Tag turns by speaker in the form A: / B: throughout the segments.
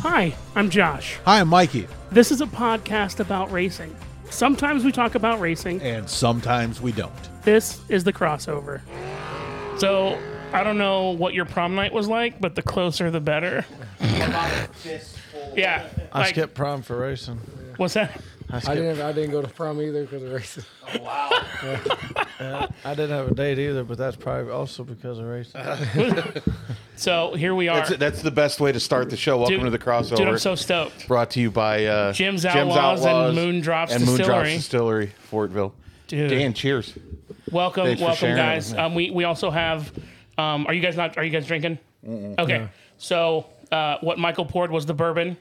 A: Hi, I'm Josh.
B: Hi, I'm Mikey.
A: This is a podcast about racing. Sometimes we talk about racing,
B: And sometimes we don't.
A: this is the crossover. So, I don't know what your prom night was like, but the closer the better. yeah.
C: I
A: like,
C: skipped prom for racing.
A: What's that?
C: I, skipped,
D: I
C: I, didn't,
D: didn't. I didn't go to prom either because of racing.
C: have a date either, but that's probably also because of racing.
A: Uh-huh. So, here we are.
E: That's, that's the best way to start the show. Welcome
A: Dude-
E: to the crossover.
A: Dude, I'm so stoked.
E: Brought to you by uh,
A: Jim's Outlaws and Moon Drops
E: and Moon
A: Distillery.
E: Drops Distillery, Fortville.
A: Dude.
E: Dan, cheers.
A: Welcome,
E: Thanks for
A: welcome,
E: sharing that
A: guys.
E: with me.
A: Um, we we also have. Um, are you guys not? Are you guys drinking? Okay. So uh, what Michael poured was the bourbon.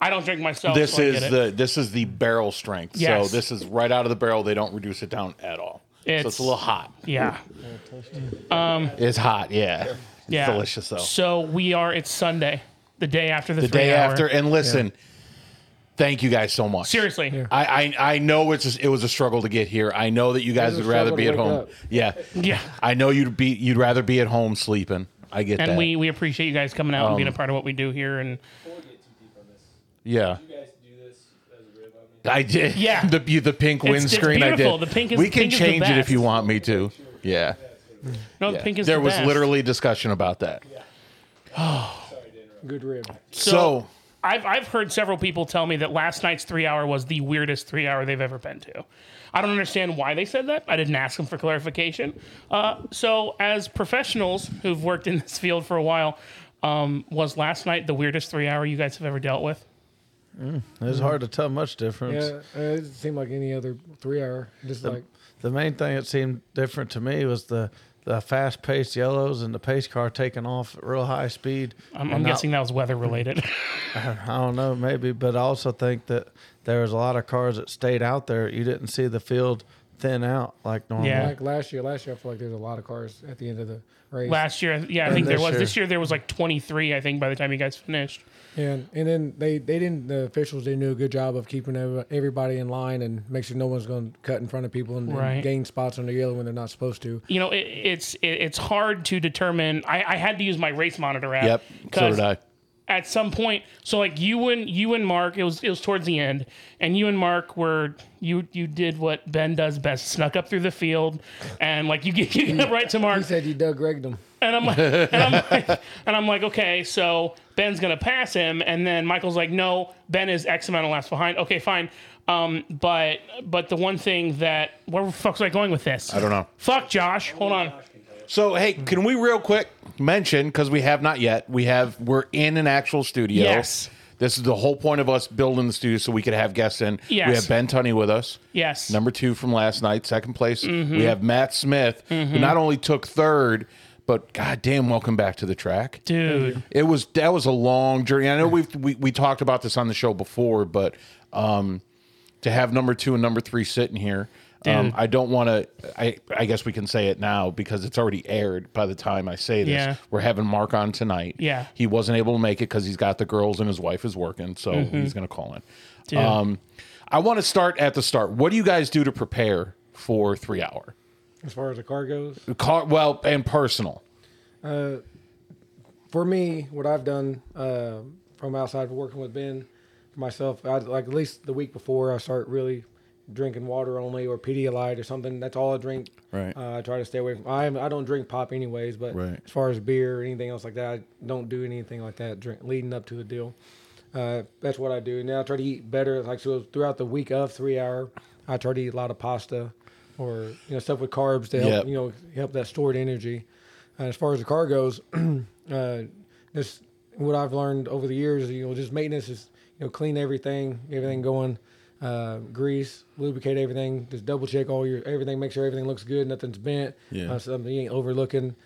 A: I don't drink myself.
E: This
A: so I
E: is
A: get it.
E: the this is the barrel strength.
A: Yes.
E: So this is right out of the barrel. They don't reduce it down at all. so
A: It's-
E: it's a little hot.
A: yeah
E: It's hot, yeah. It's
A: yeah
E: delicious though.
A: So we are. It's Sunday, the day after the,
E: the day after, and listen, thank you guys so much.
A: Seriously,
E: I, I I know it's a, it was a struggle to get here. I know that you guys
D: was a
E: would rather
D: struggle
E: be
D: to
E: at
D: wake
E: home.
D: up.
E: Yeah,
A: yeah.
E: I know you'd be you'd rather be at home sleeping. I get
A: And
E: that.
A: we we appreciate you guys coming out and being
E: Um,
A: a part of what we do here. And
E: yeah. I did.
A: Yeah.
E: the you- the pink
A: It's- it's
E: windscreen. I
A: beautiful.
E: did.
A: The pink is-
E: we can
A: pink is the
E: change it
A: best.
E: if you want me to. Yeah.
A: no, the
E: Yeah.
A: pink is
E: there
A: the
E: was
A: best.
E: literally discussion about that.
D: Good rib.
E: So,
A: I've I've heard several people tell me that last night's three hour was the weirdest three hour they've ever been to. I don't understand why they said that. I didn't ask them for clarification. Uh, so, as professionals who've worked in this field for a while, um, was last night the weirdest three hour you guys have ever dealt with?
C: It's
A: Mm-hmm.
C: hard to tell much difference.
D: Yeah, uh, it didn't seem like any other three hour. Just
A: Um,
D: like
C: The main thing that seemed different to me was the the fast paced yellows and the pace car taking off at real high speed.
A: I'm, I'm
C: And not-
A: guessing that was weather related.
C: I don't know, maybe, but I also think that there was a lot of cars that stayed out there. You didn't see the field thin out like normal.
A: Yeah.
D: like last year. Last year, I feel like there's a lot of cars at the end of the race.
A: last year, yeah, I think there
C: this
A: was.
C: year.
A: This year there was like 23, I think, by the time you guys finished.
D: and and then they they didn't. The officials didn't do a good job of keeping ev- everybody in line and make sure no one's going to cut in front of people and, and
A: Right.
D: gain spots on the yellow when they're not supposed to.
A: you know, it, it's it, it's hard to determine. I, I had to use my race monitor app.
E: yep. So
A: 'cause
E: did I.
A: At some point, so like you and you and Mark, it was it was towards the end, and you and Mark were you you did what Ben does best, snuck up through the field, and like you get you get right to Mark,
D: He said you Doug Greg them.
A: and I'm like, and I'm like, and I'm like, okay, so Ben's gonna pass him, and then Michael's like, no, Ben is X amount of laps behind. Okay, fine. Um, but but the one thing that where the fuck's I going with this?
E: I don't know.
A: Fuck Josh. Hold on.
E: So hey, can we real quick mention because we have not yet. We have we're in an actual studio.
A: Yes.
E: This is the whole point of us building the studio so we could have guests in.
A: Yes.
E: We have Ben Tunney with us.
A: Yes.
E: Number two from last night, second place.
A: Mm-hmm.
E: We have Matt Smith, who not only took third, but goddamn, welcome back to the track.
A: Dude.
E: It was that was a long journey. I know we've we, we talked about this on the show before, but um to have number two and number three sitting here. Um,
A: Dude.
E: I don't want to. I I guess we can say it now because it's already aired. By the time I say this,
A: Yeah.
E: we're having Mark on tonight.
A: Yeah.
E: he wasn't able to make it because he's got the girls and his wife is working, so
A: Mm-hmm.
E: he's going to call in. Um, I want to start at the start. What do you guys do to prepare for three hour?
D: As far as the car goes,
E: Car, well, and personal.
D: Uh, for me, what I've done uh, from outside of working with Ben, for myself, I, like at least the week before, I start really drinking water only or Pedialyte or something. That's all I drink.
E: Right.
D: Uh, I try to stay away from. I am, I don't drink pop anyways, but
E: Right.
D: as far as beer or anything else like that, I don't do anything like that. Drink leading up to the deal. Uh, that's what I do. And then I try to eat better. Like so, throughout the week of three hour, I try to eat a lot of pasta or you know stuff with carbs to help
E: Yep.
D: you know help that stored energy. Uh, as far as the car goes, uh, this what I've learned over the years. You know, just maintenance is you know clean everything, everything going, uh, grease, lubricate everything. Just double check all your everything, make sure everything looks good, nothing's bent,
E: Yeah.
D: uh, something you ain't overlooking.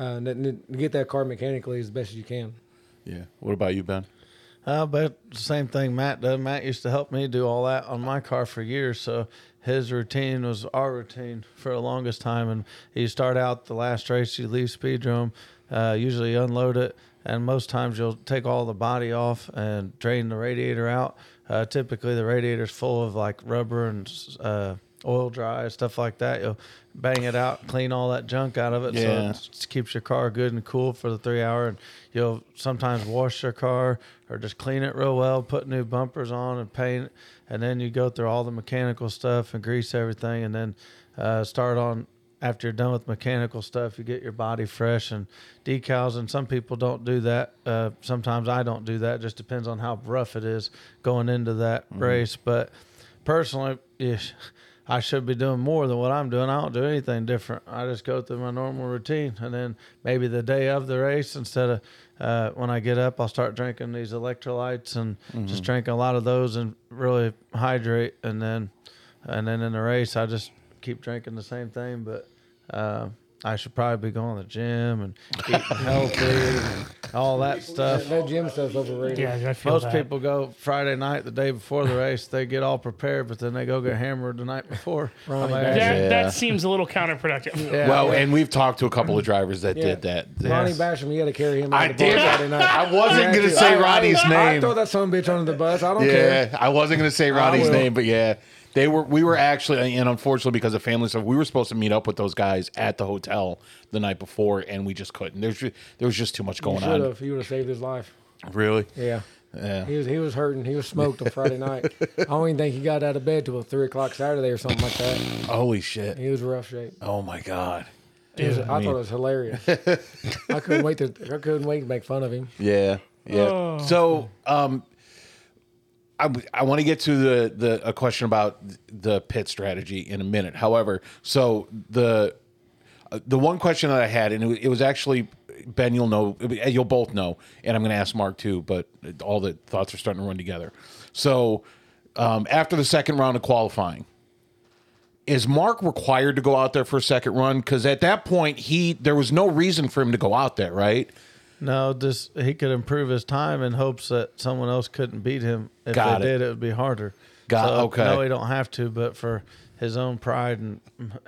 D: Uh, and then get that car mechanically as best as you can.
E: Yeah. What about you, Ben?
C: Uh, but same thing Matt does. Matt used to help me do all that on my car for years. So his routine was our routine for the longest time. And you start out the last race, you leave speedrome, uh, usually unload it. And most times you'll take all the body off and drain the radiator out. Uh, typically, the radiator's full of like rubber and uh, oil dry, stuff like that. You'll bang it out, clean all that junk out of it.
E: Yeah.
C: So it s- keeps your car good and cool for the three hour. And you'll sometimes wash your car or just clean it real well, put new bumpers on and paint. And then you go through all the mechanical stuff and grease everything. And then uh, start on after you're done with mechanical stuff, you get your body fresh and decals. And some people don't do that. Uh, sometimes I don't do that. just depends on how rough it is going into that race. But personally, ish, I should be doing more than what I'm doing. I don't do anything different. I just go through my normal routine, and then maybe the day of the race, instead of uh, when I get up, I'll start drinking these electrolytes and just drink a lot of those and really hydrate. And then, and then in the race, I just keep drinking the same thing. But uh, I should probably be going to the gym and eating healthy and all that stuff.
D: That gym stuff's overrated.
A: Yeah, I feel
C: Most
A: that.
C: people go Friday night, the day before the race. They get all prepared, but then they go get hammered the night before. I'm like,
A: That,
E: Yeah.
A: that seems a little counterproductive.
C: yeah,
E: well,
C: yeah.
E: and we've talked to a couple of drivers that
D: Yeah.
E: did that. They-
D: Ronnie Basham, you got to carry him. Out
E: I
D: the bar
E: did.
D: Friday night.
E: I wasn't
D: You
E: gonna
D: had
E: say
D: I- I-
E: Ronnie's
D: I
E: name.
D: throw that son of a bitch under the bus. I don't care.
E: Yeah, I wasn't going to say Ronnie's
D: will.
E: name, but yeah, they were. We were actually, and unfortunately, because of family stuff, we were supposed to meet up with those guys at the hotel the night before, and we just couldn't. There's ju- there was just too much
D: You
E: going
D: should
E: on.
D: have. You would have saved his life.
E: Really?
D: Yeah.
E: Yeah.
D: He was he was hurting. He was smoked on Friday night. I don't even think he got out of bed till three o'clock Saturday or something like that.
E: Holy shit!
D: He was in rough shape.
E: Oh my god.
D: It was- I thought it was hilarious. I couldn't wait to I couldn't wait to make fun of him.
E: Yeah. Yeah. So, um, I, want to get to the the a question about the pit strategy in a minute. However, so the uh, the one question that I had, and it, wa- it was actually Ben, you'll know, uh, you'll both know, and I'm going to ask Mark too, but all the thoughts are starting to run together. So, um, after the second round of qualifying, is Mark required to go out there for a second run? Because at that point, he there was no reason for him to go out there, right?
C: no, just he could improve his time in hopes that someone else couldn't beat him. If
E: Got
C: they
E: it.
C: did, it would be harder.
E: Got-
C: so,
E: okay.
C: No, he don't have to, but for his own pride and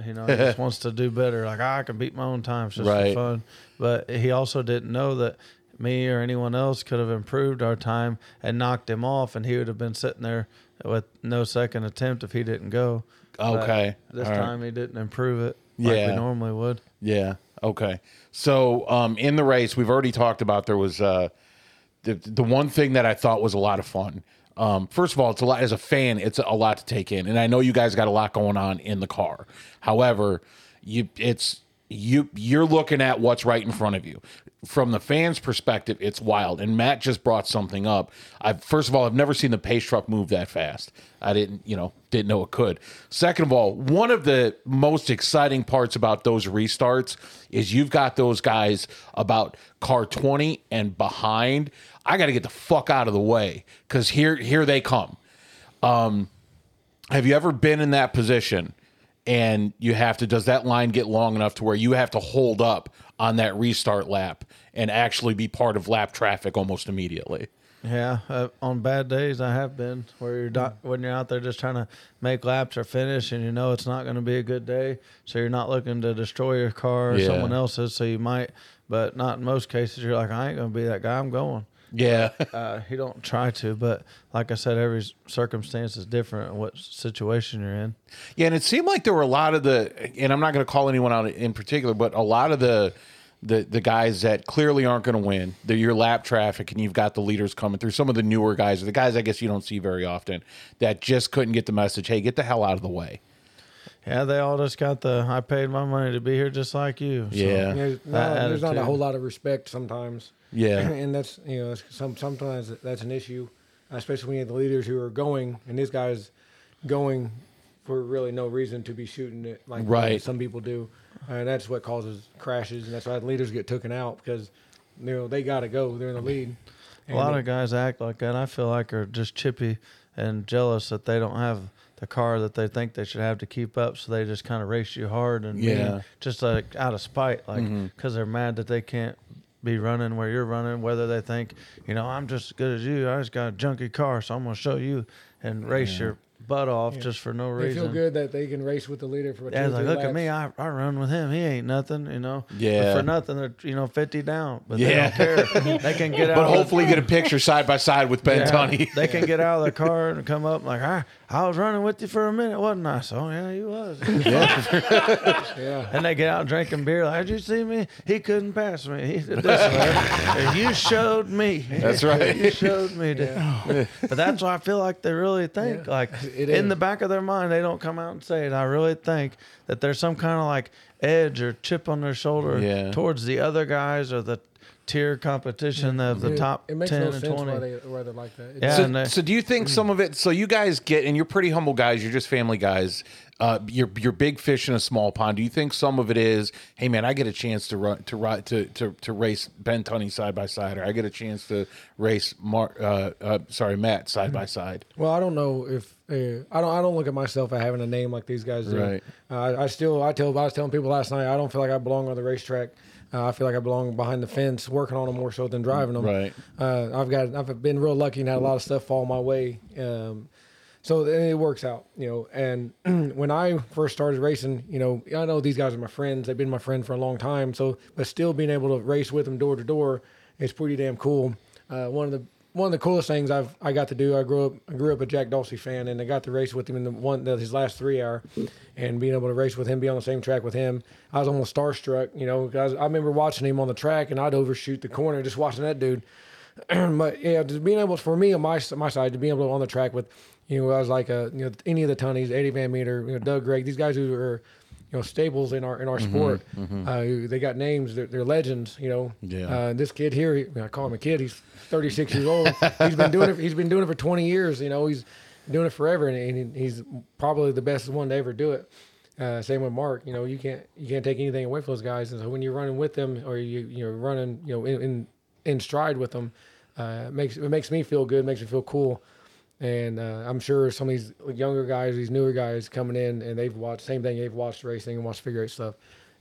C: you know, he just wants to do better. Like "Ah, I can beat my own time, it's just
E: Right.
C: for fun. But he also didn't know that me or anyone else could have improved our time and knocked him off, and he would have been sitting there with no second attempt if he didn't go. But
E: Okay.
C: this
E: All right.
C: time he didn't improve it like
E: Yeah.
C: we normally would.
E: Yeah. Okay. So um, in the race, we've already talked about there was uh, the the one thing that I thought was a lot of fun. Um, first of all, it's a lot as a fan. It's a lot to take in, and I know you guys got a lot going on in the car. However, you it's you you're looking at what's right in front of you. From the fans' perspective, it's wild. And Matt just brought something up. I first of all, I've never seen the pace truck move that fast. I didn't, you know, didn't know it could. Second of all, one of the most exciting parts about those restarts is you've got those guys about car 20 and behind. I got to get the fuck out of the way cuz here here they come. Have you ever been in that position and you have to does that line get long enough to where you have to hold up on that restart lap and actually be part of lap traffic almost immediately?
C: Yeah, uh, on bad days I have been where you're not, when you're out there just trying to make laps or finish, and you know it's not going to be a good day, so you're not looking to destroy your car or
E: Yeah.
C: someone else's. So you might, but not in most cases. You're like, I ain't going to be that guy. I'm going.
E: Yeah.
C: Uh, he don't try to, but like I said, every circumstance is different. and What situation you're in?
E: Yeah, and it seemed like there were a lot of the, and I'm not going to call anyone out in particular, but a lot of the, the the guys that clearly aren't going to win. They're your lap traffic, and you've got the leaders coming through. Some of the newer guys, or the guys I guess you don't see very often, that just couldn't get the message. Hey, get the hell out of the way.
C: Yeah, they all just got the. I paid my money to be here, just like you. So,
E: Yeah.
D: You know,
C: That
D: no, there's not a
C: attitude.
D: whole lot of respect sometimes.
E: Yeah.
D: and that's you know that's some sometimes that's an issue, especially when you have the leaders who are going and this guy's going for really no reason to be shooting it like
E: Right.
D: some people do, and that's what causes crashes and that's why the leaders get taken out because you know they got to go they're in the lead.
C: A lot of guys act like that. I feel like are just chippy and jealous that they don't have the car that they think they should have to keep up, so they just kind of race you hard and mean,
E: Yeah. Mm-hmm.
C: just like out of spite, like because they're mad that they can't be running where you're running. Whether they think, you know, I'm just as good as you, I just got a junky car, so I'm gonna show you and race your butt off just for no
D: They
C: reason.
D: feel good that they can race with the leader for two
C: Yeah,
D: or
C: it's like,
D: three
C: look
D: laps.
C: at me, I, I run with him. He ain't nothing, you know. But
E: Yeah.
C: for nothing, they're you know fifty down, but
E: Yeah.
C: they don't care. they can get out.
E: But
C: of the-
E: hopefully, get a picture side by side with Ben
C: yeah,
E: Tunney.
C: they can get out of the car and come up and like, I, I was running with you for a minute, wasn't I? So yeah, you was.
D: Yeah.
C: and they get out drinking beer. Like, did you see me? He couldn't pass me. He did this. way. And you showed me.
E: That's right.
C: You showed me. that. But that's why I feel like they really think. Like
D: It
C: in
D: is.
C: the back of their mind, they don't come out and say it. I really think that there's some kind of like edge or chip on their shoulder
E: Yeah.
C: towards the other guys or the tier competition of the
D: It-
C: top
D: It makes
C: ten
D: no
C: and
D: sense why
C: twenty.
D: they why they're like that. It
C: Yeah.
D: does-
C: and Mm.
E: So,
C: they-
E: so do you think some of it? So you guys get, and you're pretty humble guys. You're just family guys. Uh, you're you're big fish in a small pond. Do you think some of it is? Hey man, I get a chance to run to ride to to, to race Ben Tunney side by side, or I get a chance to race Mark. Uh, uh, sorry, Matt side
C: Mm-hmm.
E: by side.
D: Well, I don't know if uh, I don't. I don't look at myself as having a name like these guys do.
E: Right.
D: Uh, I still. I tell. I was telling people last night. I don't feel like I belong on the racetrack. Uh, I feel like I belong behind the fence, working on them more so than driving them.
E: Right.
D: Uh, I've got. I've been real lucky and had a lot of stuff fall my way. Um, so then it works out, you know. And when I first started racing, you know, I know these guys are my friends. They've been my friend for a long time. So, but still being able to race with them door to door is pretty damn cool. Uh, one of the one of the coolest things I've I got to do. I grew up I grew up a Jack Dawsey fan, and I got to race with him in the one the, his last three hour, and being able to race with him, be on the same track with him. I was almost starstruck, you know, because I remember watching him on the track, and I'd overshoot the corner just watching that dude but yeah, just being able for me on my my side to be able to on the track with, you know, I was like uh, you know any of the Tunnies, Eddie Van Meter, you know, Doug Gregg, these guys who are, you know, staples in our in our sport. Uh, who- they got names, they're, they're legends, you know.
E: Yeah.
D: Uh, this kid here, he, I call him a kid. He's 36 years old. he's been doing it. He's been doing it for 20 years. You know, he's doing it forever, and, and he's probably the best one to ever do it. Uh, same with Mark. You know, you can't you can't take anything away from those guys. And so when you're running with them, or you you're running, you know, in in, in stride with them, uh, it makes it makes me feel good. Makes me feel cool. And uh, I'm sure some of these younger guys, these newer guys coming in, and they've watched same thing. They've watched racing and watched figure eight stuff.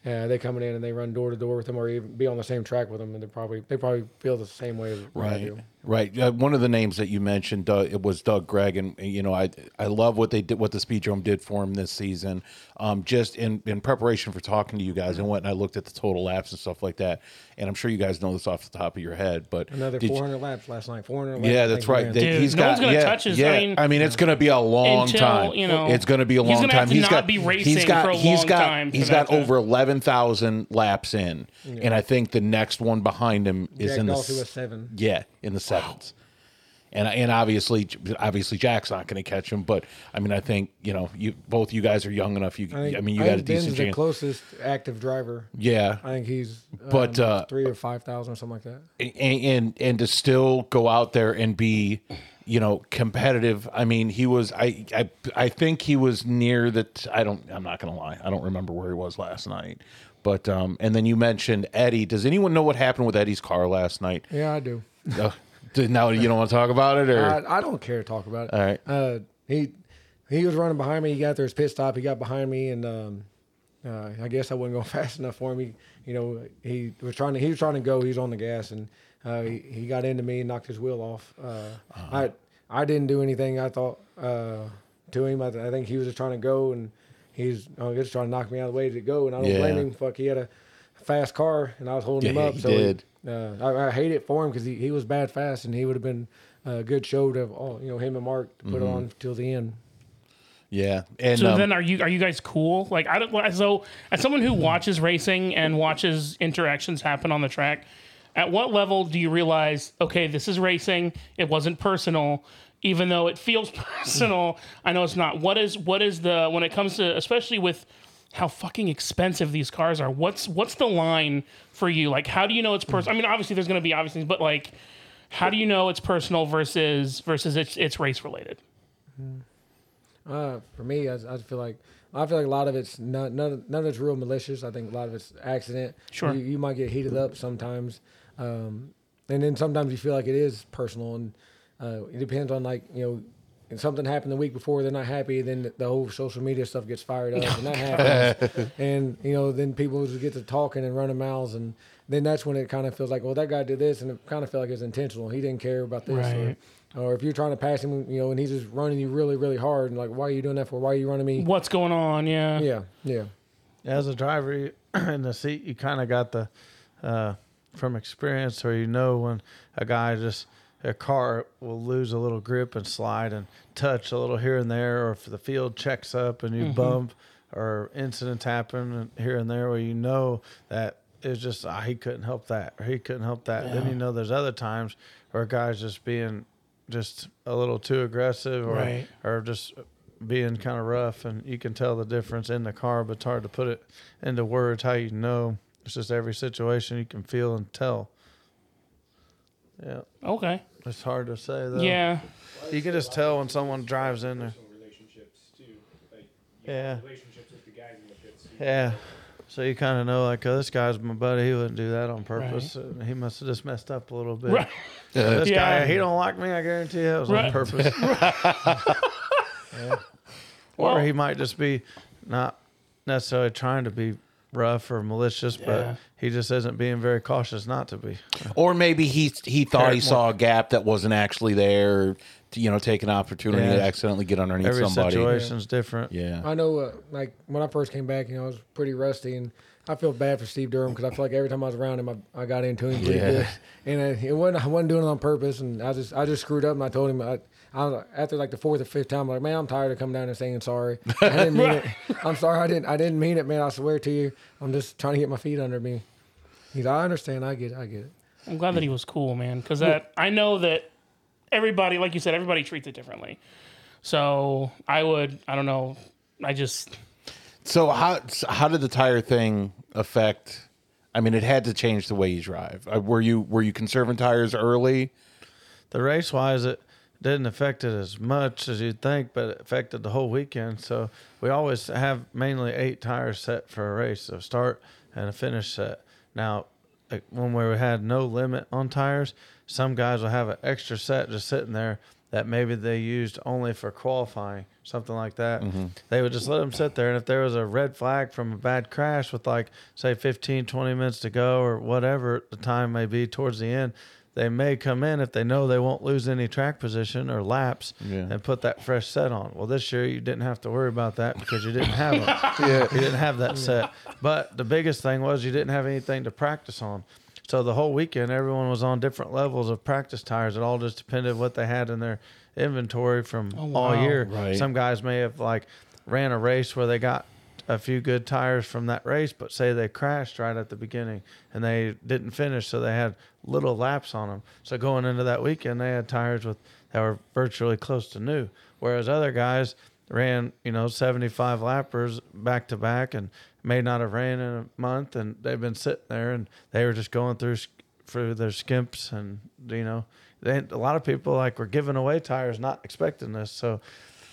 D: Uh, they coming in and they run door to door with them, or even be on the same track with them, and they probably they probably feel the same way. as what I
E: Right.
D: do.
E: Right. Uh, one of the names that you mentioned, Doug, it was Doug Gregg, and you know, I I love what they did, what the Speedrome did for him this season. Um, just in in preparation for talking to you guys, I
D: Mm-hmm.
E: went and I looked at the total laps and stuff like that. And I'm sure you guys know this off the top of your head, but
D: Another
E: did you-
D: 400 laps last night. 400. laps,
E: yeah,
D: I
E: that's
D: think,
E: right.
D: man.
E: They-
A: Dude,
E: he's
A: no
E: got
A: one's gonna
E: yeah,
A: touch his- I
E: yeah.
A: mean-
E: it's going to be a long
A: Until,
E: time.
A: you know,
E: it's going to be a
A: he's
E: long
A: gonna
E: time.
A: have to
E: he's
A: not
E: got
A: be
E: he's
A: racing
E: got
A: for a
E: he's
A: long
E: got
A: time for
E: he's
A: that
E: got
A: to-
E: over eleven thousand laps in, and I think the next one behind him is
D: Jack
E: in the
D: Dawson
E: s-
D: was seven.
E: yeah, in the sevens. And and obviously obviously Jack's not going to catch him, but I mean I think you know you both you guys are young enough. You I,
D: think-
E: mean you
D: I
E: got a
D: think
E: decent
D: Ben's the
E: chance.
D: closest active driver.
E: yeah,
D: I think he's
E: But,
D: um,
E: uh,
D: three or five thousand or something like that.
E: and, and and to still go out there and be you know competitive i mean he was i i, I think he was near that i don't i'm not gonna lie i don't remember where he was last night but um and then you mentioned eddie does anyone know what happened with eddie's car last night
D: Yeah, I do.
E: uh, now you don't want to talk about it or
D: I, I don't care to talk about it.
E: All right.
D: Uh, he he was running behind me. He got there his pit stop. He got behind me, and um, uh, I guess I wasn't going fast enough for him. He, you know, he was trying to he was trying to go. He was on the gas, and uh, he, he got into me and knocked his wheel off. Uh,
E: Uh-huh.
D: I I didn't do anything. I thought uh, to him. I, th- I think he was just trying to go, and he's oh, he was trying to knock me out of the way to go, and I don't
E: Yeah.
D: blame him. Fuck, he had a fast car, and I was holding
E: Yeah,
D: him up.
E: he
D: so
E: did.
D: uh, I, I hate it for him because he, he was bad fast and he would have been a good show to have all you know him and Mark to put
E: Mm-hmm.
D: on till the end.
E: yeah and
A: So
E: um,
A: then, are you are you guys cool? Like I don't. well, So as someone who watches racing and watches interactions happen on the track, at what level do you realize? Okay, this is racing. It wasn't personal, even though it feels personal. I know it's not. What is what is the when it comes to especially with how fucking expensive these cars are? What's what's the line for you? Like, how do you know it's personal? I mean, obviously there's going to be obvious things, but like, how do you know it's personal versus versus it's it's race related?
D: Uh, for me, I, I feel like I feel like a lot of it's not, none none of it's real malicious. I think a lot of it's accident.
A: Sure.
D: you, you might get heated up sometimes, um, and then sometimes you feel like it is personal, and uh, it depends on like you know and something happened the week before, they're not happy, then the- the whole social media stuff gets fired up, and that happens. and you know, then people just get to talking and running mouths, and then that's when it kind of feels like, well, that guy did this, and it kind of felt like it was intentional. He didn't care about this.
A: Right.
D: Or, or if you're trying to pass him, you know, and he's just running you really, really hard, and like, why are you doing that for? Why are you running me?
A: What's going on? Yeah.
D: Yeah, yeah,
C: as a driver you- in the seat, you kind of got the uh, from experience, or you know when a guy just a car will lose a little grip and slide and touch a little here and there, or if the field checks up and you bump, or incidents happen and here and there, where you know that it's just ah, he couldn't help that, or he couldn't help that. Then you know there's other times where a guys just being just a little too aggressive, or
A: Right.
C: or just being kind of rough and you can tell the difference in the car but it's hard to put it into words how you know it's just every situation you can feel and tell yeah
A: Okay.
C: it's hard to say though
A: Yeah.
C: you can just tell when someone drives in there
F: Personal relationships too. Like you
C: Yeah.
F: have relationships with the guys in the pits. You
C: yeah so you kind of know like oh, this guy's my buddy he wouldn't do that on purpose Uh, he must have just messed up a little bit
A: Right.
C: this
A: Yeah.
C: guy he don't like me i guarantee you it was
A: Right.
C: on purpose Yeah. or he might just be not necessarily trying to be rough or malicious
A: Yeah.
C: but he just isn't being very cautious not to be
E: Or maybe he he thought he
C: Paramount.
E: saw a gap that wasn't actually there. To, you know, take an opportunity
C: Yeah.
E: to accidentally get underneath
C: every
E: somebody.
C: situation's different
E: Yeah.
D: I know, uh, like when I first came back, you know, I was pretty rusty, and I feel bad for Steve Durham because I feel like every time I was around him, I, I got into him pretty
E: Yeah.
D: good, and uh, it wasn't I wasn't doing it on purpose, and I just I just screwed up, and I told him I. I, after like the fourth or fifth time, I'm like, man, I'm tired of coming down and saying sorry. I didn't mean it. I'm sorry. I didn't. I didn't mean it, man. I swear to you. I'm just trying to get my feet under me. He's. I understand. I get. It, I get it.
A: I'm glad that he was cool, man, because that I know that everybody, like you said, everybody treats it differently. So I would, I don't know, I just
E: So how so how did the tire thing affect? I mean, it had to change the way you drive. Uh, Were you were you conserving tires early?
C: the race wise it didn't affect it as much as you'd think but it affected the whole weekend so we always have mainly eight tires set for a race a start and a finish set now like when we had no limit on tires some guys will have an extra set just sitting there that maybe they used only for qualifying something like that they would just let them sit there and if there was a red flag from a bad crash with like say 15 20 minutes to go or whatever the time may be towards the end they may come in if they know they won't lose any track position or laps and put that fresh set on. Well, this year you didn't have to worry about that because you didn't have them. You didn't have that set. But the biggest thing was you didn't have anything to practice on. So the whole weekend, everyone was on different levels of practice tires. It all just depended what they had in their inventory from all
A: wow.
C: year.
E: Right.
C: Some guys may have like ran a race where they got a few good tires from that race, but say they crashed right at the beginning and they didn't finish, so they had little laps on them. So going into that weekend, they had tires with that were virtually close to new, whereas other guys ran you know 75 lappers back to back and may not have ran in a month, and they've been sitting there and they were just going through sk- through their skimps and you know they, a lot of people like were giving away tires not expecting this, so.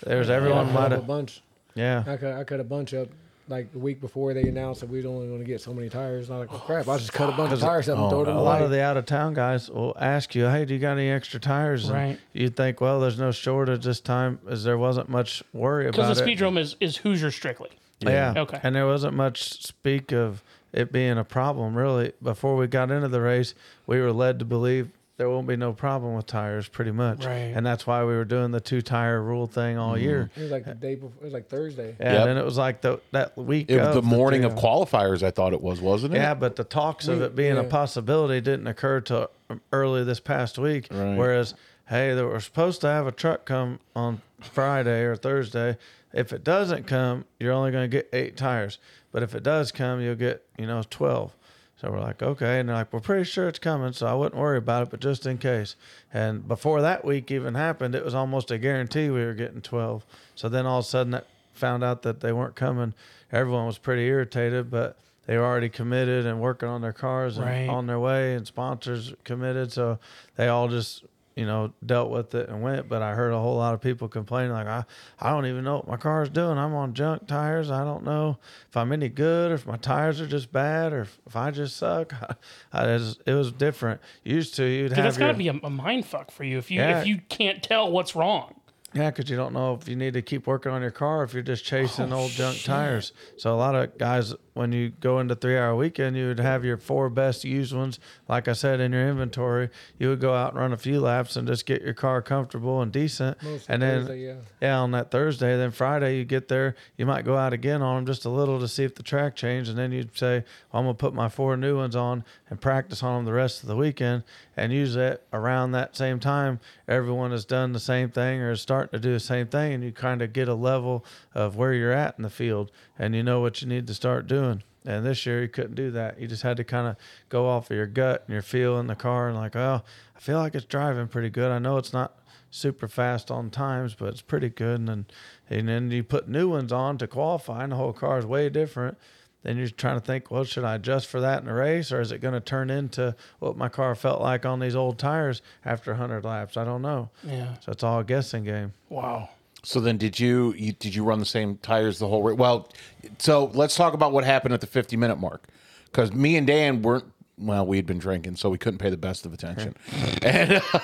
C: There's everyone
D: I
C: might
D: have a
C: have,
D: bunch.
C: yeah.
D: I cut, I cut a bunch up like the week before they announced that we'd only going to get so many tires. And I'm like, oh, crap, I just cut a bunch of tires up and threw them
C: a lot
D: away.
C: of the out of town guys will ask you, "Hey, do you got any extra tires?" And
A: Right.
C: You'd think, well, there's no shortage this time, as there wasn't much worry about
A: because the
C: it.
A: speedrome is is Hoosier strictly.
C: Yeah.
A: Okay.
C: And there wasn't much speak of it being a problem, really. Before we got into the race, we were led to believe there won't be no problem with tires, pretty much.
A: Right. Mm-hmm.
C: And that's why we were doing the two tire rule thing all year.
D: It was like the day before. It was like Thursday.
C: And
E: Yep.
C: then it was like the, that week
E: It,
C: of
E: the morning
C: two-
E: of qualifiers, I thought it was, wasn't it?
C: Yeah, but the talks of
D: We-
C: it being a
D: yeah.
C: possibility didn't occur till early this past week.
E: Right.
C: Whereas, hey, they were supposed to have a truck come on Friday or Thursday. If it doesn't come, you're only going to get eight tires. But if it does come, you'll get you know twelve. So we're like, okay, and they're like, we're pretty sure it's coming, so I wouldn't worry about it, but just in case. And before that week even happened, it was almost a guarantee we were getting twelve. So then all of a sudden, that found out that they weren't coming. Everyone was pretty irritated, but they were already committed and working on their cars and
A: Right.
C: on their way, and sponsors committed. So they all just, you know, dealt with it and went. But I heard a whole lot of people complaining, like, I, I don't even know what my car's doing. I'm on junk tires. I don't know if I'm any good or if my tires are just bad or if, if I just suck. I, just, it was different. Used to, you'd
A: Dude,
C: have
A: that's
C: your,
A: gotta be a, a mind fuck for you if you
C: Yeah.
A: if you can't tell what's wrong.
C: Yeah, because you don't know if you need to keep working on your car if you're just chasing
A: Oh,
C: old junk tires. So a lot of guys, when you go into three hour weekend, you would have your four best used ones, like I said, in your inventory. You would go out and run a few laps and just get your car comfortable and decent.
D: Most
C: and then,
D: Thursday, yeah.
C: on that Thursday, then Friday you get there, you might go out again on them just a little to see if the track changed, and then you'd say, well, "I'm gonna put my four new ones on and practice on them the rest of the weekend." And usually at- around that same time, everyone has done the same thing or is starting to do the same thing, and you kind of get a level of where you're at in the field, and you know what you need to start doing. And this year you couldn't do that. You just had to kind of go off of your gut and your feel in the car, and like, oh, I feel like it's driving pretty good. I know it's not super fast on times, but it's pretty good. And then, and then you put new ones on to qualify, and the whole car is way different. Then you're trying to think, well, should I adjust for that in a race, or is it going to turn into what my car felt like on these old tires after 100 laps? I don't know.
A: Yeah.
C: So it's all a guessing game.
A: Wow.
E: So then, did you, you did you run the same tires the whole way? Well, so let's talk about what happened at the fifty minute mark, because me and Dan weren't. Well, we had been drinking, so we couldn't pay the best of attention, and uh,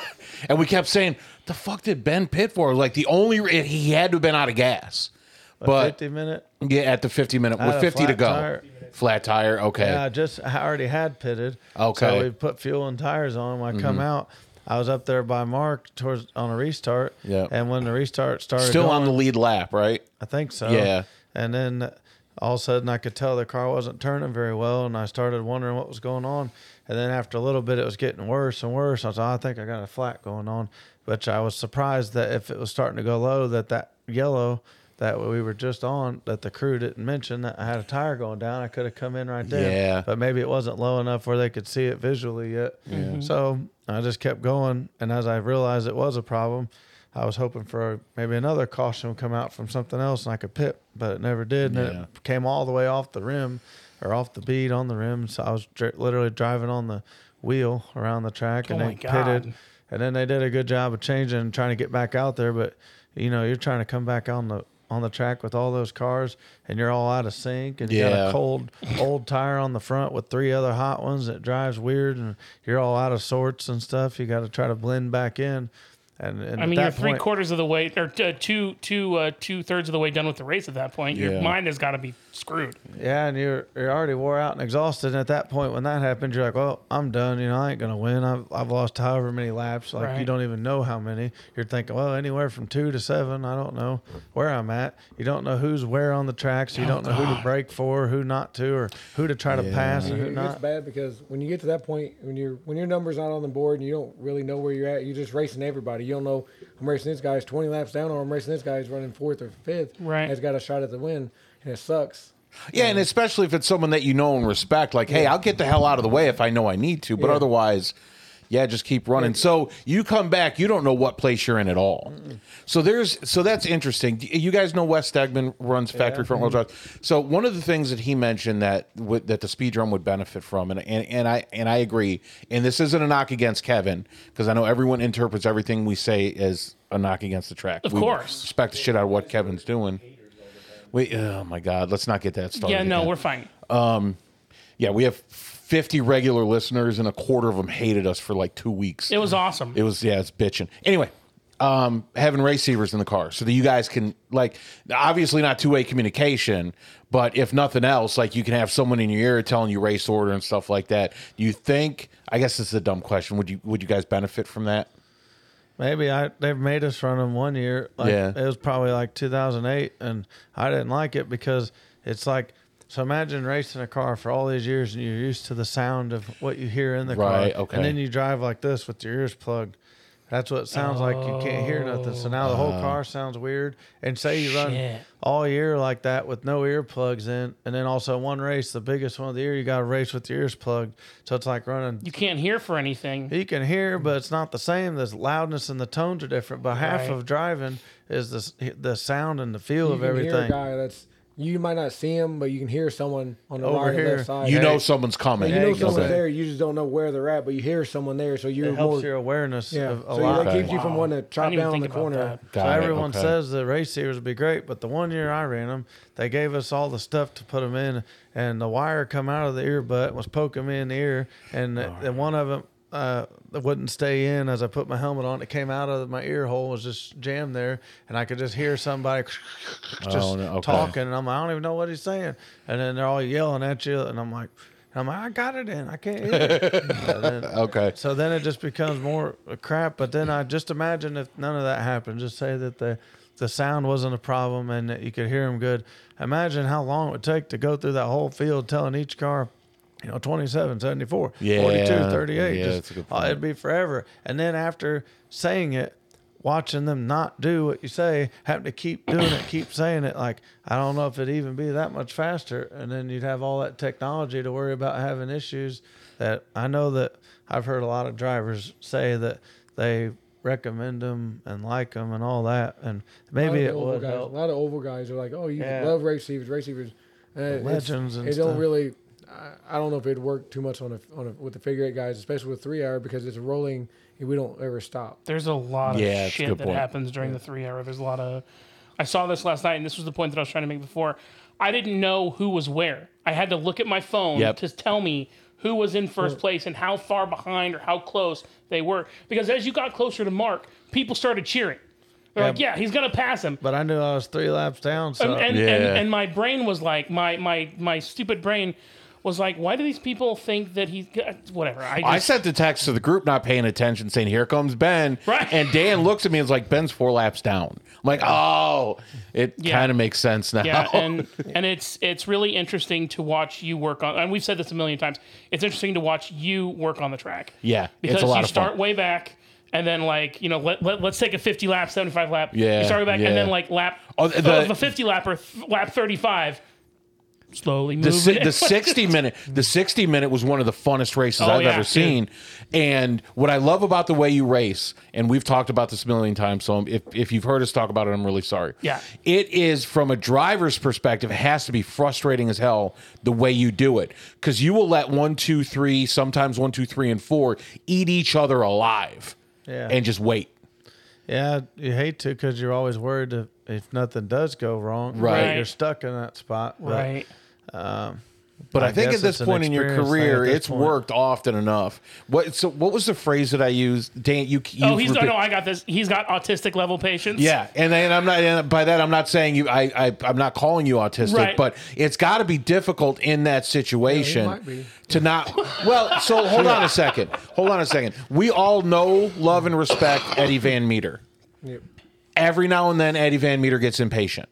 E: and we kept saying, "The fuck did Ben pit for?" Like the only re- he had to have been out of gas, but
C: 50 minute.
E: yeah, at the fifty minute
C: Out
E: with
C: of
E: fifty to
C: flat
E: go,
C: tire.
E: flat tire. Okay,
C: Yeah, I just I already had pitted.
E: Okay. Mm-hmm.
C: So we put fuel and tires on. When I come out, I was up there by Mark towards on a restart.
E: Yeah.
C: And when the restart started,
E: still on the
C: going-
E: lead lap, right?
C: I think so.
E: Yeah.
C: And then uh, all of a sudden, I could tell the car wasn't turning very well, and I started wondering what was going on. And then after a little bit, it was getting worse and worse. I thought, I think I got a flat going on, which I was surprised that if it was starting to go low, that that yellow that we were just on, that the crew didn't mention that I had a tire going down. I could have come in right there.
E: Yeah.
C: But maybe it wasn't low enough where they could see it visually yet.
A: Mm-hmm.
C: So I just kept going. And as I realized it was a problem, I was hoping for maybe another caution would come out from something else and I could pit, but it never did. And
E: Yeah.
C: it came all the way off the rim or off the bead on the rim. So I was dri- literally driving on the wheel around the track and
A: Oh my
C: then pitted.
A: God.
C: And then they did a good job of changing and trying to get back out there. But, you know, you're trying to come back on the on the track with all those cars and you're all out of sync and you got
E: Yeah.
C: a cold old tire on the front with three other hot ones that drives weird and you're all out of sorts and stuff. You got to try to blend back in. And, and
A: I
C: at
A: mean,
C: that
A: you're three
C: point-
A: quarters of the way, or uh, two, two, uh, two thirds of the way done with the race at that point.
E: Yeah.
A: Your mind has got to be screwed.
C: Yeah, and you're you're already wore out and exhausted. And at that point, when that happened, you're like, "Well, I'm done. You know, I ain't gonna win. I've I've lost however many laps. Like you
A: Right.
C: don't even know how many. You're thinking, well, anywhere from two to seven. I don't know where I'm at. You don't know who's where on the tracks. You don't know who to break for, who not to, or who to try to pass and who
D: It- It's
C: not.
D: bad because when you get to that point, when your when your number's not on the board and you don't really know where you're at, you're just racing everybody. You don't know I'm racing this guy's 20 laps down, or I'm racing this guy's running fourth or fifth.
A: Right.
D: has got a shot at the win, and it sucks.
E: Yeah, and especially if it's someone that you know and respect, like, hey, I'll get the hell out of the way if I know I need to, but
D: Yeah.
E: otherwise, yeah, just keep running. So you come back, you don't know what place you're in at all. So there's so that's interesting. Do You guys know Wes Stegman runs factory front wheel
A: Mm-hmm.
E: drive. So one of the things that he mentioned that would that the speed drum would benefit from, and and, and I and I agree. And this isn't a knock against Kevin because I know everyone interprets everything we say as a knock against the track.
A: Of
E: We
A: course.
E: respect the shit out of what Kevin's doing. Wait, oh my God, let's not get that started.
A: yeah, no,
E: again.
A: we're fine.
E: Yeah, we have 50 regular listeners, and a quarter of them hated us for like two weeks.
A: It was awesome.
E: It was yeah, it's bitching. Anyway, um, having receivers in the car so that you guys can like obviously not two way communication, but if nothing else, like you can have someone in your ear telling you race order and stuff like that. Do you think? I guess this is a dumb question. Would you would you guys benefit from that?
C: Maybe I they've made us run them one year. Like,
E: Yeah.
C: it was probably like 2008, and I didn't like it because it's like. So imagine racing a car for all these years, and you're used to the sound of what you hear in the
E: Right,
C: car,
E: okay.
C: and then you drive like this with your ears plugged. That's what it sounds like. You can't hear nothing. So now the whole
E: Oh.
C: car sounds weird. And say you run
A: Shit.
C: all year like that with no earplugs in, and then also one race, the biggest one of the year, you got to race with your ears plugged. So it's like running
A: you can't hear for anything.
C: you can hear, but it's not the same. The loudness and the tones are different. But half
A: Right.
C: of driving is the s- the sound and the feel
D: You
C: of
D: can hear a
C: everything.
D: guy that's you might not see him, but you can hear someone on the
C: Over
D: right or
C: here.
D: left side.
E: You
D: Yeah,
E: know someone's coming.
D: you know
C: you go.
D: someone's
E: Okay.
D: there. You just don't know where they're at, but you hear someone there, so you're
C: It helps
D: more.
C: your awareness
D: yeah,
C: of a
D: so
C: lot.
D: that keeps you from
A: Wow.
D: wanting to
A: I
D: chop
A: didn't even
D: down in
A: think
D: the
A: about
D: corner.
A: that.
E: Got
C: so
E: it,
C: everyone
E: okay.
C: says the race series would be great, but the one year I ran them, they gave us all the stuff to put them in, and the wire come out of the ear butt was poking me in the ear, and the, the one of them uh, that wouldn't stay in as I put my helmet on. It came out of my ear hole, was just jammed there, and I could just hear somebody just
E: Oh, no, okay.
C: talking, and I'm like, I don't even know what he's saying. And then they're all yelling at you, and I'm like, and I'm like, I got it in, I can't hear it. And then-
E: Okay.
C: so then it just becomes more crap. But then I just imagine if none of that happened, just say that the the sound wasn't a problem and that you could hear them good. Imagine how long it would take to go through that whole field telling each car, you know, 27, 74,
E: Yeah.
C: 42, 38.
E: Yeah,
C: just,
E: that's a good
C: oh,
E: point.
C: it'd be forever. And then after saying it, watching them not do what you say, having to keep doing it, keep saying it. Like, I don't know if it'd even be that much faster. And then you'd have all that technology to worry about having issues that I know that I've heard a lot of drivers say that they recommend them and like them and all that. And
D: A lot
C: maybe
D: of
C: it
D: oval
C: would
D: guys-
C: help.
D: A lot of oval guys are like, "Oh, you
C: Yeah.
D: love race receivers, race receivers." Uh, it's-
C: legends and
D: it
C: stuff.
D: don't really. I, I don't know if it'd work too much on a, on a, with the figure eight guys, especially with three hour because it's rolling. and We don't ever stop.
A: There's a lot of
E: Yeah, that's a
A: shit
E: good
A: that
E: point.
A: happens during the three hour. There's a lot of. I saw this last night, and this was the point that I was trying to make before. I didn't know who was where. I had to look at my phone
E: Yep.
A: to tell me who was in first place and how far behind or how close they were. Because as you got closer to Mark, people started cheering. They're like, "Yeah, he's gonna pass him."
C: But I knew I was three laps down. So
A: and, and,
E: uh, Yeah.
A: and my brain was like my my my stupid brain was like why do these people think that he's whatever i, just,
E: I sent the text to the group, not paying attention, saying, "Here comes Ben."
A: Right.
E: And Dan looks at me and is like, "Ben's four laps down." I'm like, "Oh, it kind of makes sense now."
A: yeah and and it's it's really interesting to watch you work on and we've said this a million times it's interesting to watch you work on the track
E: Yeah, it's
A: because
E: a lot
A: you
E: of fun.
A: start way back and then like you know let, let, us take a 50 lap 75 lap
E: Yeah,
A: you start way back
E: yeah.
A: and then like lap
E: Oh,
A: oh,
E: the-
A: the, 50 lap or th- lap 35 slowly
E: the,
A: moving
E: si- the 60 minute the 60 minute was one of the funnest races
A: Oh,
E: i've
A: yeah,
E: ever
A: dude.
E: seen and what i love about the way you race and we've talked about this a million times so if, if you've heard us talk about it i'm really sorry
A: Yeah.
E: it is from a driver's perspective it has to be frustrating as hell the way you do it because you will let one two three sometimes one two three and four eat each other alive
C: Yeah.
E: and just wait
C: Yeah, you hate to because you're always worried if, if nothing does go wrong. that
E: Right.
C: You're stuck in that spot. But
A: right
E: But I,
C: I
E: think
C: guess
E: at this
C: it's an
E: point in your
C: experience thing
E: career,
C: at this
E: it's
C: point.
E: worked often enough. What so? What was the phrase that I used? Dan, you. you
A: oh he's got no i got this he's got autistic level patience
E: Yeah, and, and I'm not. And by that, I'm not saying you. I, I I'm not calling you autistic,
A: Right.
E: but it's got to be difficult in that situation
D: might be.
E: to not. Well, so hold on a second. Hold on a second. We all know, love, and respect Eddie Van Meter.
D: Yep.
E: Every now and then, Eddie Van Meter gets impatient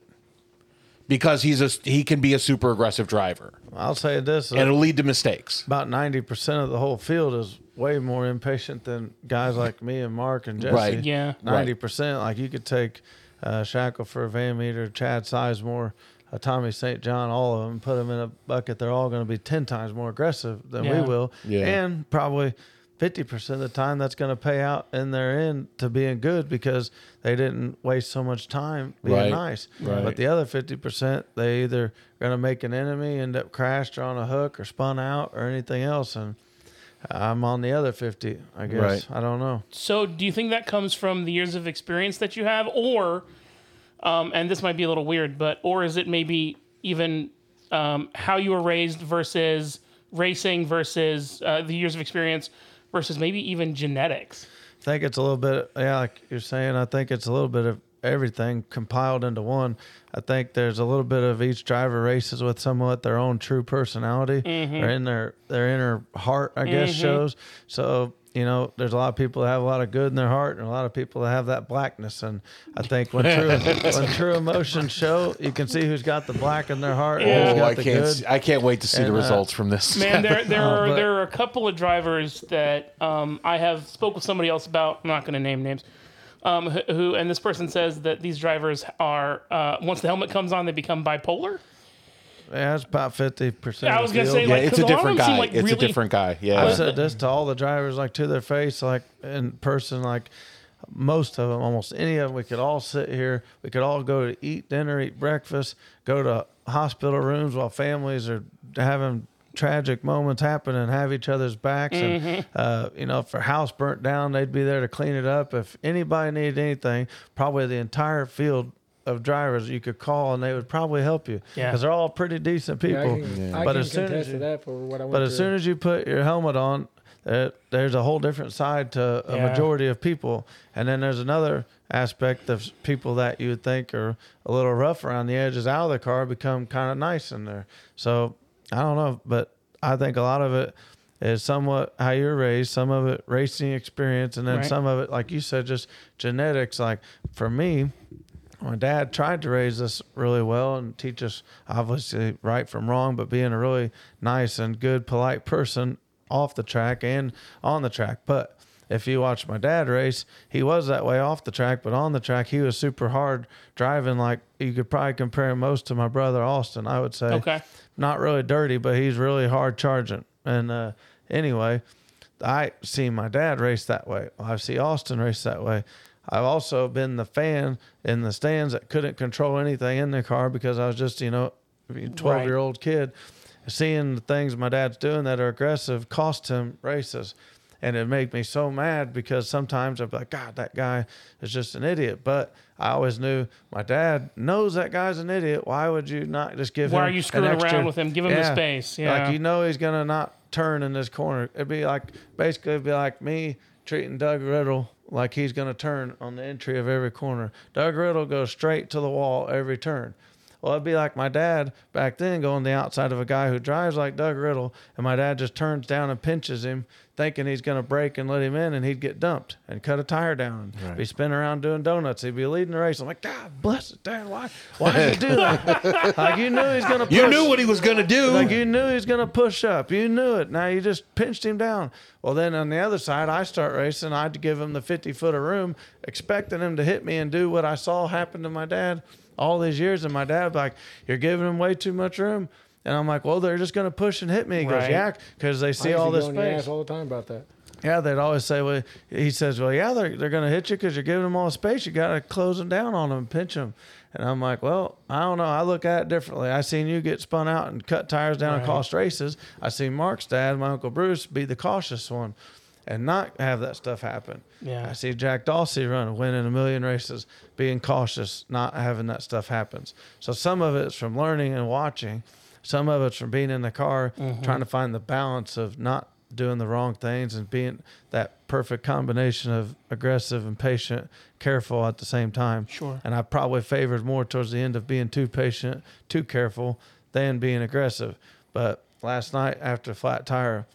E: because he's a he can be a super aggressive driver,
C: I'll say this
E: and it'll lead to mistakes.
C: about 90% of the whole field is way more impatient than guys like me and Mark and Jesse.
E: Right.
A: Yeah.
E: Right.
C: 90%. Like you could take uh, Shackelford, Van Meter, Chad Sizemore, uh, Tommy St. John, all of them, put them in a bucket. They're all going to be 10 times more aggressive than
A: Yeah.
C: we will.
E: Yeah.
C: And probably 50% of the time that's going to pay out in their end to being good because they didn't waste so much time being
E: Right.
C: nice.
E: Right.
C: But the other 50%, they either going to make an enemy, end up crashed or on a hook or spun out or anything else. And I'm on the other 50, I guess.
E: Right.
C: I don't know.
A: So, do you think that comes from the years of experience that you have, or, um, and this might be a little weird, but, or is it maybe even um, how you were raised versus racing versus uh, the years of experience versus maybe even genetics?
C: I think it's a little bit, yeah, like you're saying, I think it's a little bit of everything compiled into one. I think there's a little bit of each driver races with somewhat their own true personality
A: Mm-hmm.
C: or in their, their inner heart, I guess, shows. So, you know, there's a lot of people that have a lot of good in their heart and a lot of people that have that blackness. And I think when true, when true emotions show, you can see who's got the black in their heart and
A: Yeah.
C: who's
E: Oh,
C: got
E: I
C: the
E: can't.
C: good.
E: s- I can't wait to see
C: And,
E: the
C: uh,
E: results from this.
A: Man, there there are
C: but-
A: there are a couple of drivers that um, I have spoke with somebody else about. I'm not going to name names. Um, who- who and this person says that these drivers are uh, once the helmet comes on, they become bipolar.
C: Yeah, it's about 50%.
A: I
C: of
A: was
C: the
A: gonna
C: field.
A: say,
E: yeah,
A: like,
E: it's
A: 'cause
E: a
A: lot of
E: different
A: them seem
E: guy.
A: like
E: it's a
A: really-
E: different guy.
C: I've
E: Yeah,
C: said this to all the drivers, like to their face, like in person, like most of them, almost any of them, we could all sit here. We could all go to eat dinner, eat breakfast, go to hospital rooms while families are having tragic moments happen and have each other's backs. And, uh, you know, if their house burnt down, they'd be there to clean it up. If anybody needed anything, probably the entire field of drivers you could call and they would probably help you
A: Yeah.
C: because they're all pretty decent
D: I
C: people.
D: can, I
C: but
D: can
C: as soon
D: contest
C: as
D: to
C: you,
D: that for what I went
C: but as soon as you put your helmet on, there, there's a whole different side to a
A: Yeah.
C: majority of people, and then there's another aspect of s- people that you would think are a little rough around the edges out of the car become kind of nice in there. So I don't know, but I think a lot of it is somewhat how you're raised, some of it racing experience, and then
A: Right.
C: some of it, like you said, just genetics. Like for me, my dad tried to raise us really well and teach us obviously right from wrong, but being a really nice and good, polite person off the track and on the track. But if you watch my dad race, he was that way off the track, but on the track, he was super hard driving. Like you could probably compare him most to my brother Austin, I would say.
A: Okay.
C: Not really dirty, but he's really hard charging. And uh, anyway, I see my dad race that way. I see Austin race that way. I've also been the fan in the stands that couldn't control anything in the car because I was just, you know, 12 year old kid. Seeing the things my dad's doing that are aggressive cost him races. And it made me so mad because sometimes I'm like, God, that guy is just an idiot. But I always knew my dad knows that guy's an idiot. Why would you not just give
A: Why
C: him
A: are you
C: an
A: screwing around
C: extra-
A: with him? Give him the space. Yeah.
C: Like you know he's gonna not turn in this corner. It'd be like basically it'd be like me treating Doug Riddle like he's gonna turn on the entry of every corner. Doug Riddle goes straight to the wall every turn. Well, it'd be like my dad back then going the outside of a guy who drives like Doug Riddle, and my dad just turns down and pinches him, thinking he's going to break and let him in, and he'd get dumped and cut a tire down and be spinning around doing donuts. He'd be leading the race. I'm like, God bless it, Dad. Why, why'd you do that? like, you knew he's going to
E: You knew what he was going to do.
C: like you knew he was gonna push up. You knew it. Now you just pinched him down. Well, then on the other side, I start racing. I'd give him the fifty foot of room, expecting him to hit me and do what I saw happen to my dad all these years. And my dad like, "You're giving him way too much room." And I'm like, "Well, they're just gonna push and hit me." He goes,
A: Right.
C: "Yeah," because they see
D: I used to
C: all
D: get
C: this
D: on your
C: space.
D: ass all the time about that.
C: Yeah, they'd always say, well, he says, well, yeah, they're, they're going to hit you because you're giving them all space. You got to close them down on them, pinch them. And I'm like, well, I don't know. I look at it differently. I seen you get spun out and cut tires down and cost races. I seen Mark's dad, my Uncle Bruce, be the cautious one and not have that stuff happen.
A: Yeah.
C: I see Jack Dawsey run, winning a million races, being cautious, not having that stuff happens. So some of it's from learning and watching. Some of it's from being in the car, trying to find the balance of not doing the wrong things and being that perfect combination of aggressive and patient, careful at the same time.
A: Sure.
C: And I probably favored more towards the end of being too patient, too careful, than being aggressive. But last night after flat tire,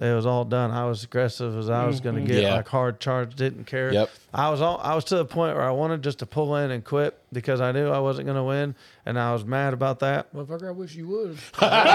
C: it was all done. I was aggressive as I was going to get,
E: Yeah.
C: like hard charge, didn't care.
E: Yep.
C: I was all I was to the point where I wanted just to pull in and quit because I knew I wasn't going to win, and I was mad about that.
D: Motherfucker, I wish you would.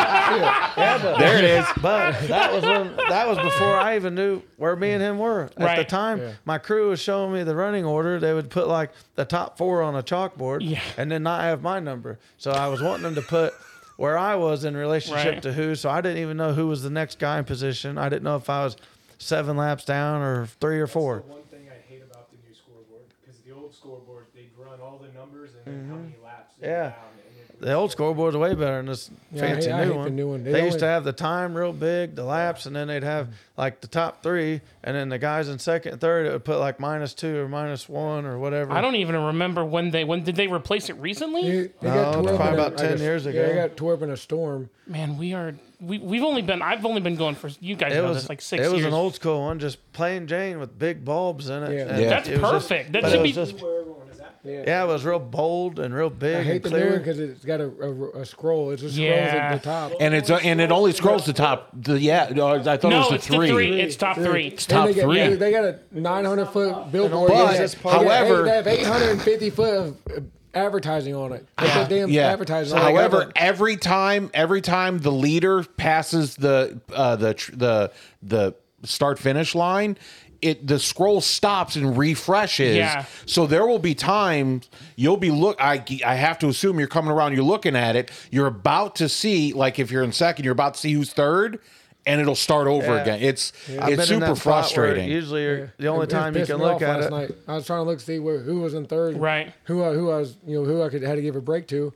E: there it is.
C: But that was when that was before I even knew where me and him were at the
A: Right.
C: time. My crew was showing me the running order. They would put like the top four on a chalkboard,
A: Yeah.
C: and then not have my number. So I was wanting them to put where I was in relationship
A: Right.
C: to who. So I didn't even know who was the next guy in position. I didn't know if I was seven laps down or three or four.
F: That's the one thing I hate about the new scoreboard because the old scoreboard they'd run all the numbers and then how many laps. they
C: Mm-hmm. Yeah.
F: were down, and it-
C: The old scoreboard's way better than this
D: Yeah, I
C: fancy
D: hate- I
C: new,
D: hate
C: one.
D: the new one.
C: They,
D: They
C: used
D: only-
C: to have the time real big, the laps, and then they'd have like the top three, and then the guys in second and third, it would put like minus two or minus one or whatever.
A: I don't even remember when they when did they replace it recently?
D: They, they
C: No,
D: got tore up
C: Oh, probably
D: in a-
C: about 10
D: like a-
C: years
D: Yeah,
C: ago.
D: they got tore up in a storm.
A: Man, we are we we've only been I've only been going for you guys
C: It
A: know
C: was
A: this like six
C: It was
A: years.
C: an old school one, just plain Jane with big bulbs in it.
D: Yeah.
C: and
E: Yeah.
A: That's
C: it was just-
A: perfect. That
C: but
A: should
C: it
A: be-
C: was just-
F: Where everyone is at.
C: yeah, it was real bold and real big
D: I
C: and
D: hate the new
C: clear.
D: one because it's got a, a, a scroll. It just scrolls
A: Yeah.
D: at the top.
E: And it's uh, and it only scrolls the top. The, yeah, no, I thought it was
A: no,
E: the
A: it's
E: three.
A: the three. It's top three.
E: It's top
D: And they got,
E: three.
D: They, they got a 900 foot billboard.
E: But,
D: They got-
E: however-
D: they have 850 foot of uh, advertising on it. They put damn
E: yeah.
D: advertising. on it.
E: However,
D: They got
E: every time, every time the leader passes the uh, the tr- the the start finish line, it the scroll stops and refreshes.
A: Yeah.
E: So there will be times you'll be look. I I have to assume you're coming around. You're looking at it. You're about to see like if you're in second, you're about to see who's third, and it'll start over
C: Yeah.
E: again. It's
C: I've
E: it's super
C: been in that spot where
E: frustrating.
C: Usually, you're, the
D: the-
C: only
D: it
C: time you
D: pissed
C: can
D: me off
C: look at
D: last
C: it.
D: Night. I was trying to look to see where, who was in third,
A: Right.
D: Who I, who I was, you know, who I could had to give a break to,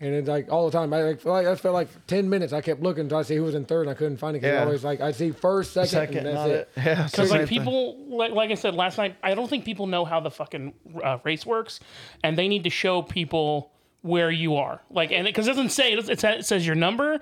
D: and it's like all the time. I like, felt like I felt like ten minutes. I kept looking to see who was in third, and I couldn't find it. 'cause
C: Yeah.
D: I always like I see first, second,
C: Second,
D: and that's
C: not
D: it.
C: it. Yeah, it's the
A: Because
C: same
A: like
C: thing.
A: people, like, like I said last night, I don't think people know how the fucking uh, race works, and they need to show people where you are. Like, and because it, doesn't say it, doesn't- it says your number,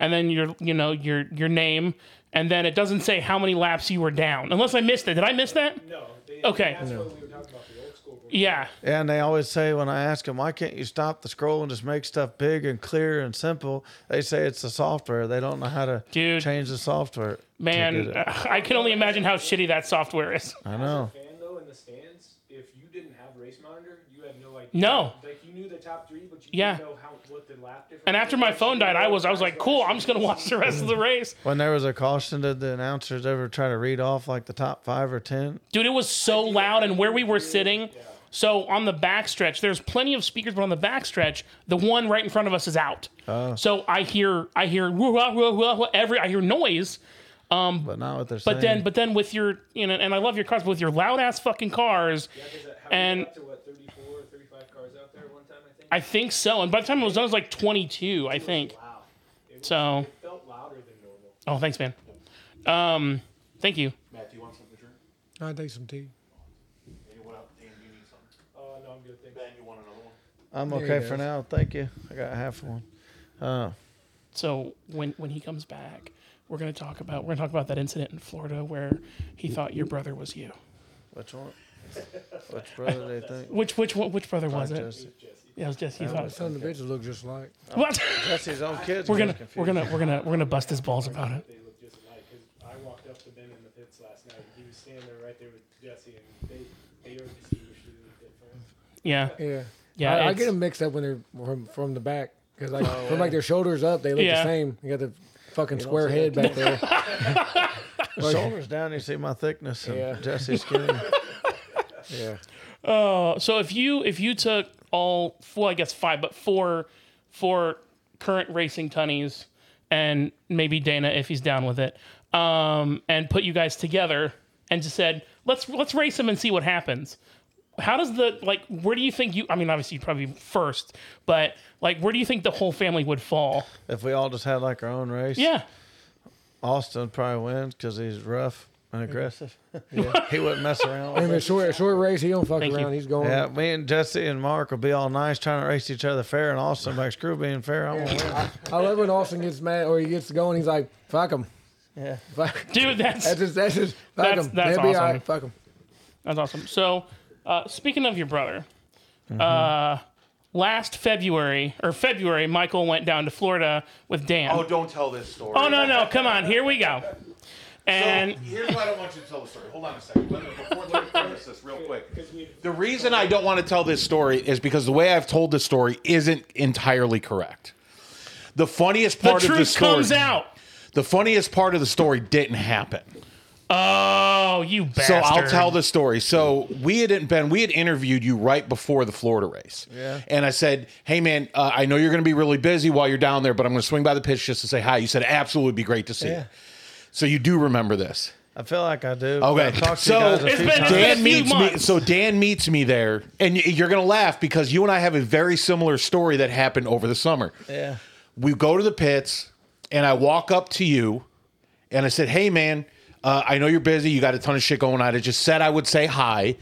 A: and then your you know your your name, and then it doesn't say how many laps you were down. Unless I missed it. Did I miss that?
F: No. They,
A: Okay.
F: That's what we were talking about the old scoreboard.
A: Yeah.
C: And they always say when I ask them, why can't you stop the scroll and just make stuff big and clear and simple? They say it's the software. They don't know how to
A: Dude.
C: change the software. to
A: Man,
C: get it.
A: I can only imagine how shitty that software is.
C: I know.
F: Fan though in the stands, if you didn't have race monitor, you had no idea.
A: No.
F: Like you knew the top three, but you
A: Yeah.
F: didn't know how what the lap difference.
A: And after my phone died, I was I was like, cool. I'm just gonna watch the rest of the race,
C: When there was a caution, did the announcers ever try to read off like the top five or ten?
A: dude. It was so loud, and where we were sitting. So on the back stretch, there's plenty of speakers, but on the back stretch, the one right in front of us is out. So I hear I hear woo, wah, wah, wah, wah, every I hear noise,
C: But not what they're saying.
A: but then but then with your you know, and I love your cars, but with your loud ass fucking cars, and-
F: and up to what 34 35 cars out there one time, I think.
A: I think so. And by the time it was done, it was like 22, I think.
F: wow. It was-
A: So
F: it felt louder than normal.
A: oh, thanks, man. Um, thank you.
E: Matt, do you want something to drink?
D: I take some tea.
E: Anyone else? Dan, you need something?
F: Oh no, I'm good. Thanks.
E: you want another one?
C: I'm
D: There he
C: okay for
D: goes.
C: now. Thank you. I got half one. Uh,
A: So when when he comes back, we're gonna talk about we're gonna talk about that incident in Florida where he thought your brother was you.
C: which one? Which brother do they think?
A: Which which one- which brother was it?
C: Jesse.
A: Yeah, it was just he thought.
D: Son of the bitches look just like.
A: What?
C: Jesse's own kids.
A: We're
C: got
A: gonna we're
C: confused.
A: gonna we're gonna we're gonna bust his balls about it.
F: They look just alike. 'cause I walked up to Ben in the pits last night, and he was standing there right there with Jesse, and they they are distinguished. different.
A: Yeah,
D: Yeah.
A: Yeah,
D: I, I
A: it's-
D: get them mixed up when they're from from the back because like from like their shoulders up, they look
A: Yeah.
D: the same. You got the fucking
C: Oh, don't
D: square
C: see
D: head back there. Like,
C: Shoulders down, you see my thickness. And
D: Yeah.
C: Jesse's skinny.
D: yeah.
A: Uh, so if you if you took all well I guess five but four four current racing tunnies and maybe Dana if he's down with it um, and put you guys together and just said let's let's race them and see what happens. How does the like where do you think you I mean obviously you'd probably be first but like where do you think the whole family would fall?
C: if we all just had like our own race,
A: Yeah.
C: Austin probably wins because he's rough and aggressive. he wouldn't mess around.
D: I
C: With
D: mean,
C: us.
D: short short race, he don't fuck
A: Thank you.
D: around. He's going.
C: Yeah, me and Jesse and Mark will be all nice trying to race each other fair, and Austin like screw being fair. I'm gonna win.
D: I love when Austin gets mad or he gets going. He's like, "Fuck him."
C: Yeah.
D: Fuck.
A: Dude that's
D: That's just that's just fuck
A: That's-
D: 'em.
A: that's
D: They'll be
A: awesome.
D: all right. Fuck him.
A: That's awesome. So, uh, speaking of your brother,
E: Mm-hmm.
A: uh, last February or February, Michael went down to Florida with Dan.
E: Oh,
A: Oh,
E: don't tell this story.
A: no, no, come on, here we go. And
E: So, Oh, here's why I don't want you to tell the story. Hold on a second. Let me, before, let me preface this real quick.
F: Because we
E: The reason I don't want to tell this story is because the way I've told the story isn't entirely correct. The funniest
A: the
E: part of the
A: truth
E: story
A: comes out.
E: The funniest part of the story didn't happen.
A: Oh, you bastard!
E: So I'll tell the story. So we had been we had interviewed you right before the Florida race.
C: Yeah.
E: And I said, "Hey man, uh, I know you're going to be really busy while you're down there, but I'm going to swing by the pitch just to say hi." You said, "Absolutely, it'd be great to see."
C: Yeah.
E: you. So you do remember this.
C: I feel like I do.
E: Okay,
C: I've uh, talked to
E: so-
C: you guys a
E: It's
C: few
A: been-
C: times.
A: it's been- a
E: Dan
A: few
E: meets me.
A: months.
E: So Dan meets me there, and y- you're gonna laugh because you and I have a very similar story that happened over the summer.
C: Yeah.
E: We go to the pits, and I walk up to you, and I said, "Hey, man, uh, I know you're busy. You got a ton of shit going on. I just said I would say hi."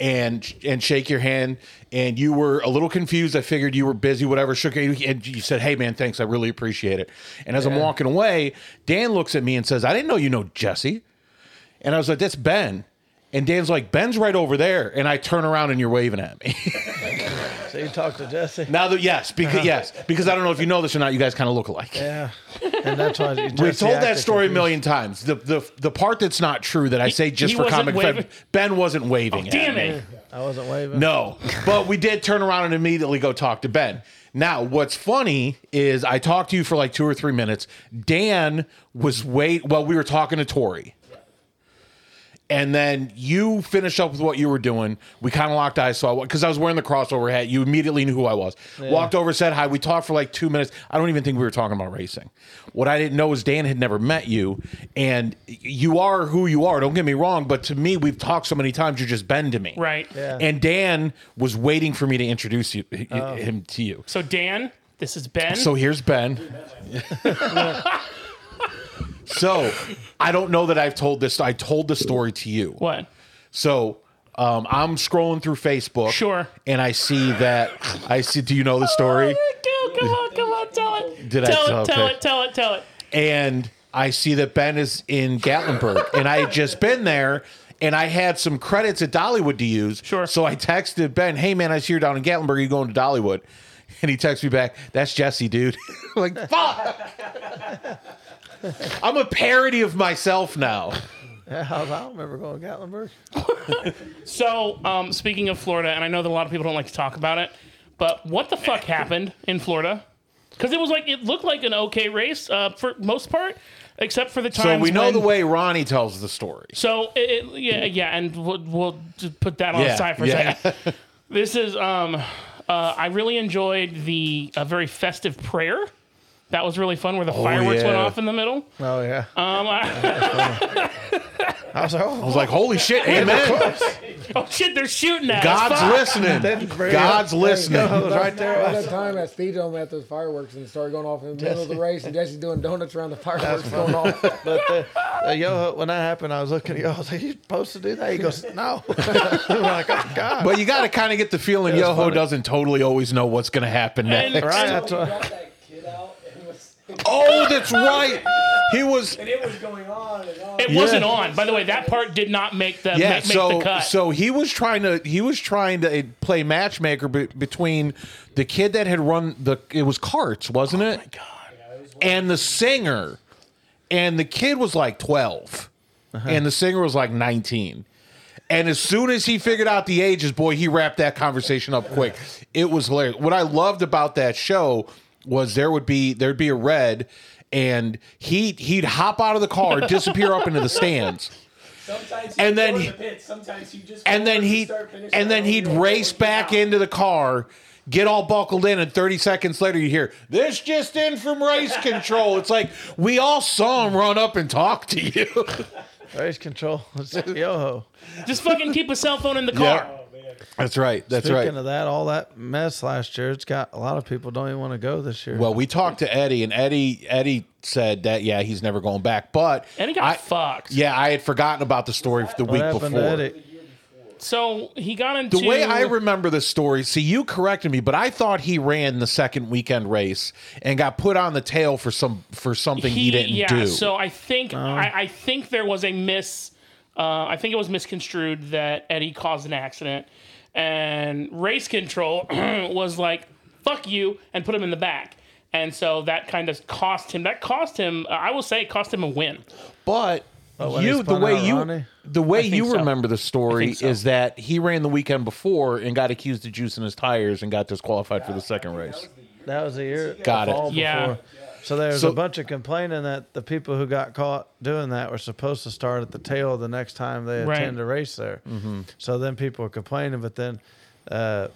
E: And, and shake your hand, and you were a little confused. I figured you were busy, whatever. Shook your and you said, "Hey man, thanks. I really appreciate it." And as I'm walking away, Dan looks at me and says, "I didn't know you know Jesse." And I was like, that's Ben. And Dan's like, Ben's right over there. And I turn around and you're waving at me.
C: So you talked to Jesse.
E: now that, yes, because, yes, because I don't know if you know this or not, you guys kind of look alike.
C: Yeah. And that's why Jesse
E: We've told that
C: acted
E: story a
C: confused.
E: million times. The, the the part that's not true that I say just
A: he
E: for
A: wasn't
E: comic
A: waving- Oh,
E: effect, Ben wasn't waving. at
A: Damn
E: me.
A: it!
C: I wasn't waving.
E: No, but we did turn around and immediately go talk to Ben. Now, what's funny is I talked to you for like two or three minutes. Dan was wait. Well, we were talking to Tori, and then you finished up with what you were doing. We kind of locked eyes, so I because I was wearing the crossover hat, you immediately knew who I was. Walked over, said hi. We talked for like two minutes. I don't even think we were talking about racing. What I didn't know is Dan had never met you, and you are who you are. Don't get me wrong, but to me, we've talked so many times. You're just Ben to me,
A: Right.
C: Yeah.
E: and Dan was waiting for me to introduce you, h- him to you.
A: So Dan, this is Ben.
E: So here's Ben. so I don't know that I've told this. I told the story to you.
A: what?
E: So um, I'm scrolling through Facebook.
A: Sure.
E: And I see that I see. Do you know the story?
A: Dude, come Oh, on, come on, tell it.
E: Did I
A: Tell
E: tell,
A: it, tell
E: Pitt?
A: it, tell it, tell it.
E: and I see that Ben is in Gatlinburg, and I had just been there, and I had some credits at Dollywood to use.
A: Sure.
E: So I texted Ben, "Hey man, I see you're down in Gatlinburg. Are you going to Dollywood?" And he texts me back, "That's Jesse, dude." like fuck. I'm a parody of myself now.
C: Yeah, I don't remember going to Gatlinburg.
A: So, um, speaking of Florida, and I know that a lot of people don't like to talk about it, but what the fuck happened in Florida? Because it was like it looked like an okay race uh, for most part, except for the times.
E: So we know
A: when-
E: the way Ronnie tells the story.
A: So it, it- yeah, yeah, and we'll, we'll just put that on
E: Yeah,
A: the side for
E: yeah.
A: a second. This is um, uh, I really enjoyed the uh, very festive prayer. That was really fun, where the fireworks went
E: Oh, yeah.
A: off in the middle.
C: Oh yeah.
A: Um, I-
C: I was like, oh,
E: I was like, "Holy shit, amen."
A: oh shit, they're shooting at us.
E: God's
A: Fuck.
E: listening. God's
C: I
E: listening.
C: was right there.
D: At that time at Speed Dome at those fireworks and started going off in the middle of the race and Jesse doing donuts around the fireworks going off.
C: But the, the yo, when that happened, I was looking at yo. I was like, "You supposed to do that?" He goes, "No." I'm like, "Oh God!"
E: But you got to kind of get the feeling
C: was
E: Yoho
C: funny.
E: doesn't totally always know what's going to happen next.
A: And-
C: right?
A: and-
C: That's what,
E: Oh, that's right. He was
F: It was going on and on.
A: It wasn't on. By the way, that part did not make the
E: yeah.
A: make, make the
E: so
A: cut.
E: so he was trying to he was trying to eh, play matchmaker be, between the kid that had run the it was carts, wasn't
A: Oh,
E: it? And the singer, and the kid was like 12 and the singer was like nineteen. And as soon as he figured out the ages, boy, he wrapped that conversation up quick. It was hilarious. What I loved about that show was there would be there'd be a red, and he he'd hop out of the car, disappear up into the stands.
F: Sometimes
E: And
F: and
E: then
F: then the
E: he-
F: pit. Sometimes you just
E: and then he and then he'd race back into the car get all buckled in and 30 seconds later you hear this just in from race control it's like we all saw him run up and talk to you
C: race control. It's yo.
A: Just fucking keep a cell phone in the
E: Yeah.
A: car.
E: that's right that's
C: Speaking
E: right
C: of that, all that mess last year, it's got a lot of people don't even want to go this year.
E: well we talked to eddie and eddie eddie said that yeah he's never going back but
A: And he got
E: I-
A: fucked.
E: yeah i had forgotten about the story the
C: what
E: week
C: happened
E: before
C: to Eddie?
A: So he got into
E: The way I remember the story, see, you corrected me, but I thought he ran the second weekend race and got put on the tail for some for something he, didn't
A: yeah,
E: do.
A: So I think I, I think there was a mis. Uh, I think it was misconstrued that Eddie caused an accident, and race control was like "fuck you" and put him in the back, and so that kind of cost him. That cost him. uh, I will say, it cost him a win.
E: but
C: when he
E: you, the
C: spun
E: way
C: out
E: you,
C: Ronnie?
E: the way
A: think
E: you
A: so.
E: remember the story
A: think so.
E: is that he ran the weekend before and got accused of juicing his tires and got disqualified for the second race.
C: That was a year.
E: Got
C: the
E: it.
C: fall
A: Yeah.
C: before. So there's
E: So-
C: a bunch of complaining that the people who got caught doing that were supposed to start at the tail the next time they
A: Right.
C: attend a race there.
E: Mm-hmm.
C: So then people were complaining, but then, uh,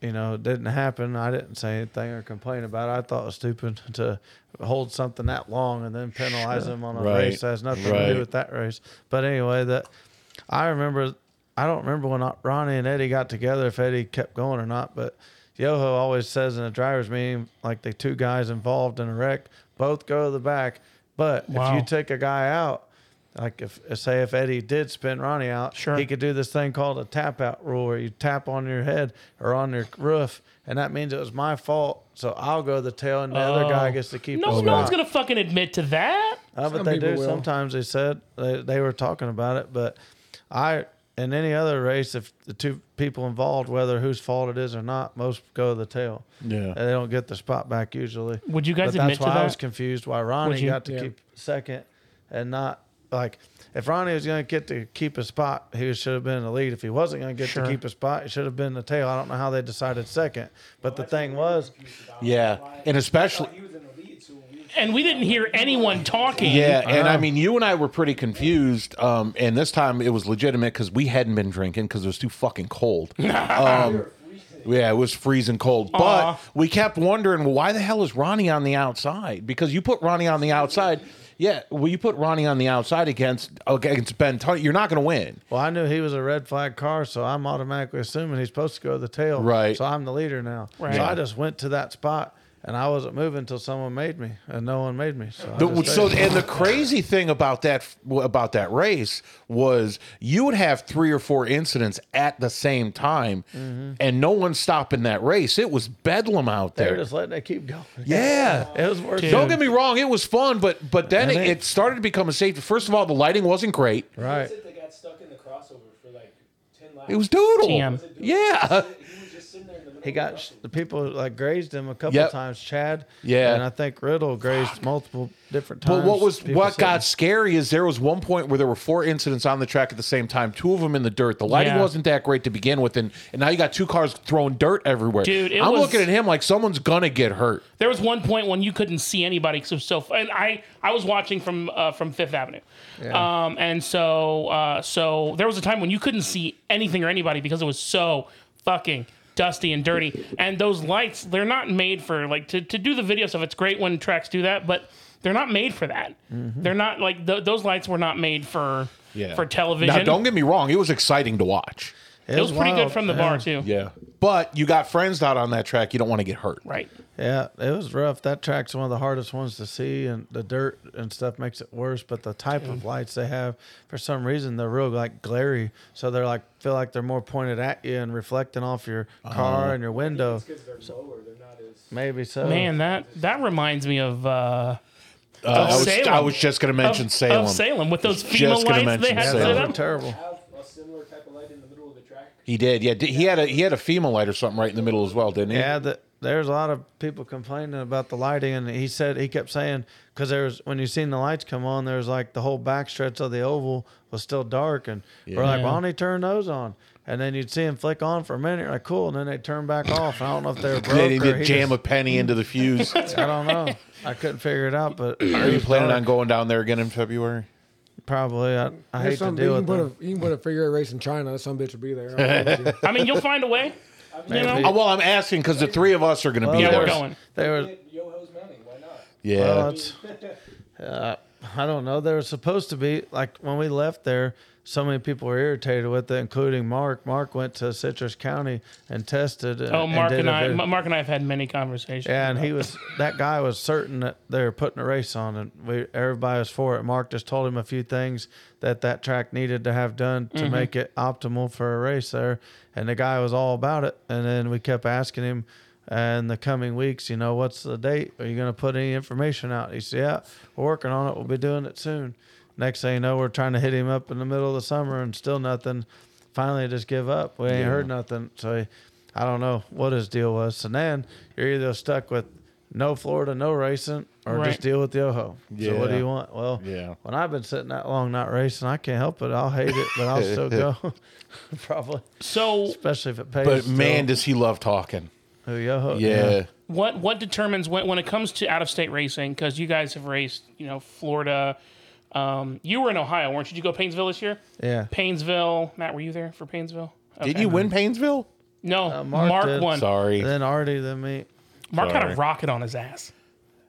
C: you know, it didn't happen. I didn't say anything or complain about it. I thought it was stupid to hold something that long and then penalize them on a
E: Right.
C: race that has nothing to
E: Right.
C: do with that race. But anyway, that I remember. I don't remember when Ronnie and Eddie got together if Eddie kept going or not, but Yoho always says in a driver's meeting, like the two guys involved in a wreck both go to the back. But if
A: Wow.
C: you take a guy out, like if say if Eddie did spin Ronnie out,
A: Sure.
C: he could do this thing called a tap out rule where you tap on your head or on your roof, and that means it was my fault. So I'll go to the tail, and the other
A: Oh.
C: guy gets to keep.
A: No,
C: the
A: no
C: spot.
A: one's gonna fucking admit to that.
C: Uh, but
D: Some
C: they
D: people
C: do
D: will.
C: sometimes. They said they, they were talking about it, but I in any other race, if the two people involved, whether whose fault it is or not, most go to the tail.
E: Yeah.
C: and they don't get the spot back usually.
A: Would you guys
C: But that's
A: admit to
C: why I
A: that?
C: was confused why Ronnie
A: Would you?
C: got to
D: Yeah.
C: keep second and not like if Ronnie was going to get to keep a spot, he should have been in the lead. If he wasn't going to get
A: Sure.
C: to keep a spot, he should have been in the tail. I don't know how they decided second, but the thing was,
E: Yeah, and especially
F: Oh, He was in the lead, so we
A: And we didn't hear anyone talking.
E: Yeah, and I mean, you and I were pretty confused, um, and this time it was legitimate because we hadn't been drinking because it was too fucking cold. Um, yeah, it was freezing cold,
A: Aw.
E: but we kept wondering, well, why the hell is Ronnie on the outside? Because you put Ronnie on the outside. Yeah, well, you put Ronnie on the outside against against Ben. Tunney, you're not going to win.
C: Well, I knew he was a red flag car, so I'm automatically assuming he's supposed to go to the tail.
E: Right.
C: So I'm the leader now.
A: Right.
C: So I just went to that spot and I wasn't moving until someone made me, and no one made me. So, I
E: The-
C: just
E: so
C: stayed.
E: and the crazy thing about that about that race was you would have three or four incidents at the same time, and no one stopping that race. It was bedlam out
C: they were
E: there.
C: just letting it keep going.
E: yeah.
C: It was worth
E: Don't
C: it.
E: get me wrong, it was fun, but but then it,
C: And it-
E: it started to become a safety. First of all, the lighting wasn't great.
C: Right.
F: They got stuck in the crossover for like ten laps.
E: It was doodle.
A: TM.
E: Yeah.
F: He was just sitting there in the middle.
C: He got sh- the people like grazed him a couple
E: Yep.
C: times. Chad,
E: Yeah.
C: and I think Riddle grazed multiple different times.
E: But what was
C: People
E: what got
C: said-
E: scary is there was one point where there were four incidents on the track at the same time, two of them in the dirt. The lighting
A: Yeah.
E: wasn't that great to begin with, and, and now you got two cars throwing dirt everywhere.
A: Dude, it
E: I'm
A: was-
E: looking at him like someone's gonna get hurt.
A: There was one point when you couldn't see anybody because it was so. f- And I, I was watching from uh, from Fifth Avenue, um, and so uh, so there was a time when you couldn't see anything or anybody because it was so fucking dusty and dirty. And those lights, they're not made for like to to do the video stuff. It's great when tracks do that, but they're not made for that. They're not like th- those lights were not made for for television.
E: Now, don't get me wrong, it was exciting to watch.
A: it was pretty
C: wild,
A: good from the
C: yeah.
A: bar too.
E: Yeah, but you got friends out on that track. You don't want to get hurt.
A: Right.
C: Yeah, it was rough. That track's one of the hardest ones to see, and the dirt and stuff makes it worse. But the type of lights they have, for some reason, they're real like glary, so they're like feel like they're more pointed at you and reflecting off your car and your window.
F: Because they're lower, they're not as.
C: Maybe so.
A: Man, that that reminds me of. Uh,
E: Uh, I, was,
A: Salem.
E: I was just gonna mention
A: of,
E: Salem.
A: of Salem with those
E: Just
A: female
E: gonna
A: lights they
E: mention
A: had
C: yeah,
E: Salem.
A: set
C: those are
A: up.
C: terrible.
F: Have a similar type of light in the middle of the track.
E: He did. Yeah, did, he had a he had a FEMA light or something right in the middle as well, didn't he?
C: Yeah, the, there's a lot of people complaining about the lighting, and he said he kept saying because there was when you seen the lights come on, there was like the whole backstretch of the oval was still dark, and we're like,
A: Yeah.
C: why don't they turn those on? And then you'd see him flick on for a minute, you're like cool, and then they turn back off. And I don't know if they were broke
E: They
C: or
E: did
C: he
E: jam a
C: just-
E: penny into the fuse.
C: I don't know. I couldn't figure it out, but
E: Are you planning on going down there again in February?
C: probably. I, I
D: There's
C: hate to
D: some-
C: deal
D: you
C: with
D: can put
C: them.
D: a you can put a figure eight race in China. That some bitch will be there. I'm with you.
A: I mean, you'll find a way. You know,
E: Oh, well, I'm asking because the three of us are going to be
A: yeah,
E: there.
A: we're going.
C: They were
F: Yoho's mounting. Why not?
E: Yeah.
C: Well, it's, uh, I don't know. They were supposed to be like when we left there. So many people were irritated with it, including Mark. Mark went to Citrus County and tested. And,
A: Oh, Mark
C: did
A: and
C: a
A: I,
C: vid-
A: Ma- Mark and I have had many conversations.
C: yeah, and
A: about
C: he was that guy was certain that they were putting a race on, and we everybody was for it. Mark just told him a few things that that track needed to have done to make it optimal for a race there, and the guy was all about it. And then we kept asking him, in the coming weeks, you know, what's the date? Are you going to put any information out? He said, yeah, we're working on it. We'll be doing it soon. Next thing you know, we're trying to hit him up in the middle of the summer, and still nothing. Finally, I just give up. We ain't heard nothing. So. He, I don't know what his deal was. So then you're either stuck with no Florida, no racing, or
A: Right.
C: just deal with Yoho. So what do
E: Yeah.
C: you want? Well,
E: Yeah.
C: when I've been sitting that long not racing, I can't help it. I'll hate it, but I'll still go. Probably,
A: So,
C: especially if it pays.
E: but
C: still.
E: man, does he love talking.
C: who Yoho?
E: Yeah.
A: what what determines when when it comes to out of state racing? Because you guys have raced, you know, Florida. Um, you were in Ohio, weren't you? Did you go to Painesville this year?
C: yeah.
A: Painesville, Matt, were you there for Painesville?
E: Did you win Painesville?
A: No, Mark,
C: uh, Mark did.
A: won.
E: Sorry.
C: Then Artie, then me.
A: Mark had
E: Sorry.
A: a rocket on his ass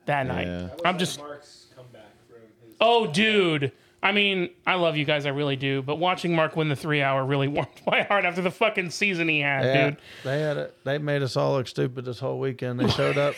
A: that
E: Yeah.
A: night.
F: That was
A: I'm
F: like
A: just
F: Mark's comeback from his.
A: Oh, dude. I mean, I love you guys. I really do. But watching Mark win the three hour really warmed my heart after the fucking season he had,
C: Yeah,
A: dude.
C: they had it. They made us all look stupid this whole weekend. They showed up.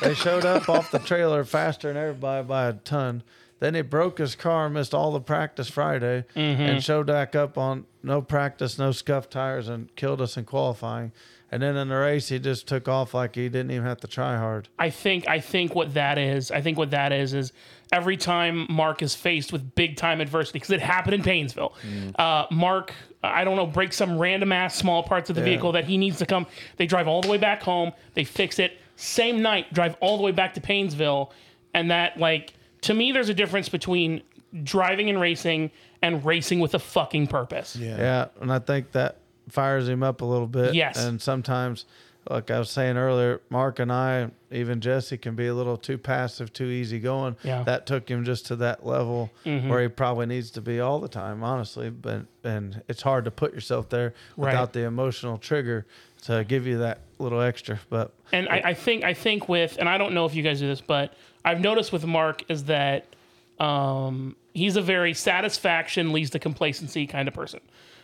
C: they showed up off the trailer faster than everybody by a ton. Then he broke his car, missed all the practice Friday, and showed back up on no practice, no scuffed tires, and killed us in qualifying. And then in the race, he just took off like he didn't even have to try hard.
A: I think I think what that is. I think what that is is every time Mark is faced with big time adversity because it happened in Painesville. Uh, Mark, I don't know, breaks some random ass small parts of the vehicle that he needs to come. They drive all the way back home. They fix it same night. Drive all the way back to Painesville, and that like to me, there's a difference between driving and racing and racing with a fucking purpose. Yeah.
C: Yeah, and I think that fires him up a little bit.
A: Yes.
C: And sometimes, like I was saying earlier, Mark and I, even Jesse, can be a little too passive, too easy going.
A: Yeah. Mm-hmm.
C: That took him just to that level where he probably needs to be all the time, honestly. But and it's hard to put yourself there
A: Right.
C: without the emotional trigger to give you that little extra. But
A: and I, I think I think with and I don't know if you guys do this, but I've noticed with Mark is that um, he's a very satisfaction leads to complacency kind of person.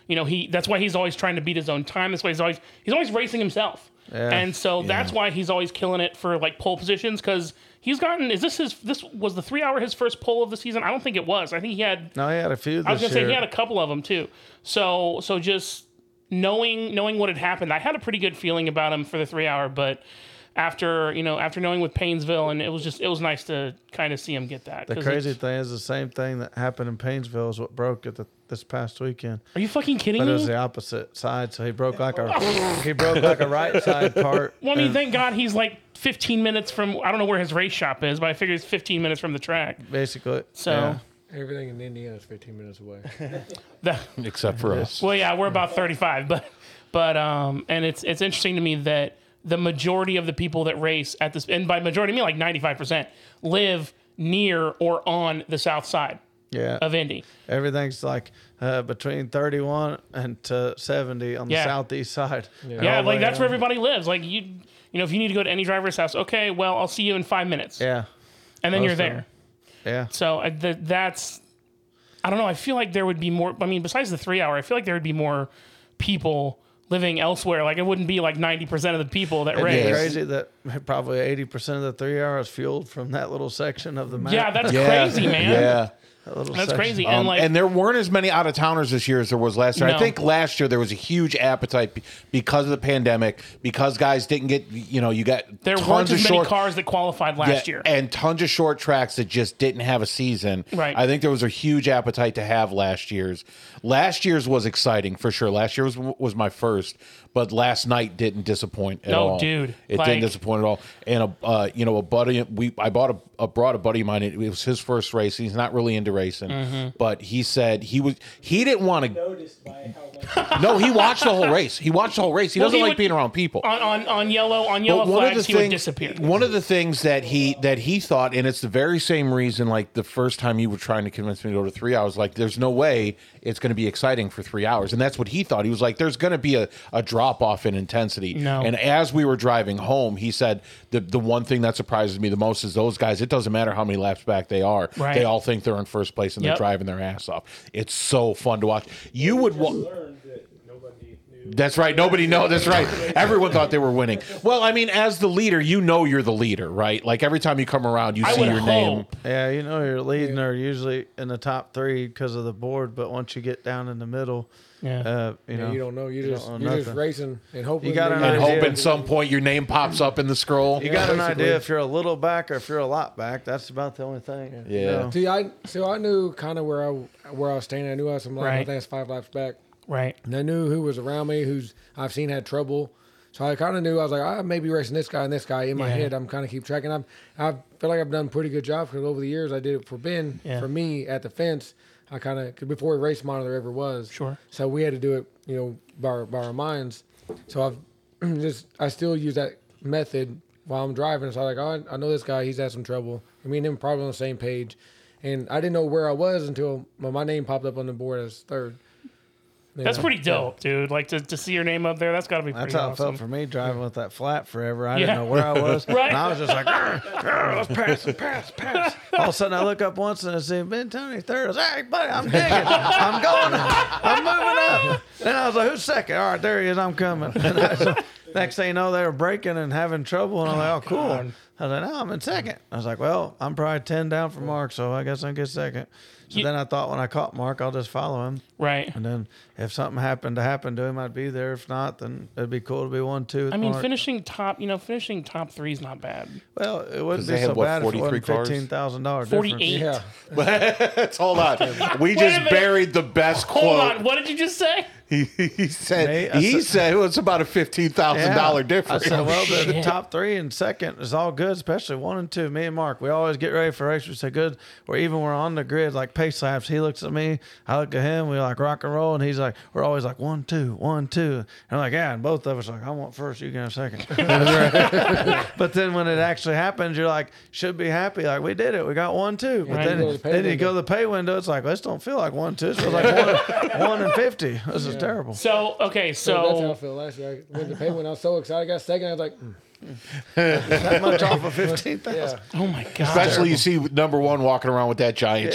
A: You know, he that's why he's always trying to beat his own time. That's why he's always he's always racing himself. And so that's why he's always killing it for like pole positions because he's gotten. Is this his? This was the three hour his first pole of the season. I don't think it was. I think he had.
C: No, he had a few this
A: I was gonna
C: year.
A: say he had a couple of them too. So so just knowing knowing what had happened, I had a pretty good feeling about him for the three hour. But after you know after knowing with Painesville, and it was just it was nice to kind of see him get that.
C: the
A: 'cause
C: crazy
A: it's-
C: thing is the same thing that happened in Painesville is what broke at the, this past weekend.
A: Are you fucking kidding
C: But it
A: me? Oh.
C: was the opposite side, so he broke like a he broke like a right side part.
A: Well, I mean,
C: and-
A: thank God he's like 15 minutes from. I don't know where his race shop is, but I figure it's 15 minutes from the track.
C: basically.
A: So,
C: yeah.
D: Everything in Indiana is 15 minutes away.
A: that,
E: except for us.
A: well, yeah, we're about 35, but but um, and it's it's interesting to me that the majority of the people that race at this, and by majority I mean like 95 percent, live near or on the south side
C: yeah,
A: of Indy.
C: everything's like uh, between thirty-one and to seventy on the
A: Yeah.
C: southeast side.
A: Yeah,
C: Oh,
A: like
C: yeah.
A: that's where everybody lives. Like you, you know, if you need to go to any driver's house, okay, well, I'll see you in five minutes,
C: Yeah,
A: and then you're
C: most of
A: there.
C: them. yeah.
A: So I, th- that's, I don't know. I feel like there would be more. I mean, besides the three hour, I feel like there would be more people living elsewhere. Like it wouldn't be like ninety percent of the people that
C: It'd be
A: race.
C: crazy that probably eighty percent of the three hours fueled from that little section of the map.
A: Yeah, that's crazy, man.
E: Yeah.
C: That little
A: That's
C: section.
A: crazy.
E: Um,
A: and
E: and,
A: like,
E: there weren't as many out of towners this year as there was last year.
A: No.
E: I think last year there was a huge appetite be- because of the pandemic, because guys didn't get, you know, you got
A: there
E: tons
A: weren't
E: of
A: as many
E: short,
A: cars that qualified
E: yeah,
A: last year.
E: and tons of short tracks that just didn't have a season.
A: Right.
E: I think there was a huge appetite to have last year's. Last year's was exciting for sure. Last year was was my first, but last night didn't disappoint at
A: No,
E: all.
A: dude.
E: it
A: Like-
E: didn't disappoint at all. And a uh, you know a buddy we I bought a, a brought a buddy of mine. It, was his first race. He's not really into racing,
A: Mm-hmm.
E: but he said he was he didn't want to.
F: Noticed by how much
E: No, he watched the whole race. He watched the whole race. He
A: Well,
E: doesn't
A: he
E: like
A: would-
E: being around people
A: on, on on yellow on yellow flags, he would disappear.
E: one of the things that he that he thought, and it's the very same reason. Like the first time you were trying to convince me to go to three hours, like there's no way it's going to be exciting for three hours, and that's what he thought. He was like, "There's going to be a, a drop off in intensity."
A: No.
E: And as we were driving home, he said the the one thing that surprises me the most is those guys. It doesn't matter how many laps back they are;
A: Right.
E: they all think they're in first place and
A: Yep.
E: they're driving their ass off. It's so fun to watch. You would.
F: just
E: Wa-
F: learned that nobody knew.
E: that's right. Nobody know. That's right. Everyone thought they were winning. Well, I mean, as the leader, you know you're the leader, right? Like every time you come around, you
A: I
E: see
A: would
E: your
A: hope.
E: name.
C: Yeah, you know you're leading or usually in the top three because of the board, but once you get down in the middle,
A: Yeah.
C: uh, you know
D: you don't know. You
C: you
D: just
C: don't know
D: you're just
C: nothing.
D: racing and hoping.
C: got
D: that
C: an
E: And
C: idea.
E: hope at some point your name pops up in the scroll.
C: You
D: Yeah,
C: got an
D: basically.
C: idea if you're a little back or if you're a lot back. That's about the only thing. you
E: Yeah.
C: know.
D: See, I so I knew kind of where I where I was standing. I knew I was some like
A: Right.
D: I think it's five laps back.
A: right.
D: And I knew who was around me, who's I've seen had trouble. So I kind of knew I was like, I may be racing this guy and this guy in my
A: Yeah.
D: head. I'm kind of keep tracking. I'm I feel like I've done a pretty good job because over the years I did it for Ben,
A: Yeah.
D: for me at the fence. I kind of before a race monitor ever was.
A: Sure.
D: So we had to do it, you know, by our, by our minds. So I've just I still use that method while I'm driving. So I'm like, oh, I know this guy. He's had some trouble. Me and him probably on the same page. And I didn't know where I was until my, my name popped up on the board as third. You
A: That's
D: know?
A: pretty dope, dude. Like to, to see your name up there, that's got to be pretty
C: That's how it
A: awesome.
C: felt for me driving with that flat forever. I
A: Yeah.
C: didn't know where I was.
A: Right.
C: And I was just like, "Arr, arr, let's pass, pass, pass. All of a sudden, I look up once and I see Ben Tony third. I was hey, buddy, I'm digging. I'm going. up. I'm moving up. Then I was like, who's second? All right, there he is. I'm coming. And I was like- next thing you know, they were breaking and having trouble. And I'm like, oh, cool. I was like, no, I'm in second. I was like, well, I'm probably 10 down from Mark, so I guess I'll get second. So
A: You-
C: then I thought when I caught Mark, I'll just follow him.
A: right.
C: And then if something happened to happen to him, I'd be there. If not, then it'd be cool to be one two. with
A: I mean,
C: Mark.
A: finishing top, you know, finishing top three is not bad.
C: Well, it wouldn't
E: they
C: be
E: had,
C: so
E: what,
C: bad if it
E: 43
C: wasn't
E: cars?
C: fifteen thousand dollars.
A: Forty-eight.
D: Yeah.
E: Let's hold on. We just
A: minute.
E: buried the best
A: Hold
E: quote.
A: on. What did you just say?
E: He, he said
C: Nate, I
E: he
C: said-
E: said well, it's about a fifteen thousand thousand dollar difference.
C: I said, well, the, the
A: Shit.
C: top three and second is all good, especially one and two. Me and Mark, we always get ready for races. We say good. Or even we're on the grid, like pace laps. He looks at me, I look at him. We like rock and roll, and he's like, we're always like one two, one two. And I'm like, yeah. And both of us are like, I want first, you can have second. but then when it actually happens, you're like, should be happy, like we did it, we got one two. But
A: Right.
C: then,
D: You go to the pay
C: then you
D: window.
C: go to the pay window, it's like this don't feel like one two. It feels like one, one and fifty. This is terrible.
A: So okay,
D: So that's how I
A: so
D: felt last year. I went to pay when I was so excited. I got second. I was like, mm,
C: That much off of 15,000.
A: Oh my god.
E: Especially you see number one walking around with that giant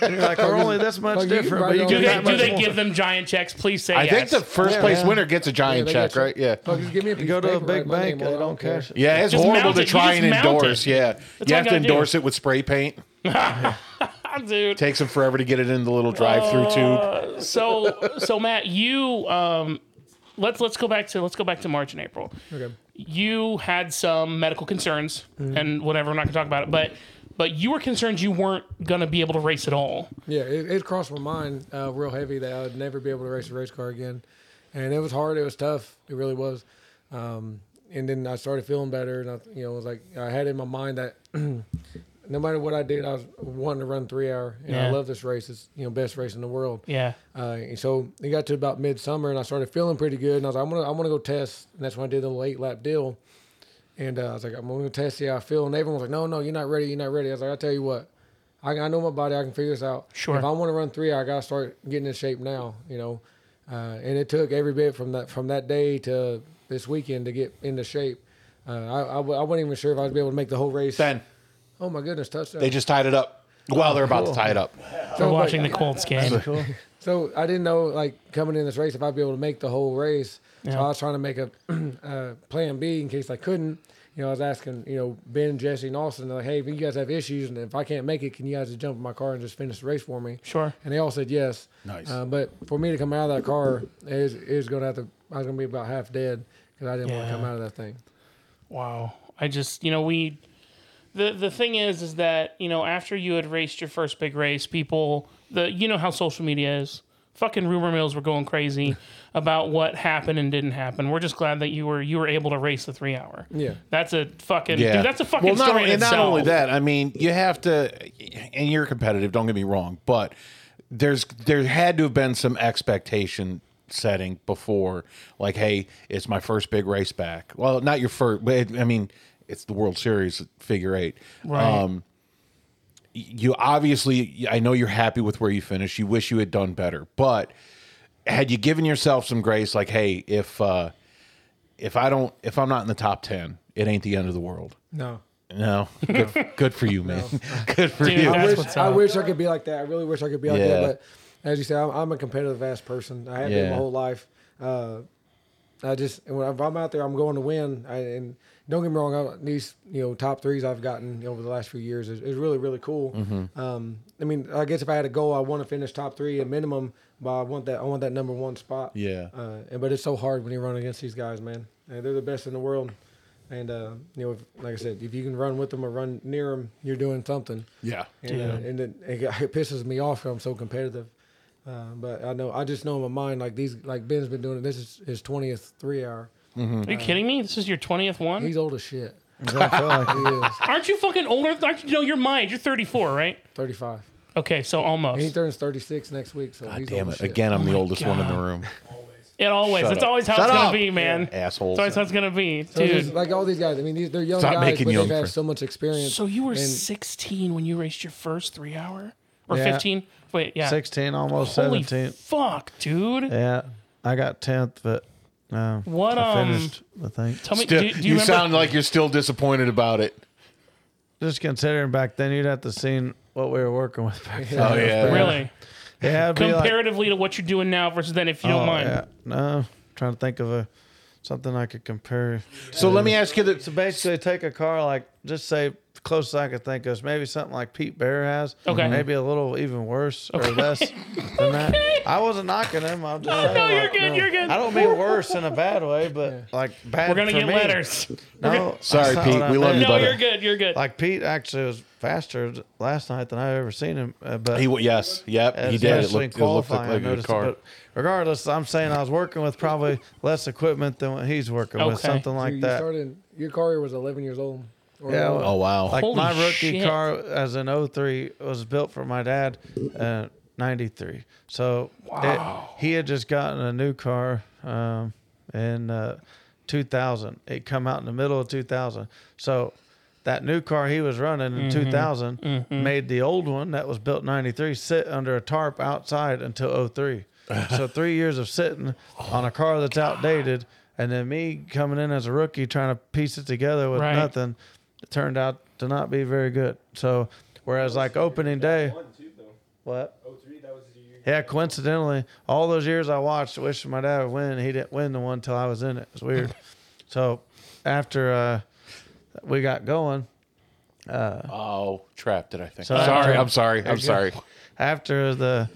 C: You're like, we're only this much
D: Like, you can
C: different,
D: buy
C: but
D: your
C: you
A: do
C: get
D: own
A: they,
C: that
D: Not
A: do
C: much
A: they
C: more.
A: give them giant checks? Please say
E: I
A: yes.
E: think the first
D: Yeah,
E: place
D: yeah.
E: winner gets a
D: Yeah,
E: giant
D: they
E: check,
D: got you.
E: right? Yeah.
D: Fuck, just give me a piece
C: You go
D: of
C: to a
D: paper,
C: big
D: write my
C: bank,
D: name on
C: they
D: it, I
C: don't
D: care.
C: cash it.
E: Yeah, it's
A: Just
E: horrible
A: mount
E: to
A: it. You
E: try
A: just
E: and
A: mount it.
E: endorse. Yeah. you
A: all
E: have
A: you
E: to
A: gotta do.
E: endorse it with spray paint.
A: Ah, dude.
E: Takes them forever to get it in the little drive-through
A: Oh,
E: tube.
A: so so Matt, you um, let's let's go back to let's go back to March and April.
D: Okay.
A: You had some medical concerns and whatever. We're not gonna talk about it, but but you were concerned you weren't gonna be able to race at all.
D: Yeah, it, it crossed my mind uh, real heavy that I would never be able to race a race car again, and it was hard. It was tough. It really was. Um, and then I started feeling better, and I, you know, it was like I had in my mind that no matter what I did, I was wanting to run three hour, and I
A: Yeah.
D: love this race. It's you know best race in the world.
A: Yeah.
D: Uh, and so it got to about midsummer, and I started feeling pretty good. And I was like, I'm gonna, I'm gonna go test. And that's when I did the late lap deal. And uh, I was like, I'm gonna test see how I feel. And everyone was like, No, no, you're not ready. You're not ready. I was like, I tell you what, I, I know my body. I can figure this out.
A: Sure.
D: If I want to run three, I gotta start getting in shape now. You know. Uh, and it took every bit from that from that day to this weekend to get into shape. Uh, I, I, w- I wasn't even sure if I'd be able to make the whole race.
E: Then
D: Oh my goodness, touchdown!
E: they just tied it up. Well, they're about to tie it up.
A: We're
D: like-
A: watching the Colts game.
D: So I didn't know, like coming in this race, if I'd be able to make the whole race. So
A: Yeah.
D: I was trying to make a, a plan B in case I couldn't. You know, I was asking, you know, Ben, Jesse, and Austin, like, hey, if you guys have issues and if I can't make it, can you guys just jump in my car and just finish the race for me?
A: Sure.
D: And they all said yes.
E: Nice.
D: Uh, but for me to come out of that car is is going to have to. I was going to be about half dead because I didn't want
A: Yeah.
D: to come out of that thing.
A: Wow. I just, you know, we the the thing is is that, you know, after you had raced your first big race, people the you know how social media is. Fucking rumor mills were going crazy about what happened and didn't happen. We're just glad that you were you were able to race the 3 hour.
D: Yeah.
A: That's a fucking
E: Yeah,
A: dude, that's a fucking
E: well, not,
A: story in
E: And not
A: itself.
E: only that, I mean, you have to, and you're competitive. Don't get me wrong, but there's there had to have been some expectation setting before, like, hey, it's my first big race back. Well, not your first, but it, I mean, it's the World Series figure eight.
A: Right.
E: um, you obviously, I know you're happy with where you finished. You wish you had done better, but had you given yourself some grace, like, hey, if uh, if I don't, if I'm not in the top ten, it ain't the end of the world.
D: No.
E: No, good, good for you, man. Good for
A: Dude,
E: you.
A: I
D: I
A: That's
D: wish,
A: what's
D: I
A: up.
D: wish I could be like that. I really wish I could be like
E: Yeah.
D: that. But as you say, I'm, I'm a competitive ass person. I have been
E: Yeah.
D: my whole life. Uh, I just and when if I'm out there, I'm going to win. I, and don't get me wrong, I, these you know top threes I've gotten over the last few years is, is really really cool. Um, I mean, I guess if I had a goal, I want to finish top three at minimum, but I want that I want that number one spot.
E: Yeah.
D: Uh, and but it's so hard when you run against these guys, man. Uh, they're the best in the world. And uh, you know, if, like I said, if you can run with them or run near them, you're doing something.
E: Yeah.
D: And, uh, and it, it, it pisses me off 'cause I'm so competitive. Uh, but I know I just know in my mind like these like Ben's been doing it. This is his twentieth three hour.
A: Are you kidding me? This is your 20th one?
D: He's old as shit.
C: I feel like
D: He is
A: Aren't you fucking older? Aren't you, no, you're mine. You're 34, right?
D: thirty five.
A: Okay, so
D: He
A: almost.
D: turns thirty six next week. So he's
E: Damn
D: old
E: it.
D: as shit.
E: Again, I'm the oldest one in the
A: God.
E: room.
A: It always.
E: Shut
A: That's
E: up.
A: always how
E: Shut
A: it's
E: up.
A: gonna be, man.
E: Assholes.
A: That's always how it's gonna be,
D: So it's
A: dude.
D: just like all these guys. I mean, these, they're young
E: Stop
D: guys,
E: making
D: but
E: young
D: they've had
E: friends.
D: so much experience.
A: So you were
D: And-
A: 16 when you raced your first three hour or
C: Yeah.
A: 15? Wait, yeah.
C: 16, almost
A: Holy
C: 17.
A: fuck, dude.
C: Yeah, I got 10th, but no,
A: What,
C: I
A: um,
C: finished, I think.
A: Tell me,
E: Still-
A: do, do
E: you
A: you, remember?
E: sound like you're still disappointed about it.
C: Just considering back then, you'd have to seen what we were working with back then.
E: Oh, yeah.
A: really
C: Yeah, it'd be like-
A: comparatively to what you're doing now versus then, if you don't
C: Oh,
A: mind.
C: yeah. No, I'm trying to think of a something I could compare.
E: So let me ask you
C: So
E: the.
C: basically, take a car like just say closest I could think of is maybe something like Pete Bear has.
A: Okay.
C: Maybe a little even worse or less than that. I wasn't knocking him. I'm just saying,
A: Oh, No, you're
C: like,
A: good. You're good.
C: I don't mean worse in a bad way, but like bad.
A: We're gonna
C: for
A: get
C: me.
A: letters.
C: No,
E: Sorry,
C: that's not
E: Pete,
C: what I
E: we love
C: meant.
E: you,
A: No,
E: buddy.
A: you're good. You're good.
C: Like Pete actually was faster last night than I've ever seen him. uh, But
E: He, wa- yes. Yep. He did. It
C: especially in
E: looked, it looked like
C: qualifying. I
E: a good
C: noticed it.
E: car.
C: But regardless, I'm saying I was working with probably less equipment than what he's working with,
A: Okay.
C: something
D: so
C: like
D: you
C: that.
D: started. Your car was eleven years old. Or
C: Yeah,
D: older.
E: Oh, wow.
C: like
A: Holy
C: my rookie
A: shit.
C: car as an 03 was built for my dad, uh, 93. So it- he had just gotten a new car um, in uh, 2000. It come out in the middle of 2000. So that new car he was running
A: Mm-hmm.
C: in 2000 made the old one that was built in 93 sit under a tarp oh outside until 03. so three years of sitting on a car that's outdated And then me coming in as a rookie trying to piece it together with
A: Right.
C: nothing, it turned out to not be very good. So whereas like opening day,
F: One, two, though.
C: what?
F: Oh, three, that was the year.
C: Yeah, coincidentally, all those years I watched, wishing my dad would win, he didn't win the one till I was in it. It's weird. so after uh, we got going,
E: Oh, trapped it. I think.
C: So-
E: sorry. I'm sorry. I'm
C: go.
E: sorry.
C: after the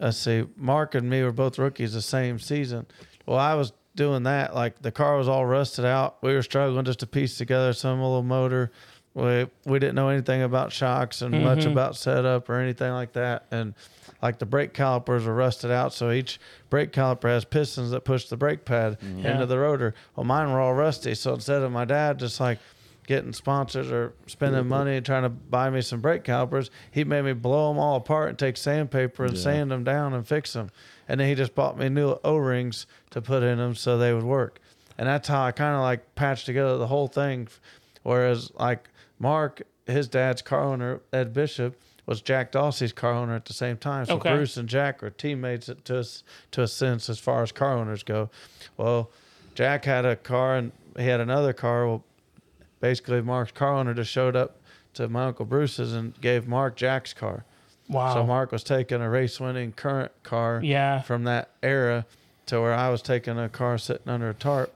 C: let's see, Mark and me were both rookies the same season. Well, I was doing that like the car was all rusted out. We were struggling just to piece together some little motor. We we didn't know anything about shocks and much about setup or anything like that. And like the brake calipers were rusted out, so each brake caliper has pistons that push the brake pad into the rotor. Well, mine were all rusty, so instead of my dad just like getting sponsors or spending money trying to buy me some brake calipers. He made me blow them all apart and take sandpaper and sand them down and fix them. And then he just bought me new O rings to put in them so they would work. And that's how I kind of like patched together the whole thing. Whereas, like Mark, his dad's car owner, Ed Bishop, was Jack Dossey's car owner at the same time. So
A: Okay.
C: Bruce and Jack were teammates at- to us to a sense as far as car owners go. Well, Jack had a car and he had another car. Well, basically Mark's car owner just showed up to my uncle Bruce's and gave Mark Jack's car.
A: Wow.
C: So Mark was taking a race winning current car
A: Yeah.
C: from that era to where I was taking a car sitting under a tarp.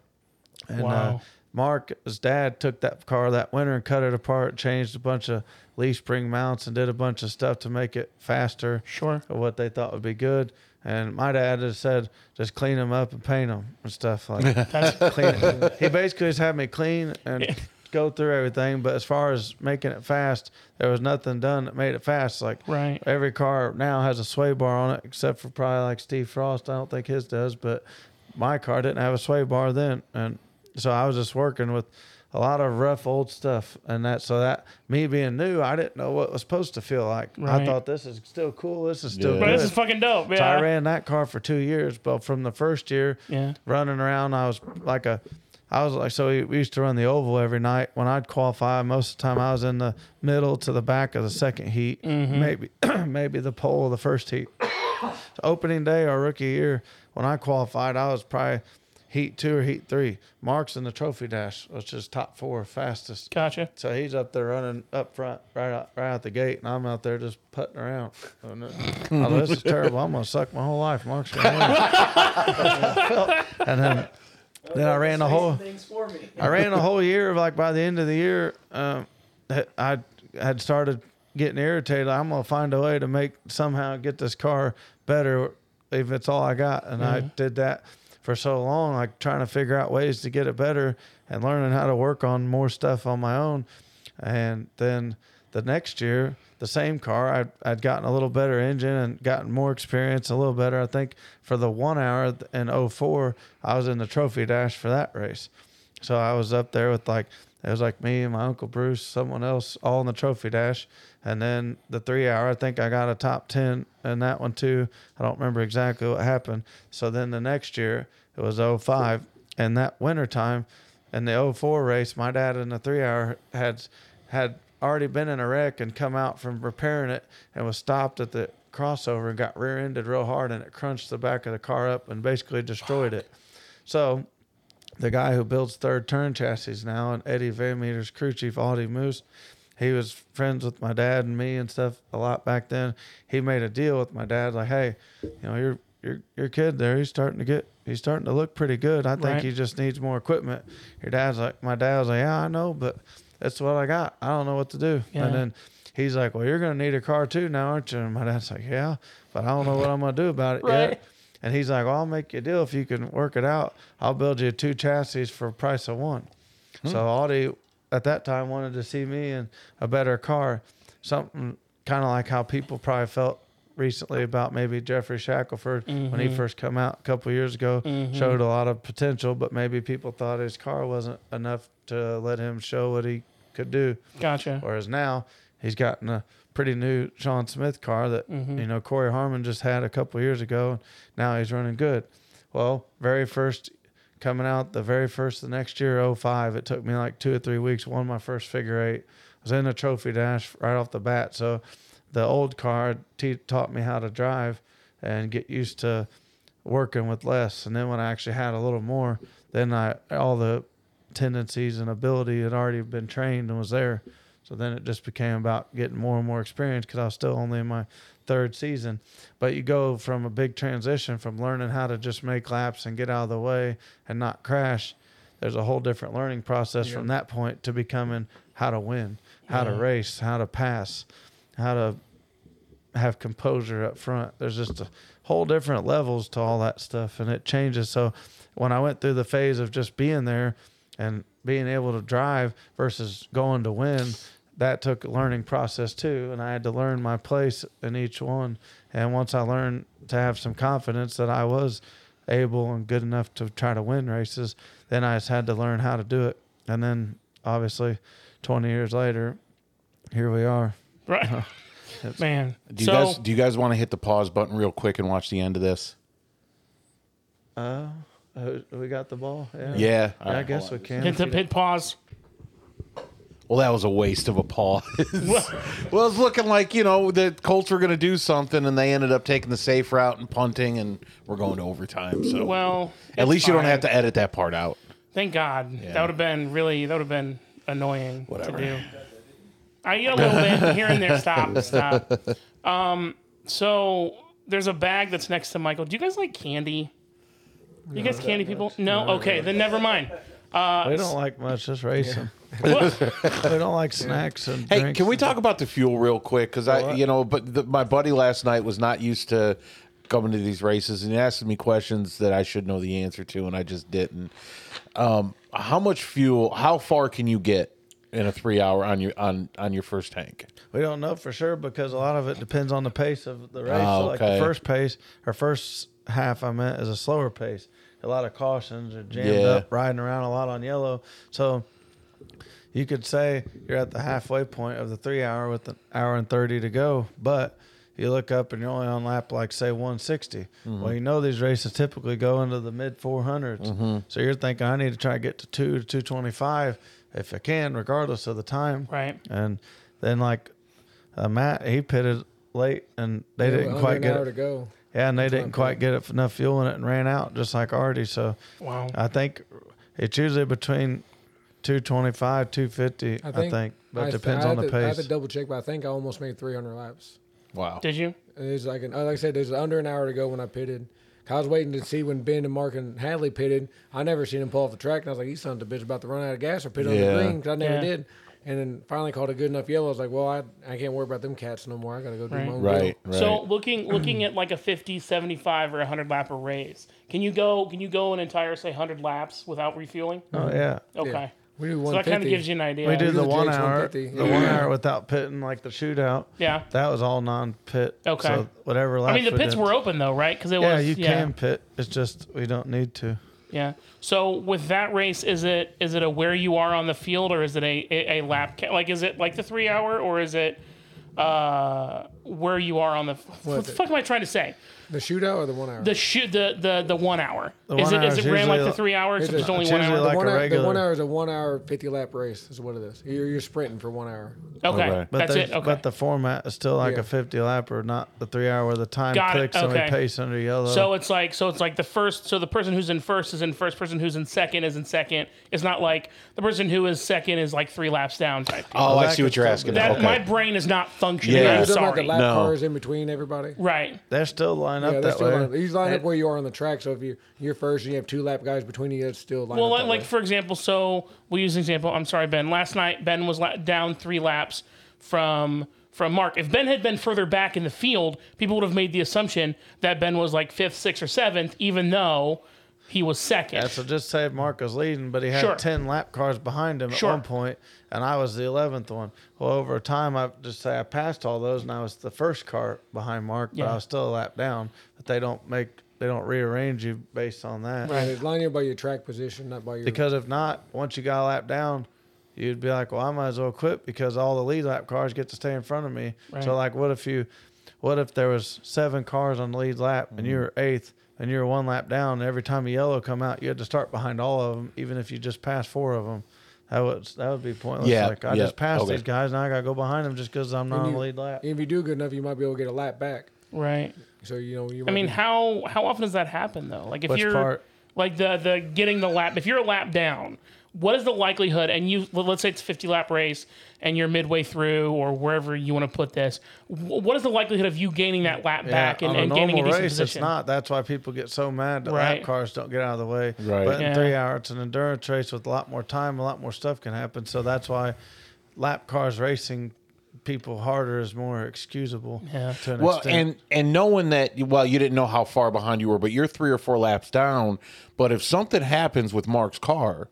C: And uh,
A: Wow.
C: Mark's dad took that car that winter and cut it apart, changed a bunch of leaf spring mounts and did a bunch of stuff to make it faster
A: Sure.
C: of what they thought would be good. And my dad just said, just clean them up and paint them and stuff like that. clean. He basically just had me clean and go through everything. But as far as making it fast, there was nothing done that made it fast. Like
A: Right.
C: every car now has a sway bar on it, except for probably like Steve Frost. I don't think his does, but my car didn't have a sway bar then. And so I was just working with a lot of rough old stuff. And that, so that me being new, I didn't know what it was supposed to feel like. I
A: Right.
C: thought this is still cool. This is still
E: Yeah.
A: But
C: good.
A: this is fucking dope. Yeah.
C: So I ran that car for two years, but from the first year,
A: Yeah.
C: running around, I was like a, I was like so we we used to run the oval every night. When I'd qualify, most of the time I was in the middle to the back of the second heat,
A: Mm-hmm.
C: maybe maybe the pole of the first heat. So opening day our rookie year, when I qualified, I was probably heat two or heat three. Mark's in the trophy dash, which is top four fastest.
A: Gotcha.
C: So he's up there running up front, right out, right out the gate, and I'm out there just putting around. Oh, no. Oh, this is terrible. I'm gonna suck my whole life. Mark's gonna win. and then, then I ran the whole.
F: Things for me.
C: I ran a whole year. of, Like by the end of the year, um, I had started getting irritated. I'm gonna find a way to make somehow get this car better if it's all I got. And I did that for so long, like trying to figure out ways to get it better and learning how to work on more stuff on my own. And then the next year, the same car, I'd, I'd gotten a little better engine and gotten more experience, a little better. I think for the one hour in 04, I was in the trophy dash for that race. So I was up there with like it was like me and my uncle Bruce, someone else, all in the trophy dash, and then the three hour. I think I got a top ten in that one too. I don't remember exactly what happened. So then the next year it was 05, and that winter time, in the 04 race, my dad in the three hour had had already been in a wreck and come out from repairing it and was stopped at the crossover and got rear ended real hard and it crunched the back of the car up and basically destroyed it. So the guy who builds third turn chassis now and Eddie Van Meter's crew chief Audie Moose. He was friends with my dad and me and stuff a lot back then. He made a deal with my dad, like, hey, you know, your your your kid there, he's starting to get he's starting to look pretty good. I think
A: Right.
C: he just needs more equipment. Your dad's like my dad's like, Yeah, I know, but that's what I got. I don't know what to do.
A: Yeah.
C: And then he's like, Well, you're gonna need a car too now, aren't you? And my dad's like, Yeah, but I don't know what I'm gonna do about it
A: Right.
C: yet. And he's like, well, I'll make you a deal if you can work it out. I'll build you two chassis for a price of one. So Audi at that time wanted to see me in a better car, something kind of like how people probably felt recently about maybe Jeffrey Shackelford when he first come out a couple years ago showed a lot of potential, but maybe people thought his car wasn't enough to let him show what he could do.
A: Gotcha.
C: Whereas now he's gotten a pretty new Sean Smith car that you know Corey Harmon just had a couple years ago, and now he's running good. Well, very first coming out the very first the next year 05 it took me like two or three weeks won my first figure eight I was in a trophy dash right off the bat so the old car t- taught me how to drive and get used to working with less. And then when I actually had a little more, then I all the tendencies and ability had already been trained and was there. So then it just became about getting more and more experience because I was still only in my third season. But you go from a big transition from learning how to just make laps and get out of the way and not crash. There's a whole different learning process from that point to becoming how to win, how to race, how to pass, how to have composure up front. There's just a whole different levels to all that stuff, and it changes. So when I went through the phase of just being there and being able to drive versus going to win, that took a learning process too, and I had to learn my place in each one. And once I learned to have some confidence that I was able and good enough to try to win races, then I just had to learn how to do it. And then obviously, 20 years later, here we are.
A: Right. Man.
E: Do you
A: so,
E: guys do you guys want to hit the pause button real quick and watch the end of this?
C: Uh, we got the ball. Yeah.
E: Yeah.
C: Yeah, I guess we can.
A: hit the pit pause.
E: Well, that was a waste of a pause. well, it's looking like you know the Colts were going to do something, and they ended up taking the safe route and punting, and we're going to overtime. So,
A: Well,
E: at
A: it's
E: least you don't
A: fine.
E: have to edit that part out.
A: Thank God. That would have been really. That would have been annoying
E: Whatever.
A: to do. I get a little bit here and there. Stop. Stop. Um. So there's a bag that's next to Michael. Do you guys like candy? You guys candy people? No. okay. Then never mind.
C: We don't like much. Just racing. we don't like snacks and
E: Hey,
C: drinks.
E: can we talk about the fuel real quick? Because I, you know, but the, my buddy last night was not used to coming to these races, and he asked me questions that I should know the answer to, and I just didn't. Um, how much fuel? How far can you get in a three hour on your on on your first tank?
C: We don't know for sure because a lot of it depends on the pace of the race.
E: Oh,
C: So, Like
E: okay.
C: the first pace or first half, I meant is a slower pace. A lot of cautions are jammed
E: Yeah.
C: up, riding around a lot on yellow. So you could say you're at the halfway point of the three hour with an hour and 30 to go, but you look up and you're only on lap like say 160.
E: Mm-hmm.
C: Well, you know these races typically go into the mid 400s,
E: Mm-hmm.
C: so you're thinking I need to try to get to two to 225 if I can, regardless of the time.
A: Right.
C: And then like uh, Matt, he pitted late and they didn't
D: Under
C: quite
D: an
C: get
D: hour to
C: it.
D: go.
C: Yeah, and they didn't quite get it, enough fuel in it and ran out just like Artie. So
A: Wow.
C: I think it's usually between 225, 250, I think. but it
D: I-
C: depends
D: I
C: on
D: had
C: the
D: to- I had
C: pace.
D: to double check, but I think I almost made 300 laps.
E: Wow.
A: Did you?
D: It's like an, uh, like I said, there's under an hour to go when I pitted. I was waiting to see when Ben and Mark and Hadley pitted. I never seen him pull off the track, and I was like, "You son of a bitch, about to run out of gas or pit on
E: Yeah.
D: the green," 'cause I never
A: Yeah.
D: did. And then finally called a good enough yellow. I was like, "Well, I, I can't worry about them cats no more. I gotta go do
A: Right.
D: my own
E: Right. Right.
A: So looking looking at like a 50, 75, or 100 lap a race, can you go can you go an entire say 100 laps without refueling?
C: oh, yeah.
A: Okay.
D: We do
A: So that
D: 150.
A: kind of gives you an idea.
C: We did
D: do
C: the
D: the
C: one
D: GH150,
C: hour, the
D: yeah.
C: one hour without pitting, like the shootout.
A: Yeah.
C: That was all non pit.
A: Okay.
C: So whatever
A: I
C: laps
A: mean, the
C: we
A: pits
C: did-
A: were open though, right? Because it
C: Yeah,
A: was
C: you can pit. It's just we don't need to.
A: Yeah. So with that race, is it is it a where you are on the field, or is it a a, a lap count? Like, is it like the three hour, or is it uh where you are on the? What, the
D: the-
A: fuck am I trying to say?
D: The shootout or the one hour.
A: The shoot the the the one hour.
C: The
A: is
C: one
A: it is
C: hour's
A: it ran like
C: usually-
A: the three hours?
D: it's
A: It's
D: a-
A: only
C: it's
A: one
C: usually
A: hour.
C: like
D: one
C: a
D: hour, the one
C: regular.
D: hour is a one hour 50 lap race. Is what it is. You're, you're sprinting for one hour.
A: okay,
E: Okay.
C: But
A: that's
C: they-
A: it. Okay.
C: But the format is still like
D: Yeah.
C: a 50 lap or not the three hour where the time
A: Got it,
C: clicks and we
A: okay.
C: pace under yellow.
A: so it's like so it's like the first so the person who's in first is in first person who's in second is in second. It's not like the person who is second is like three laps down type. deal.
E: oh, I
C: that
E: see what
C: could
E: you're
C: still
E: asking.
C: be-
A: that
E: okay.
A: my brain is not functioning.
E: Yeah.
A: I'm
D: You're talking about the
A: sorry.
D: lap
E: No.
D: cars in between everybody.
A: right.
C: they're still lined up
D: Yeah, that's
C: that
D: still
C: way.
D: lined up. He's lined up where you are on the track. So if you you're first and you have two lap guys between you, that's still lined
A: Well,
D: up.
A: like,
D: that
A: like
D: way.
A: for example, so we use an example. I'm sorry, Ben. Last night, Ben was la- down three laps from from Mark. If Ben had been further back in the field, people would have made the assumption that Ben was like fifth, sixth, or seventh, even though he was second.
C: Yeah, so just say Mark was leading, but he had
A: Sure.
C: 10 lap cars behind him
A: Sure.
C: at one point, and I was the 11th one. Well, over time, I just say I passed all those, and I was the first car behind Mark, but
A: Yeah.
C: I was still a lap down. But they don't make, they don't rearrange you based on that.
D: Right. It's lining up by your track position, not by your.
C: Because if not, once you got a lap down, you'd be like, well, I might as well quit because all the lead lap cars get to stay in front of me. So, like, what if you, what if there was seven cars on the lead lap
E: Mm-hmm.
C: and you were eighth and you were one lap down? And every time a yellow come out, you had to start behind all of them, even if you just passed four of them. That would that would be pointless.
E: Yeah,
C: like I
E: yeah,
C: just passed
E: okay.
C: these guys, and I gotta go behind them just because I'm not on
D: you-
C: the lead lap.
D: if you do good enough, you might be able to get a lap back.
A: Right.
D: So you know, you
A: I mean, how how often does that happen though? Like if
C: Which
A: you're
C: part?
A: like the the getting the lap, if you're a lap down, what is the likelihood? And you well, let's say it's a 50 lap race, and you're midway through or wherever you want to put this. wh- What is the likelihood of you gaining that lap back and,
C: on a
A: and gaining a
C: normal
A: decent
C: race,
A: position?
C: It's not. That's why people get so mad that
A: Right.
C: lap cars don't get out of the way.
E: Right.
C: But
A: Yeah.
C: in three hours, it's an endurance race with a lot more time, a lot more stuff can happen. So that's why lap cars racing people harder is more excusable. Yeah. To an
E: well,
C: extent.
E: and and knowing that, well, you didn't know how far behind you were, but you're three or four laps down. But if something happens with Mark's car,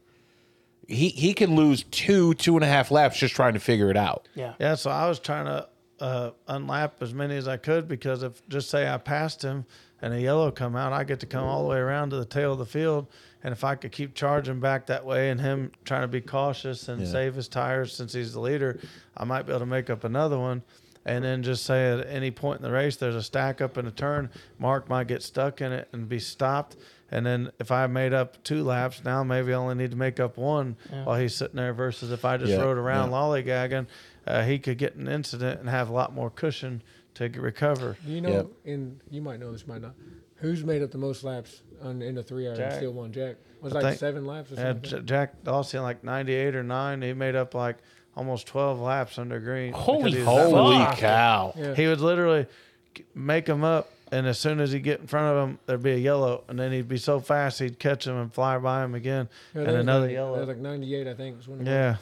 E: he he can lose two two and a half laps just trying to figure it out.
A: Yeah.
C: Yeah, so I was trying to uh, unlap as many as I could because if just say I passed him and a yellow come out, I get to come all the way around to the tail of the field, and if I could keep charging back that way and him trying to be cautious and save his tires since he's the leader, I might be able to make up another one. And then just say at any point in the race, there's a stack up in a turn. Mark might get stuck in it and be stopped. And then if I made up two laps, now maybe I only need to make up one while he's sitting there. Versus if I just
E: Yeah,
C: rode around lollygagging, uh, he could get an incident and have a lot more cushion to g- recover.
D: You know,
E: Yep.
D: and you might know this, might not. Who's made up the most laps on, in a three hour and
C: Jack.
D: still won? Jack was it
C: I
D: like
C: think-
D: seven laps or
C: Yeah,
D: something.
C: J- Jack Dawson like 98 or 9. He made up like almost 12 laps under green.
A: Holy
C: because he was that
A: fuck.
E: Holy cow!
D: Yeah.
C: He would literally k- make him up, and as soon as he get in front of him, there'd be a yellow, and then he'd be so fast he'd catch him and fly by him again,
D: Yeah,
C: and
D: that was
C: another
D: like-
C: yellow.
D: That was like ninety eight, I think. Was when it
C: yeah.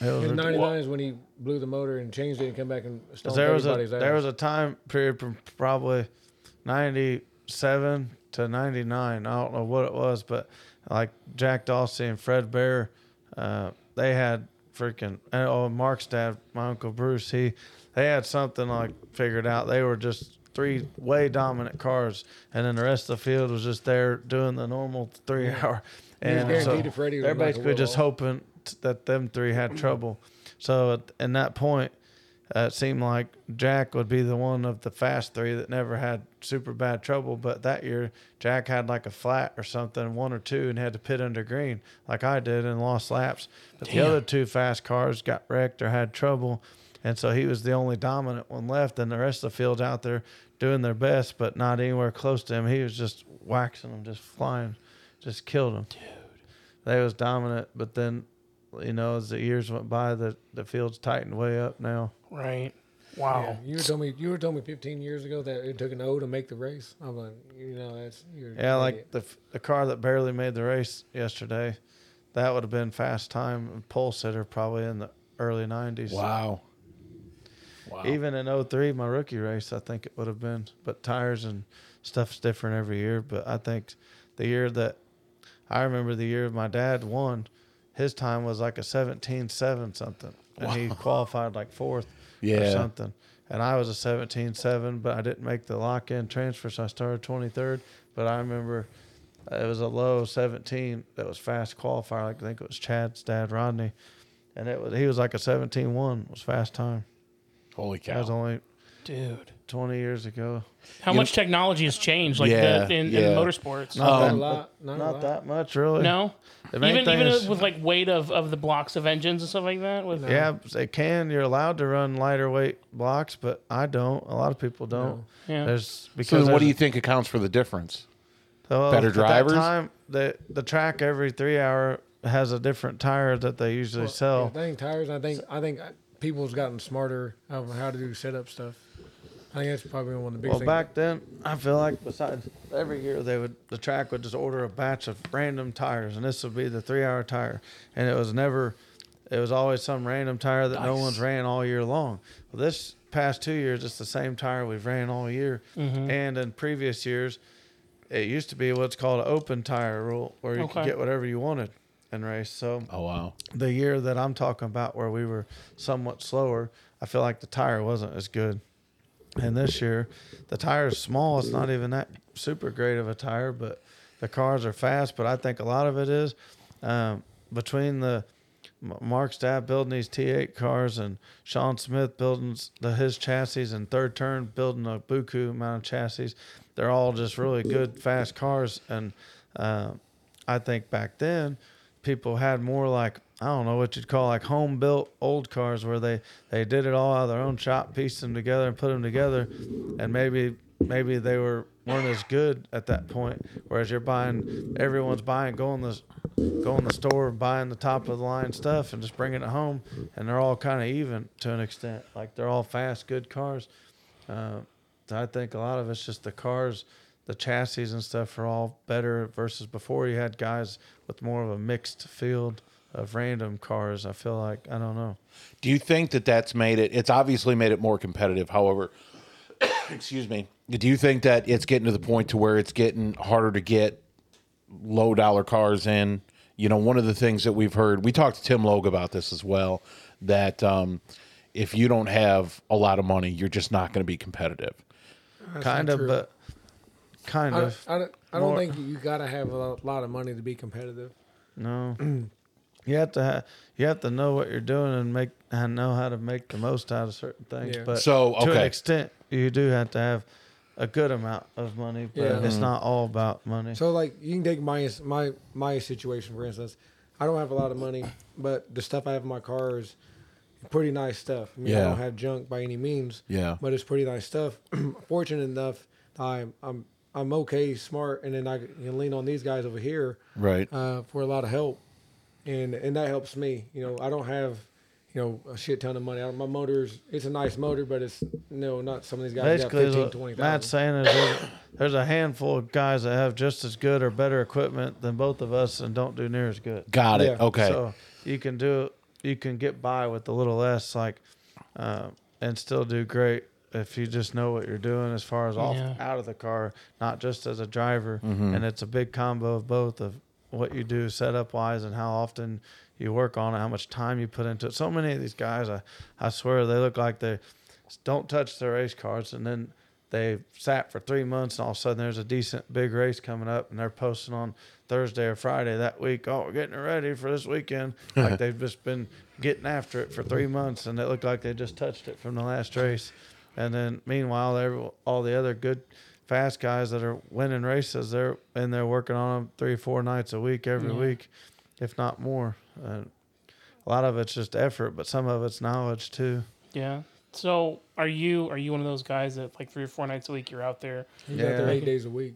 C: It was
D: was. And
C: rid-
D: ninety nine is when he blew the motor and changed it and come back and stoned
C: there was a
D: everybody's ass.
C: there was a time period from probably ninety seven to ninety nine. I don't know what it was, but like Jack Dawsey and Fred Bear, uh, they had freaking and oh Mark's dad, my uncle Bruce, he they had something like figured out. They were just three way dominant cars, and then the rest of the field was just there doing the normal three hour.
D: was
C: And so
D: guaranteed if Freddie was
C: they're
D: like a
C: basically just
D: wall.
C: hoping t- that them three had trouble. So at in that point, uh, it seemed like Jack would be the one of the fast three that never had super bad trouble. But that year, Jack had like a flat or something, one or two, and had to pit under green like I did and lost laps. But the other two fast cars got wrecked or had trouble. And so he was the only dominant one left, and the rest of the field's out there doing their best, but not anywhere close to him. He was just waxing them, just flying, just killed them they was dominant, but then you know, as the years went by the, the field's tightened way up now.
A: Right. Wow.
D: Yeah, you were told me you were told me fifteen years ago that it took an O to make the race. I'm like, you know, that's you're
C: Yeah, like the the car that barely made the race yesterday, that would have been fast time and pole sitter probably in the early nineties.
E: Wow. Wow.
C: Even in 03, my rookie race, I think it would have been. But tires and stuff's different every year. But I think the year that I remember the year my dad won, his time was like a 17 7 something. And he qualified like fourth
E: Yeah.
C: or something. And I was a 17 7, but I didn't make the lock in transfer. So I started 23rd. But I remember uh, it was a low 17 that was fast qualifier. Like I think it was Chad's dad, Rodney. And it was, he was like a 17 1, was fast time.
E: Holy
C: That was
E: cow!
C: only
A: Dude.
C: 20 years ago.
A: How much technology has changed like
E: Yeah,
A: the, in,
E: yeah.
A: in motorsports?
C: Not,
E: Oh.
D: not a
C: that,
D: lot, not, a
C: not
D: lot.
C: that much, really.
A: no.
C: The main
A: Even
C: thing
A: even
C: is-
A: with like weight of, of the blocks of engines and stuff like that. With
C: Yeah, they can. You're allowed to run lighter weight blocks, but I don't. A lot of people don't.
A: Yeah.
C: There's because
E: So then what
C: there's-
E: do you think accounts for the difference?
C: well,
E: better
C: at
E: drivers?
C: That time, the the track every three hour has a different tire that they usually
D: I
C: sell.
D: think tires. I think I think people's gotten smarter of how to do setup stuff. I think that's probably one of the big
C: Well,
D: things.
C: back then, I feel like besides every year they would the track would just order a batch of random tires, and this would be the three hour tire, and it was never, it was always some random tire that no one's ran all year long. Well, this past two years, it's the same tire we've ran all year,
D: Mm-hmm.
C: and in previous years, it used to be what's called an open tire rule, where you could
A: Okay.
C: get whatever you wanted and race. So
E: Oh wow!
C: the year that I'm talking about where we were somewhat slower, I feel like the tire wasn't as good. And this year, the tire is small. It's not even that super great of a tire, but the cars are fast. But I think a lot of it is um, between the M- Mark Stapp building these T8 cars and Sean Smith building s- the, his chassis and Third Turn building a buku amount of chassis. They're uh, all just really good, fast cars. And um I think back then, people had more like I don't know what you'd call like home built old cars where they they did it all out of their own shop, pieced them together and put them together, and maybe maybe they were weren't as good at that point. Whereas you're buying, everyone's buying, going the go in the store, buying the top of the line stuff, and just bringing it home, and they're all kind of even to an extent. Like they're all fast, good cars. Uh, so I think a lot of it's just the cars, the chassis and stuff are all better versus before you had guys with more of a mixed field of random cars. I feel like I don't know.
E: Do you think that that's made it? It's obviously made it more competitive. However, excuse me. Do you think that it's getting to the point to where it's getting harder to get low dollar cars in? You know, one of the things that we've heard, we talked to Tim Logue about this as well, that um, if you don't have a lot of money, you're just not going to be competitive.
C: kind
D: not
C: of,
D: true.
C: but kind
D: I,
C: of.
D: I, don't- I don't
C: More-
D: think you got to have a lo- lot of money to be competitive.
C: No. You have to ha- you have to know what you're doing and make and know how to make the most out of certain things.
D: Yeah.
C: But
E: So,
C: to an
E: okay.
C: extent, you do have to have a good amount of money. But
D: Yeah.
C: it's
E: Mm-hmm.
C: not all about money.
D: So like you can take my my my situation for instance. I don't have a lot of money, but the stuff I have in my car is pretty nice stuff. I mean, I
E: Yeah.
D: don't have junk by any means.
E: Yeah.
D: But it's pretty nice stuff. Fortunate enough, I'm I'm I'm okay, smart, and then I can lean on these guys over here
E: Right.
D: uh, for a lot of help, and and that helps me. You know, I don't have. You know, a shit ton of money. I, my motor's it's a nice motor, but it's no, not some of these guys
C: Basically,
D: got 15,
C: what
D: 20,000.
C: Matt's saying is there's, there's a handful of guys that have just as good or better equipment than both of us and don't do near as good.
E: Got it.
D: Yeah.
E: okay.
C: So you can do you can get by with a little less, like, uh, and still do great if you just know what you're doing as far as off
A: Yeah.
C: out of the car, not just as a driver. And it's a big combo of both of what you do setup wise and how often you work on it, how much time you put into it. So many of these guys, I I swear, they look like they don't touch their race cars and then they sat for three months and all of a sudden there's a decent big race coming up and they're posting on Thursday or Friday that week, oh, we're getting it ready for this weekend. Like they've just been getting after it for three months and it looked like they just touched it from the last race. And then meanwhile, every, all the other good fast guys that are winning races, they're and they're working on them three, four nights a week every week, if not more. And a lot of it's just effort, but some of it's knowledge too.
A: Yeah. So are you are you one of those guys that like three or four nights a week you're out there?
D: You got there
C: Yeah.
D: eight days a week.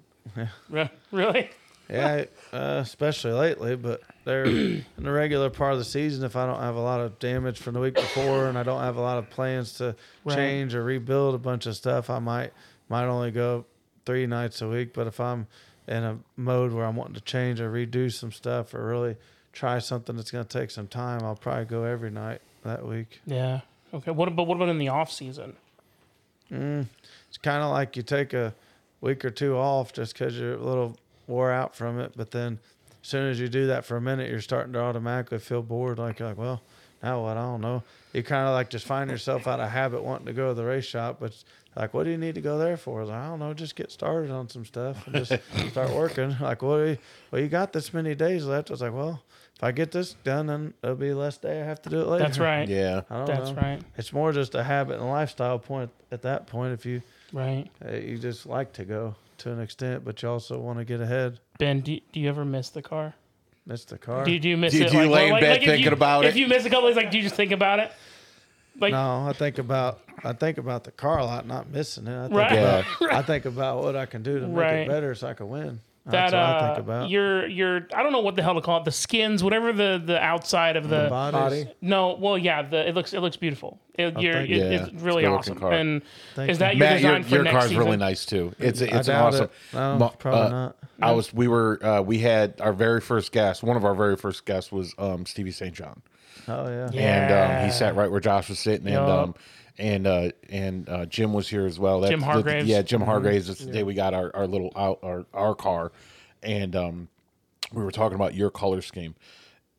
A: Re- Really?
C: Yeah, uh, especially lately, but they're in the regular part of the season. If I don't have a lot of damage from the week before, and I don't have a lot of plans to
A: Right.
C: change or rebuild a bunch of stuff, I might might only go three nights a week. But if I'm in a mode where I'm wanting to change or redo some stuff or really try something that's going to take some time, I'll probably go every night that week.
A: Yeah. Okay. What but what about in the off season?
C: It's kind of like you take a week or two off just because you're a little wore out from it. But then, as soon as you do that for a minute, you're starting to automatically feel bored. Like you're like, well, now what? I don't know. You kind of like just find yourself out of habit wanting to go to the race shop, but it's like, what do you need to go there for? It's Like, I don't know. Just get started on some stuff and just start working. Like, what? do you, well, you got this many days left. I was like, well, if I get this done, then it'll be less day I have to do it later.
A: That's right.
E: yeah.
C: I don't
A: That's
C: know.
A: right.
C: It's more just a habit and lifestyle point at that point. If you
A: Right.
C: uh, you just like to go to an extent, but you also want to get ahead.
A: Ben, do you, do you ever miss the car?
C: Miss the car.
A: Do you, do you miss
E: Do you-
A: it?
E: do you lay in bed
A: if you-
E: thinking about
A: If
E: it?
A: you miss a couple, it's like, do you just think about it? Like,
C: no, I think about I think about the car a lot, not missing it. I think,
A: Right.
E: Yeah.
C: I think about what I can do to make
A: Right.
C: it better so I can win.
A: that
C: That's what
A: uh,
C: I think about.
A: your your I don't know what the hell to call it. The skins, whatever the the outside of the,
C: Bodies.
D: Body.
A: no, well, yeah, the it looks it looks beautiful. It, you're,
C: thank
A: it-
E: you. Yeah,
A: it's
E: it's
A: really
E: a good looking
A: awesome.
E: car.
A: And
C: Thank
A: is
C: you.
A: that your
E: Matt, your,
A: design for
E: your
A: next
E: car's
A: season?
E: really nice too. It's it's an
C: doubt
E: awesome.
C: it. No,
E: Mo-
C: probably
E: uh,
C: not.
E: I was we were uh, we had our very first guest. One of our very first guests was um, Stevie St. John,
C: Oh yeah.
A: Yeah.
E: and um, he sat right where Josh was sitting, and
A: Yup.
E: um, and uh, and uh, Jim was here as well. That's
A: Jim
E: the-
A: Hargraves.
E: yeah,
C: Mm-hmm.
E: Jim Hargraves. That's the day we got our our little out our our car, and um, we were talking about your color scheme.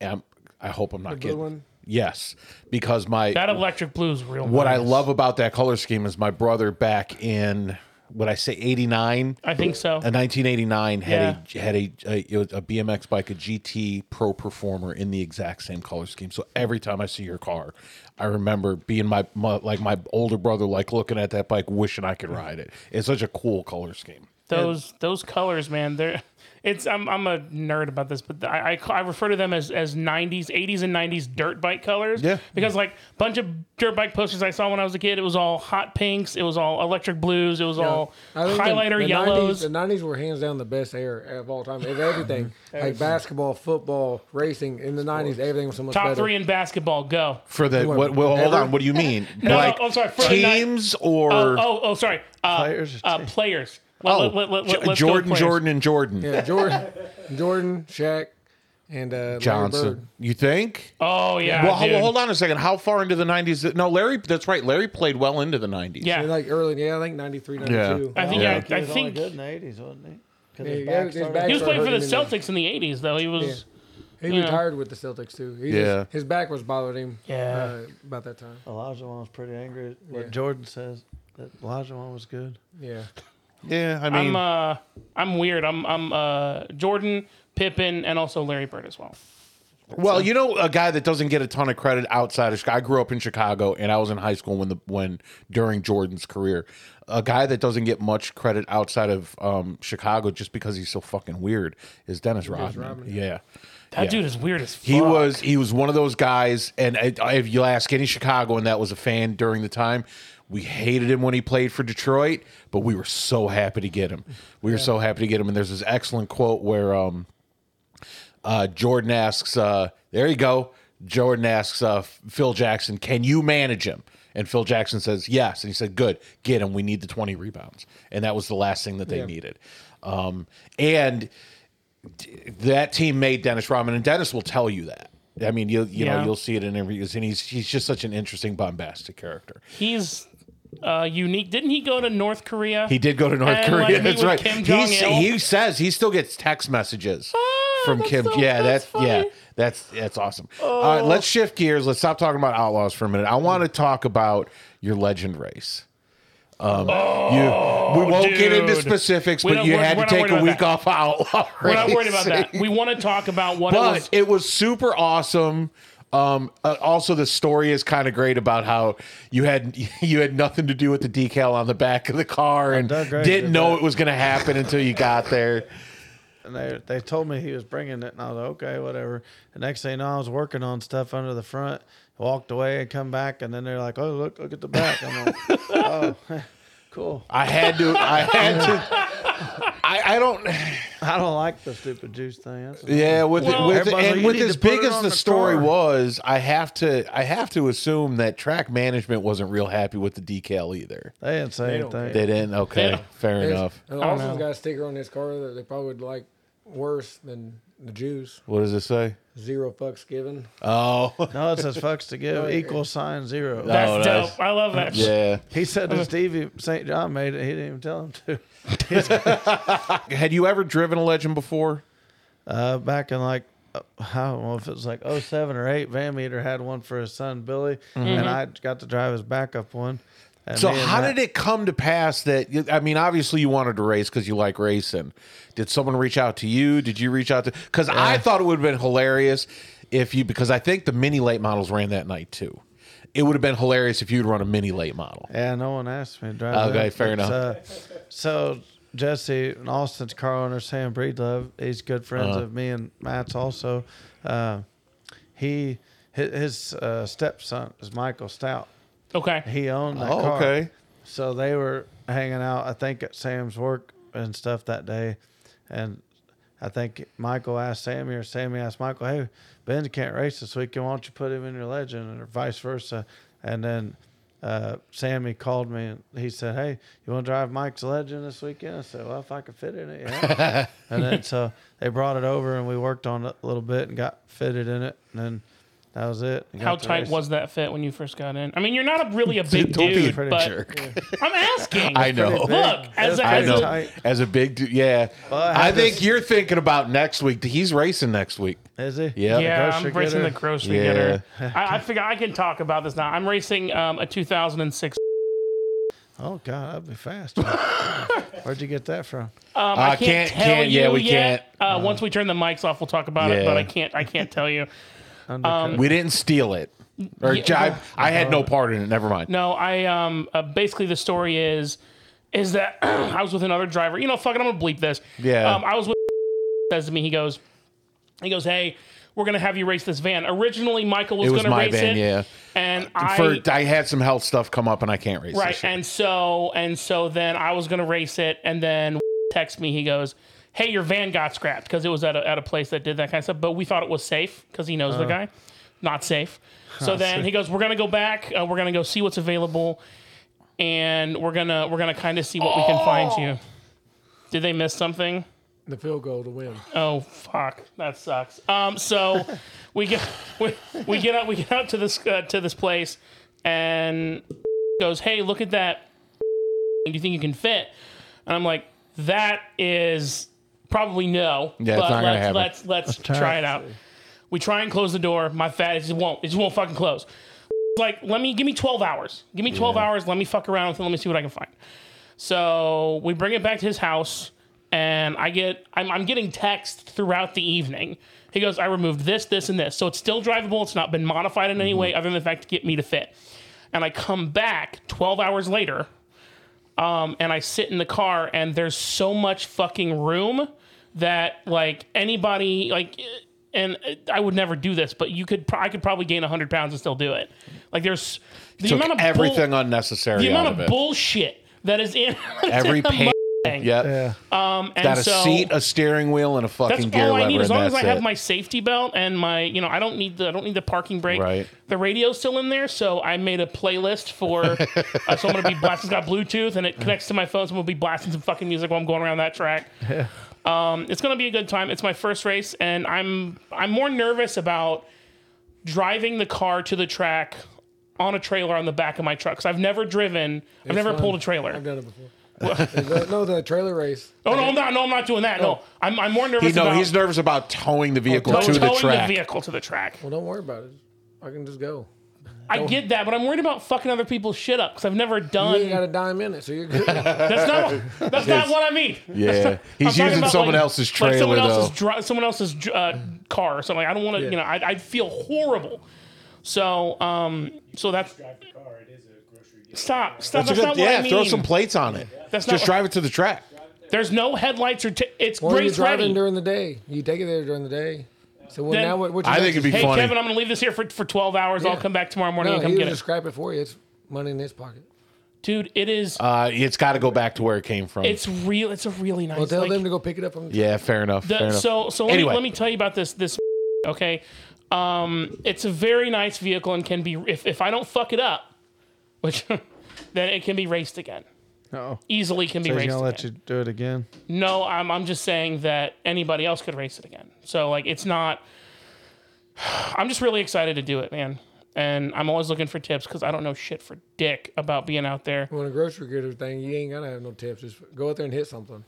E: And I'm, I hope I'm not
D: blue
E: kidding.
D: one?
E: Yes, because my
A: That electric blue is real.
E: what I
A: nice.
E: love about that color scheme is my brother back in what I say 89
A: I think so.
E: a 1989 had a had a, a it was a BMX bike, a GT Pro Performer in the exact same color scheme. So every time I see your car, I remember being my, my like my older brother, like looking at that bike, wishing I could ride it. It's such a cool color scheme.
A: Those those colors, man. They're it's I'm I'm a nerd about this, but I, I ca- I refer to them as as 90s, 80s, and 90s dirt bike colors.
E: Yeah.
A: Because like bunch of dirt bike posters I saw when I was a kid, it was all hot pinks, it was all electric blues, it was all
D: I think the-
A: highlighter
D: the 90s
A: yellows.
D: the nineties were hands down the best era of all time. Of everything, like basketball, football, racing. In the nineties, everything was so much
A: Top
D: better.
A: three in basketball, go.
E: for the
D: Wait,
E: what? Well, hold
D: ever?
E: on. What do you mean?
A: No, I'm sorry, for the night-
E: teams or
A: Oh, oh, oh, sorry. Uh,
C: Players or
A: Uh,
C: team?
A: players. Let- let- let- let-
E: Jo-
A: let's go with
E: Oh, Jordan,
A: players.
E: Jordan, and Jordan
D: Yeah, Jordan, Jordan, Shaq, and uh, Larry Bird.
E: Johnson. You think?
A: Oh yeah.
E: well, ho-
A: dude.
E: hold on a second. How far into the '90s? No, Larry. That's right. Larry played well into the '90s.
A: Yeah.
D: And like early, yeah, I think 93, 92.
A: I think
E: Yeah.
A: I,
C: He
A: I
C: was only
A: think
C: good in the 80s, wasn't he? 'Cause
D: Yeah,
C: his
D: he
C: back
D: was- his
C: started-
D: back-
A: he was playing for the
D: Hurting him
A: Celtics in the '80s, though. He was.
D: He
A: Yeah.
D: retired with the Celtics too. He
E: Yeah.
D: just, his back was bothered him.
A: Yeah.
D: uh, about that time.
C: Elijah was pretty angry at what
D: Yeah.
C: Jordan says. That Elijah was good.
D: Yeah,
E: Yeah. I mean,
A: I'm uh, I'm weird. I'm I'm uh, Jordan Pippen and also Larry Bird as well.
E: Well, you know, a guy that doesn't get a ton of credit outside of Chicago. I grew up in Chicago, and I was in high school when the when during Jordan's career. A guy that doesn't get much credit outside of um, Chicago just because he's so fucking weird is Dennis Rodman.
D: Rodman.
E: Yeah.
A: That
E: Yeah.
A: dude is weird as fuck.
E: He was he was one of those guys, and I, I- if you ask any Chicagoan that was a fan during the time, we hated him when he played for Detroit, but we were so happy to get him. We were so happy to get him. And there's this excellent quote where um, uh, Jordan asks, uh, "There you go." Jordan asks uh, Phil Jackson, "Can you manage him?" And Phil Jackson says, "Yes." And he said, "Good, get him. We need the 20 rebounds." And that was the last thing that they
D: Yeah.
E: needed. Um, and that team made Dennis Rodman, and Dennis will tell you that. I mean, you you know
A: Yeah.
E: you'll see it in interviews, and he's he's just such an interesting bombastic character.
A: He's uh, unique. Didn't he go to North Korea?
E: He did go to North
A: And,
E: Korea.
A: like, meet
E: that's
A: with
E: right.
A: Kim
E: He's-
A: Jong-il. Oh,
E: he says he still gets text messages from
A: that's
E: Kim.
A: so-
E: yeah,
A: that's
E: that's, yeah,
A: funny. Oh.
E: that's that's awesome. All right, let's shift gears. Let's stop talking about outlaws for a minute. I want to talk about your legend race. Um, you, we won't get into
A: Oh, dude.
E: specifics,
A: We
E: but
A: don't-
E: you
A: we're-
E: had
A: we're
E: to
A: not worried
E: take a
A: about
E: week
A: that.
E: off of outlaw.
A: We're not worried about that. We want to talk about what it
E: but
A: was.
E: it was super awesome. Um, uh, also, the story is kind of great about how you had you had nothing to do with the decal on the back of the car and
C: Doug Gray
E: didn't
C: Oh, did
E: know
C: that.
E: it was going to happen until you got there.
C: And they, they told me he was bringing it, and I was like, okay, whatever. The next thing you know, I was working on stuff under the front, walked away and come back, and then they're like, oh, look, look at the back. I'm like, oh, cool.
E: I had to. I had to. I, I don't.
C: I don't like the stupid juice thing. That's
E: Yeah, with
A: Well-
E: with
C: Everybody's like,
E: and
C: "You
E: with
C: need
E: as
C: to put
E: big
C: it
E: as
C: on
E: the
C: the
E: story
C: car."
E: was, I have to I have to assume that track management wasn't real happy with the decal either.
C: they didn't say
D: don't
C: anything.
E: They didn't. Okay,
A: Yeah.
E: fair
D: There's-
E: enough.
D: And Austin's got a sticker on his car that they probably would like worse than the Jews.
E: What does it say?
D: Zero fucks given.
E: Oh,
C: No, it says fucks to give, equal sign zero.
A: that's
E: Oh,
A: dope.
E: that's-
A: I love that.
E: yeah.
C: He said to Stevie St. John made it. He didn't even tell him to.
E: Had you ever driven a legend before?
C: Uh, back in like, uh, I don't know if it was like 07 or 8, Van Meter had one for his son, Billy, and I got to drive his backup one.
E: Mm-hmm.
C: And
E: So
C: me and
E: how
C: Matt-
E: did it come to pass that you- I mean, obviously you wanted to race because you like racing. Did someone reach out to you? Did you reach out to? Because I thought it would have been hilarious if you because I think the mini late models ran that night too. It would have been hilarious if you'd run a mini late model.
C: Yeah, no one asked me to drive.
E: Okay,
C: it.
E: fair
C: It's,
E: enough.
C: uh, so Jesse and Austin's car owner Sam Breedlove, he's good friends
E: Uh-huh.
C: of me and Matt's also. Uh, he hi- his uh, stepson is Michael Stout.
A: Okay.
C: He owned that
E: Oh,
C: car.
E: okay.
C: So they were hanging out, I think, at Sam's work and stuff that day, and I think Michael asked Sammy or Sammy asked Michael, "Hey, Ben can't race this weekend. Why don't you put him in your legend?" or vice versa. And then uh, Sammy called me and he said, "Hey, you want to drive Mike's legend this weekend?" I said, "Well, if I could fit in it, yeah." and then so they brought it over and we worked on it a little bit and got fitted in it, and then that was it. We
A: How
C: got to
A: tight
C: race.
A: was that fit when you first got in? I mean, you're not a, really a big
E: Don't be a
A: dude,
C: pretty
A: but
E: jerk.
A: I'm asking.
E: I know.
C: Pretty big.
A: Look, as a,
E: I
A: as
E: know.
A: a,
C: tight.
E: As a big dude, yeah.
C: I
E: I
C: had
E: think
C: this-
E: you're thinking about next week. He's racing next week.
C: Is he?
E: Yeah. The
A: Yeah,
C: grocery
A: I'm racing
C: getter?
A: the grocery
E: Yeah.
A: getter. I, I figure I can talk about this now. I'm racing um, a 2006.
C: Oh God, that'd be fast. Where'd you get that from?
A: Um,
E: Uh,
A: I can't,
E: can't-
A: tell
E: can't-
A: you
E: yeah, we
A: yet. Uh, once we turn the mics off, we'll talk about it. But
E: Yeah.
A: I can't. I can't tell you.
C: Undercover.
E: We didn't steal it,
C: Uh,
E: or I, I had no part in it. Never mind.
A: No, I um uh, basically the story is is that I was with another driver. You know, fucking, I'm gonna bleep this.
E: Yeah.
A: Um, I was with says to me, he goes, he goes, hey, we're gonna have you race this van. Originally, Michael was,
E: It was
A: gonna
E: my
A: race
E: van,
A: it,
E: yeah.
A: And I,
E: For I had some health stuff come up and I can't race.
A: right,
E: this year.
A: and so and so then I was gonna race it, and then text me, he goes. Hey, your van got scrapped because it was at a, at a place that did that kind of stuff, but we thought it was safe because he knows the guy. Not safe. Oh. Ah, So then he goes, "We're gonna go back. Uh, we're gonna go see what's available, and we're gonna we're gonna kind of see what we can find you." Did they miss something?
D: The field goal to win.
A: Oh fuck, that sucks. Um, so we get we, we get up we get up to this uh, to this place and goes, hey, look at that. Do you think you can fit? And I'm like, that is probably no.
E: Yeah, it's
A: but
E: not gonna
A: let's,
E: happen.
A: let's let's try it out. We try and close the door. My fat it just won't it just won't fucking close. Like, let me give me 12 hours. Give me 12 hours. Let me fuck around with it. Let me see what I can find. So we bring it back to his house, and I get I'm, I'm getting text throughout the evening. He goes, I removed this, this, and this. So it's still drivable. It's not been modified in any way other than the fact to get me to fit. And I come back 12 hours later, um, and I sit in the car, and there's so much fucking room that like anybody like. And I would never do this, but you could. pro- I could probably gain 100 pounds and still do it. Like there's the
E: Took
A: amount of bull-
E: everything unnecessary
A: the
E: out
A: amount
E: of
A: of
E: it.
A: bullshit that is in that's
E: Every
A: in the
E: pain.
A: thing.
E: Yep.
C: Yeah.
A: and
E: Got a
A: so
E: seat, a steering wheel, and a
A: That's
E: fucking gear
A: all
E: lever.
A: I need. As long
E: and
A: as I
E: that's
A: have
E: it.
A: my safety belt and my, you know, I don't need the I don't need the parking brake.
E: Right.
A: The radio's still in there, so I made a playlist for. uh, so I'm gonna be blasting. It's got Bluetooth and it connects to my phone, so I'm gonna be blasting some fucking music while I'm going around that track. Um, it's gonna be a good time. It's my first race, and I'm I'm more nervous about driving the car to the track on a trailer on the back of my truck. Cause I've never driven. I've never
D: fun.
A: pulled a trailer.
D: I've done it before. The- no, the trailer race.
A: Oh no, I'm not. No, I'm not doing that. No, I'm, I'm more nervous
E: He, no,
A: about
E: he's nervous about towing the vehicle
A: tow-
E: to the
A: towing
E: track.
A: the vehicle to the track.
D: Well, don't worry about it. I can just go.
A: I get that, but I'm worried about fucking other people's shit up because I've never
D: You ain't
A: done.
D: got a dime in it, so you're good.
A: That's not. what- That's not what I mean. That's
E: yeah,
A: not- I'm
E: he's
A: talking
E: using
A: about,
E: someone
A: like-
E: else's
A: like
E: trailer
A: someone
E: though.
A: else's dri- someone else's dr- uh, car or something. I don't want to. You know, I I'd feel horrible. So um, so that's
F: Drive the car, it is a grocery game.
A: stop stop.
E: That's
A: That's,
E: a good-
A: not what
E: yeah,
A: I mean.
E: throw some plates on it.
A: That's not
E: Just
A: what-
E: drive it to the track.
A: There's no headlights or t- it's
D: Or you're
A: race
D: driving
A: ready.
D: during the day. You take it there during the day. So when
A: Then-
D: now what? what you
E: I
D: got
E: think it'd be
D: is-
A: Hey
E: funny.
A: Kevin, I'm gonna leave this here for, for 12 hours. I'll
D: Yeah.
A: come back tomorrow morning
D: No,
A: and come
D: he
A: get
D: was
A: it,
D: just scrap it for you. It's money in his pocket.
A: dude. It is.
E: Uh, it's got to go back to where it came from.
A: It's real. It's a really nice.
D: Well, tell
A: like,
D: them to go pick it up. From
E: yeah, fair enough.
A: the-
E: fair enough.
A: so so let,
E: Anyway.
A: me, let me tell you about this this okay. Um, it's a very nice vehicle and can be if if I don't fuck it up, which then it can be raced again.
C: Oh,
A: Easily can be
C: he's
A: raced.
C: gonna let
A: again.
C: you do it again.
A: No, I'm I'm just saying that anybody else could race it again. So like it's not. I'm just really excited to do it, man. And I'm always looking for tips because I don't know shit for dick about being out there.
D: When a grocery getter thing, you ain't gonna have no tips. Just go out there and hit something.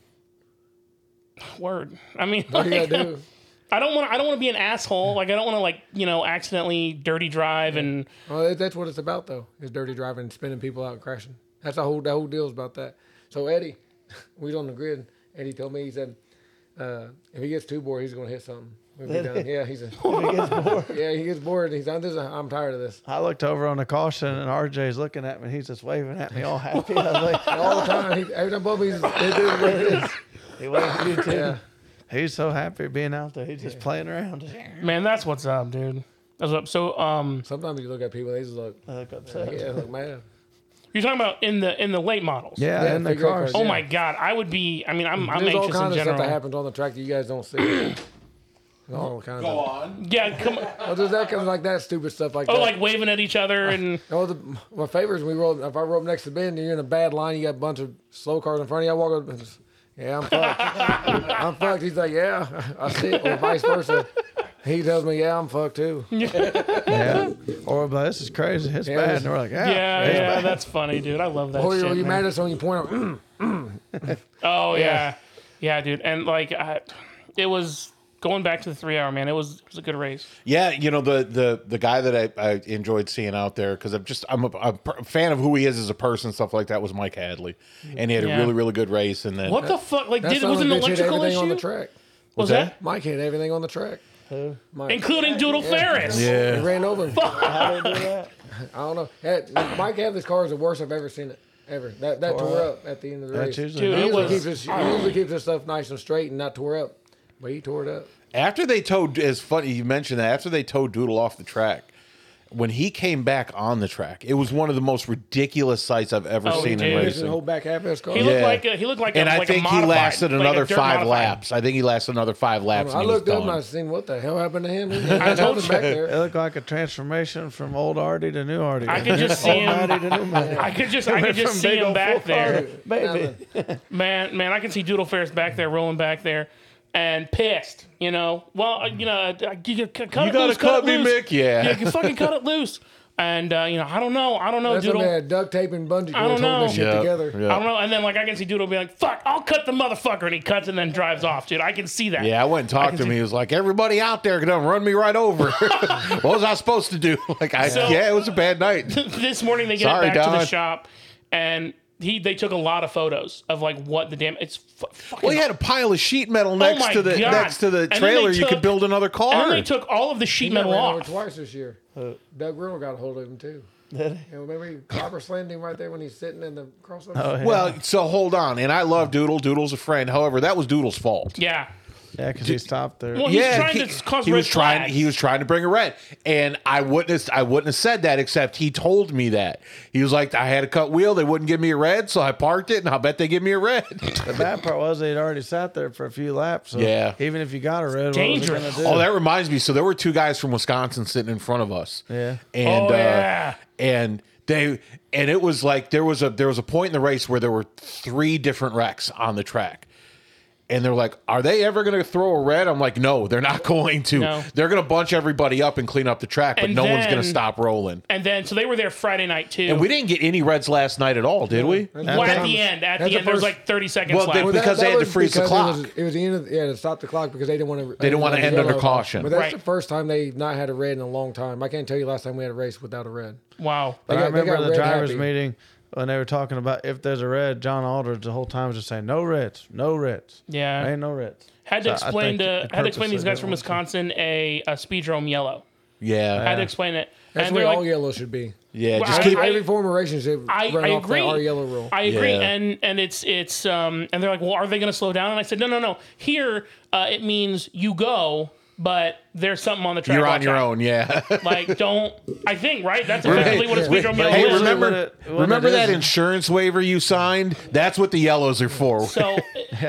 A: Word. I mean,
D: All you
A: like-
D: gotta do.
A: I don't want. to. I don't want to be an asshole. Like I don't want to like you know accidentally dirty drive and
D: Well, that- that's what it's about though. Is dirty driving, and spinning people out, and crashing. That's the whole. The whole deal's about that. So Eddie, we was on the grid. Eddie told me he said, uh, if he gets too bored, he's gonna hit something. We'll get down. Yeah, he's a, yeah he gets bored. He's on this. is- I'm tired of this
C: I looked over on the caution, and RJ's looking at me. and He's just waving at me, all happy. I was like, "Oh."
D: all the time. He, every time Bubba, he's they do it like this.
C: He waved at you too.
D: Yeah.
C: He's so happy being out there. He's just playing around.
A: man, that's what's up, dude. That's what. So um,
D: Sometimes you look at people, they just look.
C: Look upset.
D: Yeah, look mad.
A: you're talking about in the in the late models.
C: Yeah,
D: Yeah,
C: in the
D: figure out
C: car.
D: cars,
A: Oh
D: yeah.
A: my god, I would be. I mean, I'm I'm
D: There's all
A: anxious in
D: kinds of stuff that
A: general.
D: happens on the track that you guys don't see. all kinds. Go of,
A: Yeah, come. on.
D: Oh, does that comes like that stupid stuff like
A: Oh,
D: that.
A: like waving at each other and
D: Oh, the, my favorite is we roll. If I roll up next to Ben, you're in a bad line. You got a bunch of slow cars in front of you. I walk up. and just, Yeah, I'm fucked. I'm fucked. He's like, yeah, I see it, or vice versa. He tells me, yeah, I'm fucked too.
C: Yeah. Or, but this is crazy. It's
D: Yeah,
C: bad.
D: it's-
C: And we're like, "Ah, yeah.
A: yeah, yeah, that's funny, dude. I love that.
D: Or
A: shit,
D: you, you
A: man.
D: mad at someone, you point out. "Mm,
A: Oh yeah. yeah, dude. And like, I, it was going back to the three hour man. It was it was a good race.
E: Yeah, you know the the the guy that I, I enjoyed seeing out there because I'm just I'm a, a per- fan of who he is as a person stuff like that was Mike Hadley, and he had
A: Yeah.
E: a really really good race. And then
A: What the fuck? Like,
D: That's
A: did
D: the
A: was
D: only
A: an
D: bitch hit
A: electrical
D: everything on the
A: issue?
D: track.
A: Was
E: that?
A: that
D: Mike hit everything on the track.
A: including Doodle Ferris?
D: He
E: Yeah,
D: ran over. him.
C: How do you do that?
D: I don't know. Had- Mike Hadley's car is the worst I've ever seen it. ever. That that tore up at the end of the
C: That's
D: race.
C: usually
D: he
A: Dude, it
D: usually
A: was-
D: keeps his he usually keeps his stuff nice and straight and not tore up, but he tore it up.
E: After they towed, it's funny you mentioned that. After they towed Doodle off the track, when he came back on the track, it was one of the most ridiculous sights I've ever
A: Oh, he
E: seen
A: did.
E: in
A: He
D: He doesn't
E: racing.
D: hold back half of his car.
A: He looked like a, he looked like
E: And
A: a,
E: I
A: like
E: think
A: a
E: he
A: modified,
E: lasted
A: like a
E: another
A: dirt
E: five
A: modified.
E: laps. I think he lasted another five laps. and
D: I
E: he was
D: looked up and
E: done.
D: I seen what the hell happened to him. He didn't
A: I
D: have
A: told
D: nothing
A: you.
D: back
C: It
D: there.
C: looked like a transformation from old Artie to new Artie.
A: I could just see
C: Old Artie
A: him.
C: to new Artie.
A: I could just I could just
C: From
A: see
C: big
A: him
C: old
A: back
C: full car.
A: there.
C: Baby.
D: Nothing.
A: Man, man, I can see Doodle Ferris back there rolling back there. And pissed, you know. Well, uh, you know, uh, you, you, cut
E: You
A: it
E: gotta
A: loose,
E: cut
A: it
E: me,
A: loose.
E: Mick. Yeah.
A: you can fucking cut it loose. And uh, you know, I don't know, I don't know,
D: That's when
A: Doodle.
D: they had duct tape and bungee cords
A: don't
D: holding
A: know.
D: that shit
E: Yeah,
D: together.
E: yeah.
A: I don't know. And then like I can see Doodle being like, "Fuck, I'll cut the motherfucker," and he cuts and then drives off, dude. I can see that.
E: Yeah, I went and talked to him. He was like, "Everybody out there, gonna run me right over." what was I supposed to do? Like, I
A: So-
E: yeah, it was a bad night.
A: this morning they get
E: Sorry,
A: it back to the
E: Don.
A: shop, and he they took a lot of photos of like what the damn. It's fu- fucking.
E: Well, he had a pile of sheet metal
A: Oh
E: next
A: my
E: to the
A: God.
E: next to the
A: And then they
E: trailer. you
A: took-
E: could build another
A: and
E: car.
A: then they took all of the sheet
D: He
A: metal
D: got ran over
A: off.
D: twice this year.
A: Uh,
D: Doug Riddle got a hold of him too. Did he? And remember, he clobber slammed him right there when he's sitting in the crossover. Oh,
E: well, so hold on, and I love Doodle. Doodle's a friend. However, that was Doodle's fault.
A: Yeah.
C: Yeah, because he stopped there.
A: Well, he's trying to cause
E: he
A: red
E: was trying.
A: flags.
E: He was trying to bring a red, and I wouldn't. I wouldn't have said that except he told me that he was like, I had a cut wheel. They wouldn't give me a red, so I parked it, and I bet they give me a red.
C: The bad part was they'd already sat there for a few laps. So
E: Yeah.
C: Even if you got a red, what was
A: dangerous.
C: it gonna do?
E: Oh, that reminds me. So there were two guys from Wisconsin sitting in front of us.
C: Yeah.
E: And
A: Oh,
E: uh,
A: yeah.
E: and they and it was like there was a there was a point in the race where there were three different wrecks on the track. And they're like, are they ever going to throw a red? I'm like, no, they're not going to.
A: No.
E: They're going to bunch everybody up and clean up the track, but
A: And
E: no one's
A: then-
E: going to stop rolling.
A: and then so they were there Friday night too.
E: And we didn't get any reds last night at all, did we?
A: well, at
D: That's-
A: the end, at
D: that's
A: the
D: the
A: end, there was
D: first-
A: like thirty seconds
E: Well, they-
A: left.
E: Well, because they had to
D: was
E: freeze the
D: because It was,
E: clock.
D: it was the end of the, yeah to stop the clock because they didn't want to. They
E: didn't wanna end under
D: yellow.
E: caution.
D: But that's
A: Right.
D: the first time they not had a red in a long time. I can't tell you last time we had a race without a red.
A: wow.
C: But
D: They
C: I
D: got- they
C: remember
D: got
C: the
D: red
C: drivers'
D: happy.
C: meeting when they were talking about if there's a red, John Aldridge the whole time was just saying, no reds, no reds.
A: Yeah.
C: Ain't no reds.
A: Had to
C: So I
A: explain
C: think it-
A: to
C: it
A: had to explain
C: purposely
A: these guys
C: didn't
A: from
C: want to.
A: Wisconsin a, a speedrome yellow.
E: Yeah.
A: Had to explain it.
D: That's
A: and
D: where
A: they're
D: all
A: like,
D: yellow should be.
E: Yeah.
A: Well,
E: Just
A: I-
E: keep.
A: I-
D: Every form of racing should
A: I,
D: run
A: I
D: off
A: agree.
D: that R yellow rule.
A: I agree,
E: Yeah.
A: and and it's it's um and they're like, well, are they going to slow down? And I said, no, no, no. Here, uh, it means you go, but there's something on the track.
E: you're on
A: watch
E: your
A: out.
E: own. Yeah.
A: Like, don't. I think right. That's effectively what a
E: Wait,
A: speedrome
E: wait,
A: yellow
E: hey,
A: is.
E: remember,
C: When it- when
E: remember
C: it
E: that
C: is-
E: insurance waiver you signed? That's what the yellows are for.
A: So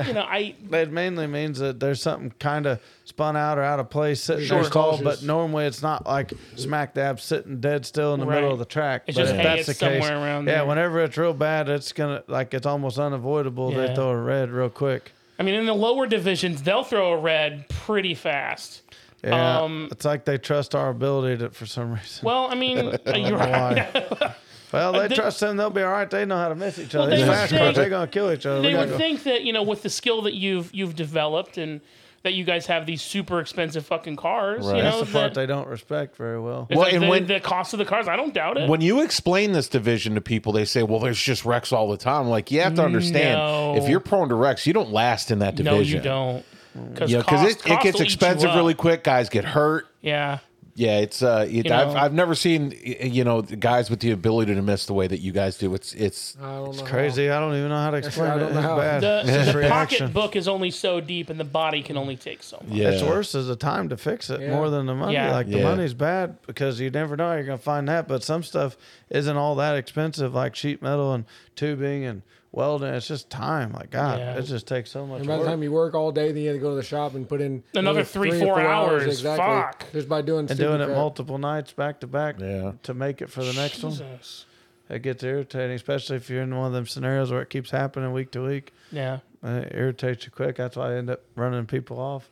A: you know, I
C: It mainly means that there's something kind of spun out or out of place sitting
D: Sure.
C: there stalled, but
D: Cautious.
C: normally it's not like smack dab sitting dead still in the
A: Right.
C: middle of the track.
A: It's
C: but
A: just,
C: if
A: hey,
C: that's
A: it's
C: the case,
A: somewhere around
C: yeah,
A: there.
C: whenever it's real bad, it's gonna like it's almost unavoidable.
A: Yeah.
C: They throw a red real quick.
A: I mean, in the lower divisions, they'll throw a red pretty fast.
C: Yeah,
A: Um,
C: it's like they trust our ability to, for some reason.
A: Well, I mean, uh, you're right.
C: Why? well, they trust them. They'll be all right. They know how to miss each other.
A: they
C: These
A: would
C: fast
A: think-
C: cars, they're gonna kill each other.
A: they
C: We
A: would
C: gotta go.
A: think that you know with the skill that you've you've developed and that you guys have these super expensive fucking cars you
E: Right.
A: know
C: That's the part
A: that-
C: they don't respect very well.
A: it's
E: Well,
A: like
E: and
A: the,
E: when-
A: the cost of the cars i don't doubt it
E: When you explain this division to people, they say, "Well, there's just wrecks all the time." I'm like, you have to understand,
A: No.
E: if you're prone to wrecks, you don't last in that division. Mm.
A: no you don't because
E: Yeah, because it, it gets expensive really quick. Guys get hurt.
A: yeah
E: Yeah, it's uh, it,
A: You
E: I've,
A: know.
E: I've never seen y- you know the guys with the ability to miss the way that you guys do. It's it's
A: Uh,
D: I don't know.
C: Crazy. I don't even know how to explain
D: I
C: it.
D: don't
C: It's
D: know how.
C: bad.
A: the,
C: it's just
A: the
C: reaction.
A: pocket book is only so deep and the body can only take so much
E: yeah.
C: It's worse as the time to fix it
D: Yeah.
C: more than the money.
A: Yeah.
C: Like the
E: Yeah.
C: money's bad because you never know how you're gonna find that. But some stuff isn't all that expensive, like sheet metal and tubing and welding. It's just time. Like God,
A: Yeah.
C: it just takes so much
D: And by the
C: work.
D: time you work all day, then you had to go to the shop and put in
A: Another three,
D: or
A: four hours. Fuck.
D: Just by doing
C: and
D: stupid
C: doing it
D: crap.
C: multiple nights back to back
E: Yeah.
C: to make it for the next one.
A: Jesus.
C: It gets irritating, especially if you're in one of them scenarios where it keeps happening week to week.
A: yeah
C: And It irritates you quick. That's why I end up running people off.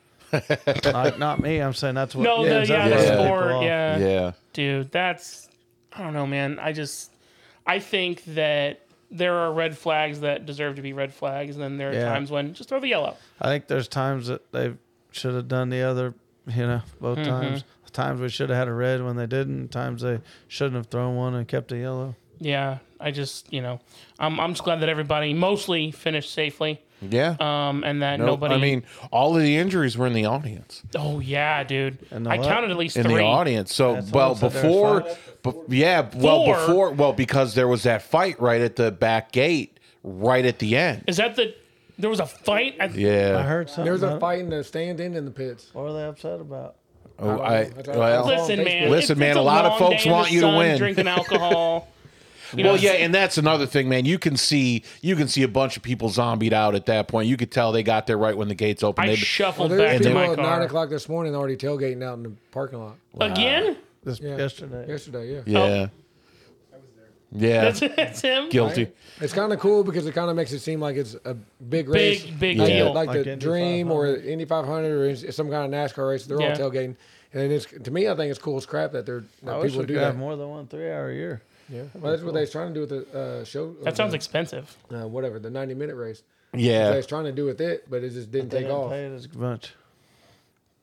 C: like not me. I'm saying that's what.
A: no the,
C: ends up
A: yeah,
C: running
A: the
E: Yeah.
C: people
A: sport
C: off.
A: yeah
E: yeah.
A: dude that's i don't know man i just i think that there are red flags that deserve to be red flags and then there are
C: Yeah.
A: times when just throw the yellow
C: I think there's times that they should have done the other, you know, both
A: Mm-hmm.
C: times. Times we should have had a red when they didn't. Times they shouldn't have thrown one and kept a yellow.
A: Yeah, I just you know, I'm I'm just glad that everybody mostly finished safely.
E: Yeah.
A: Um, and that
E: No,
A: nobody.
E: I mean, all of the injuries were in the audience.
A: oh yeah, dude.
C: the
A: I
C: what?
A: counted at least
E: in
A: three.
E: the audience. So
C: That's
E: well
C: what it said there,
E: before,
C: five.
E: be- yeah, well
A: Four?
E: before, well because there was that fight right at the back gate, right at the end.
A: Is that the? There was a fight. At,
E: Yeah,
C: I heard something.
D: There was a
C: about it.
D: fight in the stand in in the pits.
C: What were they upset about?
E: Oh, I,
D: That's all right.
E: well,
A: Listen, man.
E: Listen, man, a lot of
A: long
E: folks
A: day in the
E: want you to
A: sun,
E: win.
A: Drinking alcohol. You know,
E: well, yeah, and that's another thing, man. You can see, you can see a bunch of people zombied out at that point. You could tell they got there right when the gates opened.
A: I
E: They-
A: shuffled
D: Well,
A: back
D: there's
A: to
D: people
A: my
D: at nine
A: car
D: o'clock this morning already tailgating out in the parking lot.
A: again.
C: This
D: Yeah.
C: yesterday.
D: Yesterday, yeah.
E: yeah, yeah,
A: That's, that's him.
E: guilty.
D: It's kind of cool because it kind of makes it seem like it's a big race,
A: Big, big
D: like,
A: deal.
D: like,
C: Like
D: the
C: Indy
D: Dream or Indy 500 or is- some kind of NASCAR race. They're
A: Yeah.
D: all tailgating, and it's to me, I think it's cool as crap that they're that
C: I wish
D: people
C: we
D: do
C: could
D: that.
C: have more than one three-hour year.
D: Yeah, well, that's what they're trying to do with the uh, show. or
A: That sounds
D: the,
A: expensive.
D: uh, whatever the 90 minute race.
E: Yeah,
D: They was trying to do with it, but it just didn't
C: They
D: take
C: didn't
D: off.
C: pay it as much.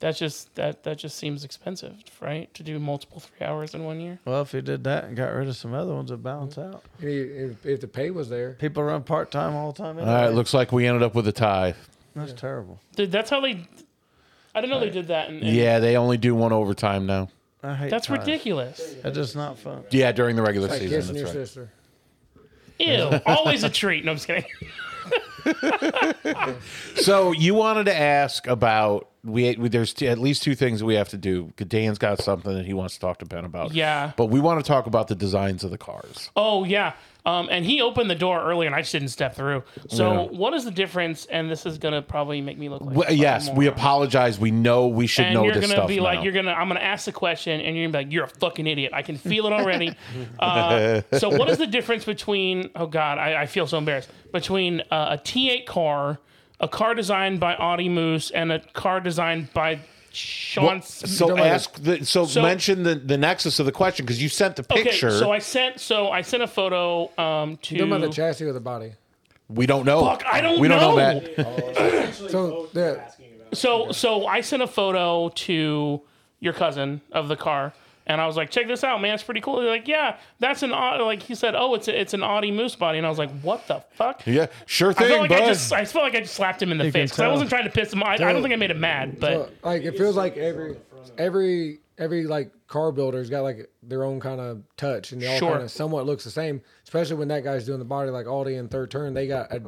A: That's just that that just seems expensive, right? To do multiple three hours in one year.
C: Well, if you did that and got rid of some other ones, it'd balance out.
D: And if, if- if the pay was there,
C: People run part time all the time.
E: all right. Looks like we ended up with a tie.
C: that's terrible.
A: Dude, that's how they. I didn't know they did that. In, in-
E: Yeah, they only do one overtime now.
C: I hate
A: that's
C: ties.
A: ridiculous.
C: That's just not fun.
E: Yeah, during the regular
D: like
E: season.
D: kissing your
E: That's right.
D: sister.
A: Ew, always a treat. No, I'm just kidding.
E: So you wanted to ask about we, we there's t- at least two things that we have to do. Dan's got something that he wants to talk to Ben about.
A: Yeah.
E: but we want to talk about the designs of the cars.
A: Oh yeah. Um, and he opened the door early, and I just didn't step through. So, what is the difference? And this is gonna probably make me look like.
E: Well,
A: a
E: yes,
A: fucking
E: we
A: moron.
E: apologize. We know we should
A: And
E: know
A: you're
E: this
A: gonna
E: stuff
A: be like,
E: now.
A: you're gonna. I'm gonna ask the question, and you're gonna be like, you're a fucking idiot. I can feel it already. uh, so, what is the difference between? Oh God, I, I feel so embarrassed. Between uh, a T8 car, a car designed by Audie Moose, and a car designed by Sean.
E: Well,
A: S-
E: so ask the, so,
A: So-
E: mention the, the nexus of the question because you sent the
A: okay,
E: picture.
A: so I sent. So I sent a photo um, to.
D: Talking about the chassis or the body.
E: we don't know.
A: Fuck, I don't
E: we don't know,
A: know.
E: that.
D: So the
F: asking about.
A: So so I sent a photo to your cousin of the car, and I was like, "Check this out, man! It's pretty cool." They're like, "Yeah, that's an Au-" like." He said, "Oh, it's a, it's an Audi Moose body," and I was like, "What the fuck?"
E: Yeah, sure
A: I
E: thing,
A: felt like
E: bud.
A: I just I felt like I just slapped him in the
C: You can
A: face because I
C: tell.
A: wasn't trying to piss him off. I, I don't think I made him mad,
D: uh,
A: but
D: like it feels like every every every like car builder's got like their own kind of touch, and they all
A: Sure.
D: kind of somewhat looks the same. Especially when that guy's doing the body, like Aldi in third turn, they got a,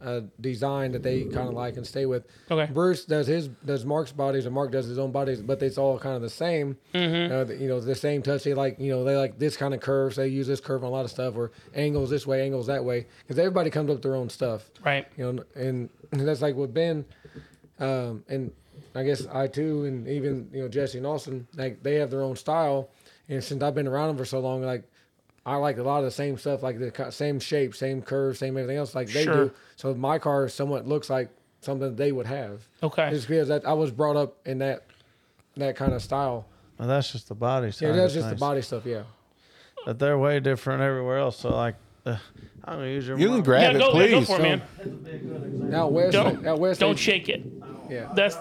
D: a design that they kind of like and stay with.
A: Okay.
D: Bruce does his does Mark's bodies, and Mark does his own bodies, but it's all kind of the same.
A: Mm-hmm.
D: Uh, the- you know, the same touch. They like you know they like this kind of curves. They use this curve on a lot of stuff, or angles this way, angles that way, because everybody comes up with their own stuff
A: right.
D: you know, and that's like with Ben, um, and I guess I too, and even you know Jesse and Austin, like they have their own style, and since I've been around them for so long, like I like a lot of the same stuff, like the ki- same shape, same curve, same everything else, like they
A: Sure.
D: do. So my car somewhat looks like something they would have.
A: Okay.
D: just because that I was brought up in that that kind of style.
C: Well, that's just the body side.
D: Yeah, that's
C: of
D: just the
C: things.
D: body stuff. Yeah,
C: But they're way different everywhere else. So like, uh, I'm gonna use your.
E: You can
C: mom.
E: grab
A: Yeah,
E: it,
A: go, yeah,
E: please.
A: go for it, man.
D: out west,
A: Don't-
D: out west,
A: Don't
D: they-
A: shake it.
D: Yeah,
A: That's.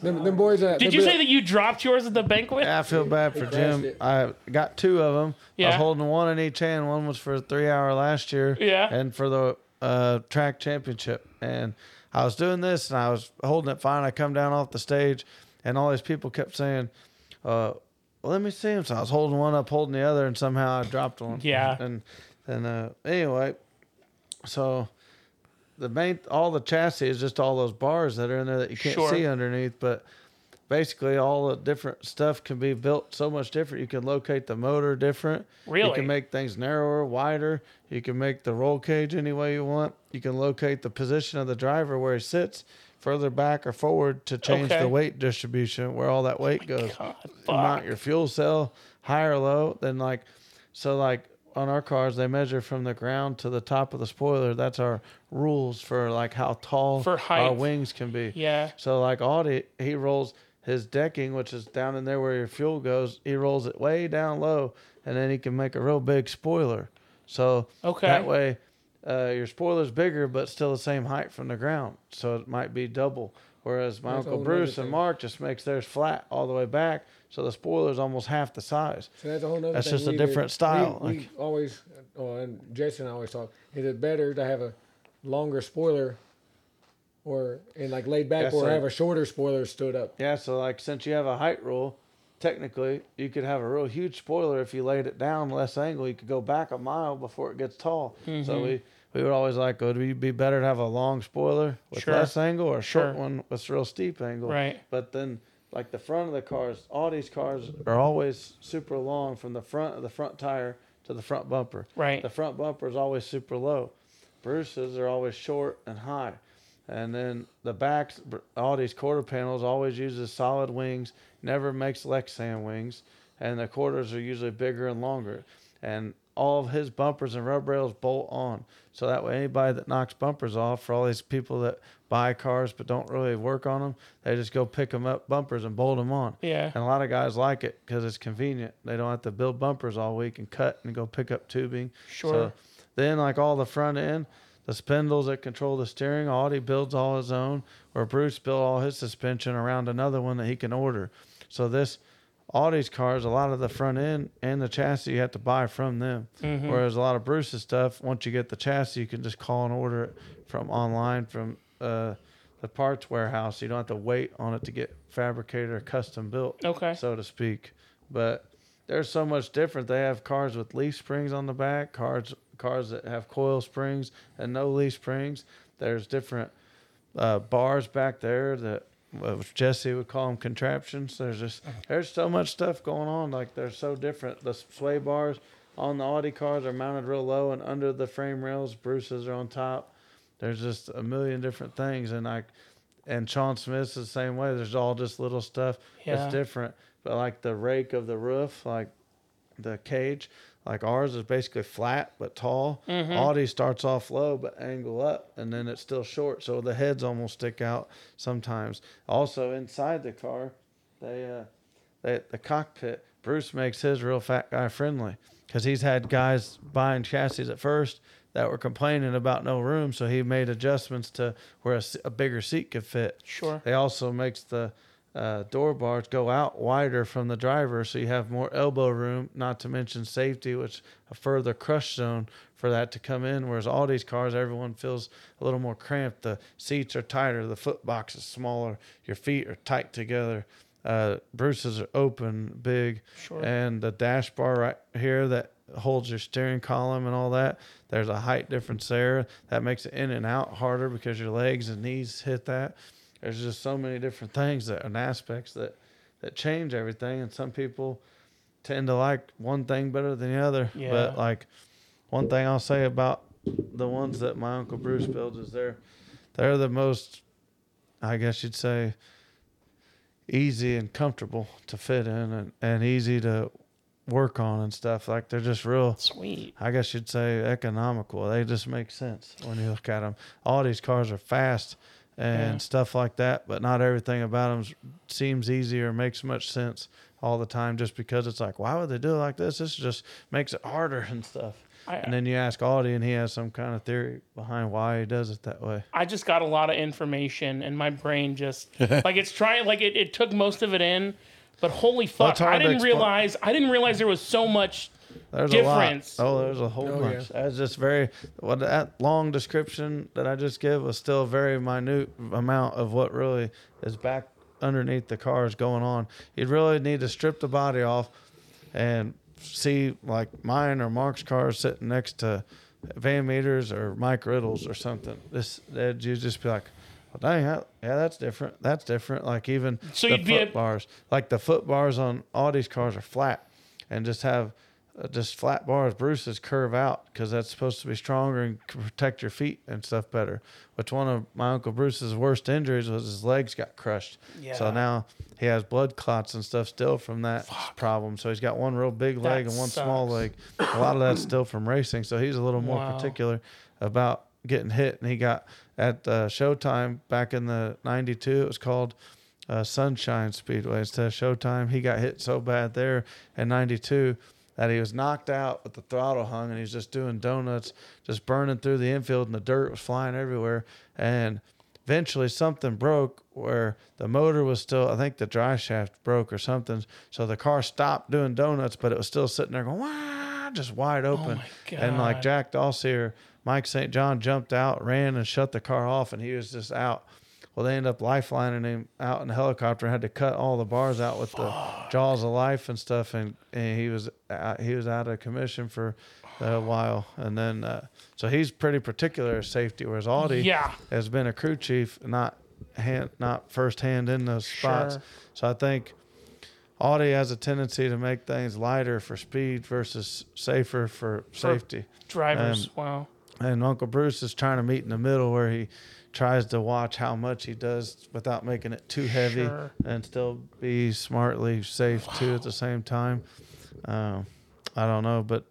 D: them, them boys. That,
A: Did you say that you dropped yours at the banquet?
C: Yeah, I feel bad for
D: crashed
C: Jim.
D: it.
C: I got two of them. I
A: Yeah.
C: was holding one in each hand. One was for a three hour last year.
A: Yeah.
C: And for the uh, track championship. And I was doing this and I was holding it fine. I come down off the stage and all these people kept saying, uh, well, let me see him. So I was holding one up, holding the other, and somehow I dropped one.
A: Yeah.
C: And and uh, anyway, so the main all the chassis is just all those bars that are in there that you can't
A: Sure.
C: see underneath, but basically all the different stuff can be built so much different. You can locate the motor different. You
A: Really?
C: can make things narrower, wider. You can make the roll cage any way you want. You can locate the position of the driver where he sits, further back or forward to change
A: Okay. Oh
C: the weight distribution where all that weight goes.
A: God,
C: Mount
A: fuck.
C: your fuel cell high or low. Then like so like on our cars they measure from the ground to the top of the spoiler. That's our rules for like how tall
A: For
C: our
A: height.
C: wings can be.
A: Yeah.
C: So like Audi, he rolls his decking, which is down in there where your fuel goes. He rolls it way down low, and then he can make a real big spoiler. So
A: Okay.
C: that way, uh, your spoiler's bigger, but still the same height from the ground. So it might be double. Whereas my
D: That's
C: uncle
D: all
C: Bruce
D: another
C: and
D: thing.
C: Mark just makes theirs flat all the way back, so the spoiler's almost half the size.
D: So that's a whole nother
C: That's
D: thing
C: just a
D: we did.
C: different style,
D: We, we
C: like-
D: always, oh, and Jason and I always talk. Is it better to have a longer spoiler or and like laid back,
C: That's
D: or
C: right.
D: have a shorter spoiler stood up.
C: Yeah, so like since you have a height rule, technically you could have a real huge spoiler if you laid it down less angle. You could go back a mile before it gets tall.
A: Mm-hmm.
C: So we we would always like would it be better to have a long spoiler with
A: Sure.
C: less angle or a
A: Sure.
C: short one with real steep angle?
A: Right.
C: But then like the front of the cars, all these cars are always super long from the front of the front tire to the front bumper.
A: Right.
C: The front bumper is always super low. Bruce's are always short and high. And then the backs, all these quarter panels always uses solid wings, never makes Lexan wings. And the quarters are usually bigger and longer. And all of his bumpers and rub rails bolt on. So that way, anybody that knocks bumpers off, for all these people that buy cars but don't really work on them, they just go pick them up bumpers and bolt them on.
A: Yeah.
C: And a lot of guys like it because it's convenient. They don't have to build bumpers all week and cut and go pick up tubing.
A: Sure.
C: then, like all the front end, the spindles that control the steering, Audi builds all his own, or Bruce built all his suspension around another one that he can order. So this Audi's cars, a lot of the front end and the chassis you have to buy from them. Whereas a lot of Bruce's stuff, once you get the chassis, you can just call and order it from online from uh, the parts warehouse. You don't have to wait on it to get fabricated or custom built,
A: Okay.
C: so to speak. But they're so much different. They have cars with leaf springs on the back, cars cars that have coil springs and no leaf springs. There's different uh, bars back there that uh, Jesse would call them contraptions. There's just there's so much stuff going on. Like they're so different. The sway bars on the Audi cars are mounted real low and under the frame rails. Bruce's are on top. There's just a million different things, and like, and Sean Smith's the same way. There's all just little stuff
A: Yeah.
C: that's different. But like the rake of the roof, like the cage. Like ours is basically flat but tall. Audi starts off low but angle up, and then it's still short, so the heads almost stick out sometimes. Also inside the car, they uh, they the cockpit. Bruce makes his real fat guy friendly because he's had guys buying chassis at first that were complaining about no room, so he made adjustments to where a, s- a bigger seat could fit.
A: Sure.
C: They also makes the uh, door bars go out wider from the driver, so you have more elbow room. Not to mention safety, which a further crush zone for that to come in. Whereas all these cars, everyone feels a little more cramped. The seats are tighter, the foot box is smaller, your feet are tight together. Uh, Bruce's are open, big,
A: Sure.
C: and the dash bar right here that holds your steering column and all that. There's a height difference there that makes it in and out harder because your legs and knees hit that there's just so many different things that and aspects that that change everything and some people tend to like one thing better than the other
A: Yeah.
C: but like one thing i'll say about the ones that my uncle bruce builds is they're they're the most i guess you'd say easy and comfortable to fit in and, and easy to work on and stuff like they're just real
A: Sweet.
C: I guess you'd say economical. They just make sense when you look at them. All these cars are fast and
A: Yeah.
C: stuff like that, but not everything about them seems easy or makes much sense all the time just because it's like, why would they do it like this? This just makes it harder and stuff.
A: I-
C: and then you ask Audi, and he has some kind of theory behind why he does it that way.
A: I just got a lot of information and my brain just like it's trying like it, it took most of it in, but holy fuck,
C: it's hard
A: I
C: to
A: didn't
C: expl-
A: realize I didn't realize there was so much
C: There's
A: Difference.
C: a lot. Oh, there's a whole bunch. That's just very what that long description that I just give was still a very minute amount of what really is back underneath the cars going on. You'd really need to strip the body off and see like mine or Mark's car sitting next to Van Meters or Mike Riddle's or something. This that you just be like. Well, dang, that- yeah, that's different. That's different. Like even
A: So
C: the
A: you'd be
C: foot
A: a-
C: bars, like the foot bars on Audi's cars are flat, and just have uh, just flat bars. Bruce's curve out because that's supposed to be stronger and c- protect your feet and stuff better. Which one of my uncle Bruce's worst injuries was his legs got crushed.
A: Yeah.
C: So now he has blood clots and stuff still from that problem. So he's got one real big leg
A: That
C: and one small
A: sucks.
C: leg. A lot of that's still from racing. So he's a little more
A: Wow.
C: particular about getting hit. And he got at uh, Showtime back in the 92, it was called uh, Sunshine Speedway instead of Showtime. He got hit so bad there in 92 that he was knocked out with the throttle hung and he was just doing donuts, just burning through the infield and the dirt was flying everywhere. And eventually something broke where the motor was still i think the dry shaft broke or something so the car stopped doing donuts but it was still sitting there going Wah! just wide open
A: my
C: and like
A: God.
C: jack dossier Mike St. John jumped out, ran, and shut the car off, and he was just out. Well, they ended up lifelining him out in a helicopter. Had to cut all the bars out with the jaws of life and stuff, and, and he was out, he was out of commission for a while. And then, uh, so he's pretty particular at safety. Whereas Audie,
A: Yeah.
C: has been a crew chief, not hand, not first hand in those spots.
A: Sure.
C: So I think Audi has a tendency to make things lighter for speed versus safer for safety.
A: Drivers,
C: Um,
A: wow.
C: And Uncle Bruce is trying to meet in the middle where he tries to watch how much he does without making it too heavy
A: Sure.
C: and still be smartly safe too at the same time. Um, I don't know, but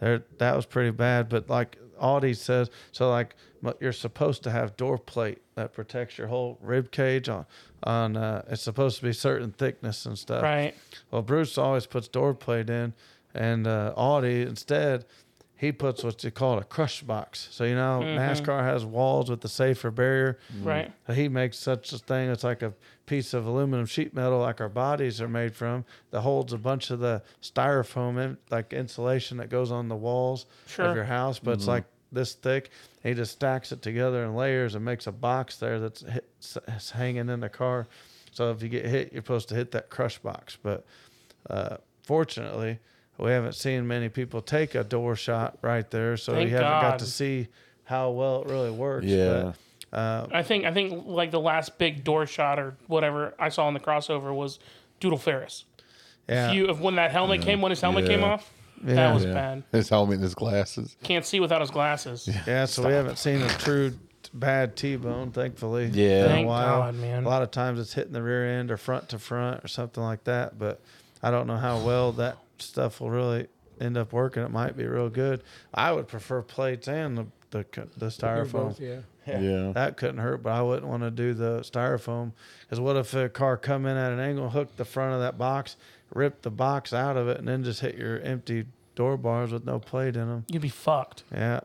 C: there that was pretty bad. But like Audi says, so like m- you're supposed to have door plate that protects your whole rib cage on on uh, it's supposed to be certain thickness and stuff.
A: Right.
C: Well, Bruce always puts door plate in, and uh, Audi instead, he puts what you call a crush box. So you know NASCAR has walls with the safer barrier.
A: Right.
C: He makes such a thing. It's like a piece of aluminum sheet metal, like our bodies are made from, that holds a bunch of the styrofoam, in, like insulation that goes on the walls
A: Sure.
C: of your house. But it's like this thick. He just stacks it together in layers and makes a box there that's hit, s- s- hanging in the car. So if you get hit, you're supposed to hit that crush box. But uh, fortunately, we haven't seen many people take a door shot right there, so
A: Thank
C: we haven't
A: God.
C: got to see how well it really works.
E: Yeah.
C: But uh,
A: I think I think like the last big door shot or whatever I saw in the crossover was Doodle Ferris.
C: yeah.
A: You of when that helmet came when his helmet
E: Yeah.
A: came off.
C: Yeah.
A: That was
E: Yeah.
A: bad.
E: His helmet and his glasses.
A: Can't see without his glasses.
C: Yeah, so we haven't seen a true t- bad T-bone, thankfully.
E: Yeah.
C: in
A: Thank
C: a while.
A: God, man.
C: A lot of times it's hitting the rear end or front to front or something like that, but I don't know how well that stuff will really end up working. It might be real good. I would prefer plates and the the, c- the styrofoam.
D: Yeah.
E: Yeah.
C: That couldn't hurt, but I wouldn't want to do the styrofoam. Because what if a car come in at an angle, hook the front of that box, rip the box out of it, and then just hit your empty door bars with no plate in them?
A: You'd be fucked,
C: Yeah,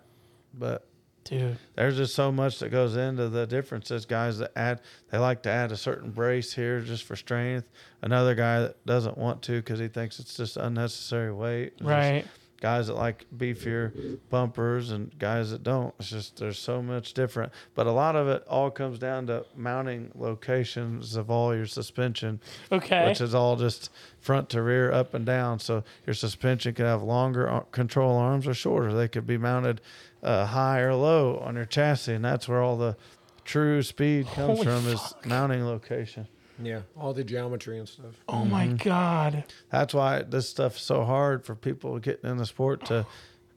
C: but
A: dude.
C: there's just so much that goes into the differences guys that add they like to add a certain brace here just for strength another guy that doesn't want to because he thinks it's just unnecessary weight It's just
A: Right.
C: guys that like beefier bumpers and guys that don't it's just there's so much different but a lot of it all comes down to mounting locations of all your suspension
A: Okay.
C: which is all just front to rear, up and down. So your suspension could have longer ar- control arms or shorter. They could be mounted uh, high or low on your chassis, and that's where all the true speed comes
A: Holy
C: from is mounting location.
D: Yeah. All the geometry and stuff.
A: oh my god.
C: That's why this stuff's so hard for people getting in the sport to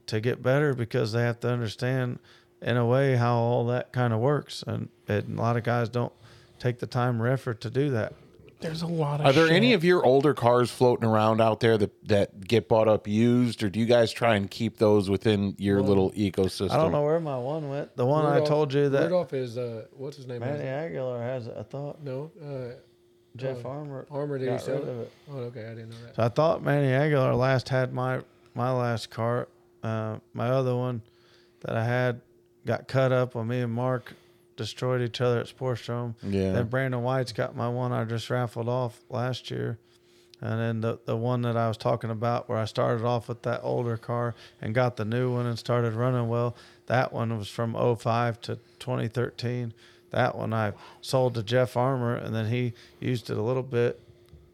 C: to get better because they have to understand in a way how all that kind of works, and, and a lot of guys don't take the time or effort to do that.
A: There's a lot of.
E: Are there
A: shit.
E: any of your older cars floating around out there that, that get bought up used, or do you guys try and keep those within your little ecosystem?
C: I don't know where my one went. The one I
D: Rudolph-
C: told you that
D: Rudolph is uh, what's his name?
C: Manny Aguilar has it. I thought
D: No, uh,
C: Jeff Armour
D: Armour did he
C: got
D: sell
C: rid
D: it?
C: of it.
D: Oh, okay, I didn't know that.
C: So I thought Manny Aguilar last had my my last car. Uh, my other one that I had got cut up when me and Mark destroyed each other at Sportstrom.
E: Yeah.
C: Then Brandon White's got my one I just raffled off last year. And then the, the one that I was talking about where I started off with that older car and got the new one and started running well, that one was from 05 to 2013. That one I sold to Jeff Armour and then he used it a little bit.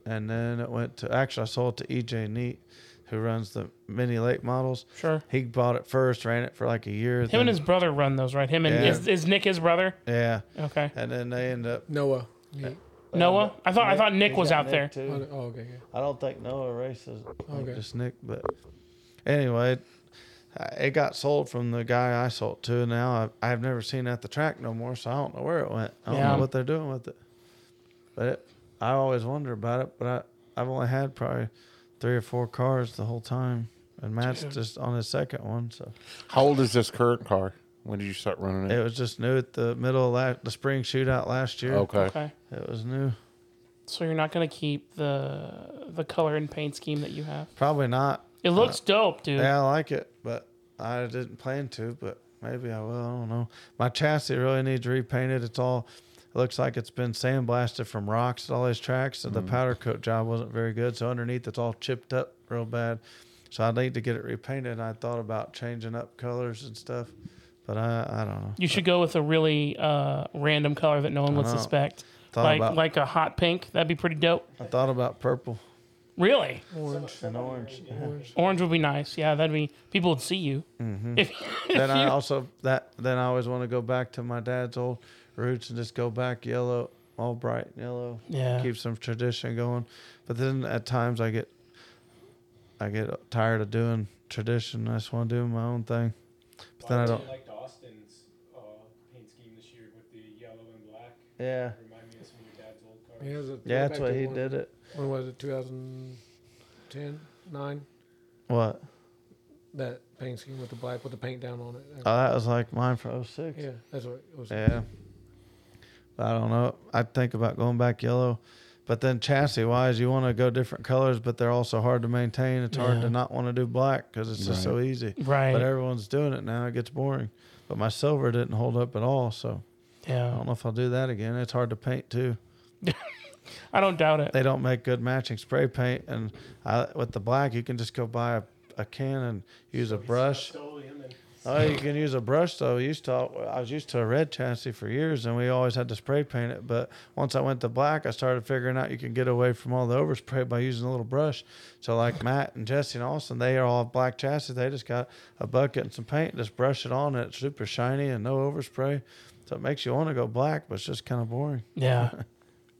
C: And then it went to, actually, I sold it to EJ Neat, who runs the mini late models.
A: Sure.
C: He bought it first, ran it for like a year.
A: Him and his brother run those, right? Him and
C: Yeah.
A: is, is Nick his brother?
C: Yeah.
A: Okay.
C: And then they end up.
D: Noah. He-
A: Noah. I thought I thought Nick
C: He's
A: was
C: got
A: out
C: Nick,
A: there.
C: too.
D: oh, no- oh, okay. Yeah.
C: I don't think Noah races. I think
D: Okay.
C: Just Nick, but anyway, I- it got sold from the guy I sold to. and Now I, I've never seen it at the track no more, so I don't know where it went. I don't
A: Yeah.
C: know what they're doing with it. But it, I always wonder about it. But I, I've only had probably three or four cars the whole time, and Matt's just on his second one, so
E: How old is this current car? When did you start running it?
C: it was just new at the middle of la- the spring shootout last year.
E: okay.
A: Okay.
C: It was new.
A: So you're not gonna keep the the color and paint scheme that you have.
C: Probably not.
A: It looks dope, dude.
C: Yeah, I like it, but I didn't plan to, but maybe I will. I don't know. My chassis really needs repainted. It's all, it looks like it's been sandblasted from
A: Mm.
C: rocks at all these tracks, and the powder coat job wasn't very good. So underneath, it's all chipped up real bad. So I need to get it repainted. I thought about changing up colors and stuff, but I, I don't know.
A: You should go with a really uh, random color that no one would suspect.
C: Thought
A: like
C: about-
A: like a hot pink. That'd be pretty dope.
C: I thought about purple
A: Really?
C: and orange.
A: Orange would be nice. Yeah, that'd be people would see you. If,
C: then I also that then I always want to go back to my dad's old roots and just go back yellow, all bright yellow.
A: Yeah.
C: Keep some tradition going. But then at times I get I get tired of doing tradition. I just want to do my own thing. But then I don't.
F: I liked Austin's uh, paint scheme this year with the yellow and black.
C: Yeah.
F: Remind me of some of your dad's old cars.
D: He has a
C: Yeah, that's
D: throwback
C: what
D: to
C: he
D: one-
C: did it.
D: When was it? 2010, 9.
C: What?
D: That paint scheme with the black with the paint down on it.
C: Oh, that was like mine for 06.
D: yeah, that's what it was.
C: Yeah. But I don't know. I think about going back yellow. But then chassis wise, you want to go different colors, but they're also hard to maintain. It's hard to not want to do black because it's just so easy.
A: Right.
C: But everyone's doing it now. It gets boring. But my silver didn't hold up at all. So I
A: yeah,
C: don't know if I'll do that again. It's hard to paint too.
A: I don't doubt it.
C: They don't make good matching spray paint. And I, with the black, you can just go buy a, a can and use a brush.
F: Stole him and
C: Oh, you can use a brush though. We Used to, I was used to a red chassis for years, and we always had to spray paint it. But once I went to black, I started figuring out you can get away from all the overspray by using a little brush. So like Matt and Jesse and Austin, they are all black chassis. They just got a bucket and some paint, and just brush it on, and it's super shiny and no overspray. So it makes you want to go black, but it's just kind of boring.
A: Yeah.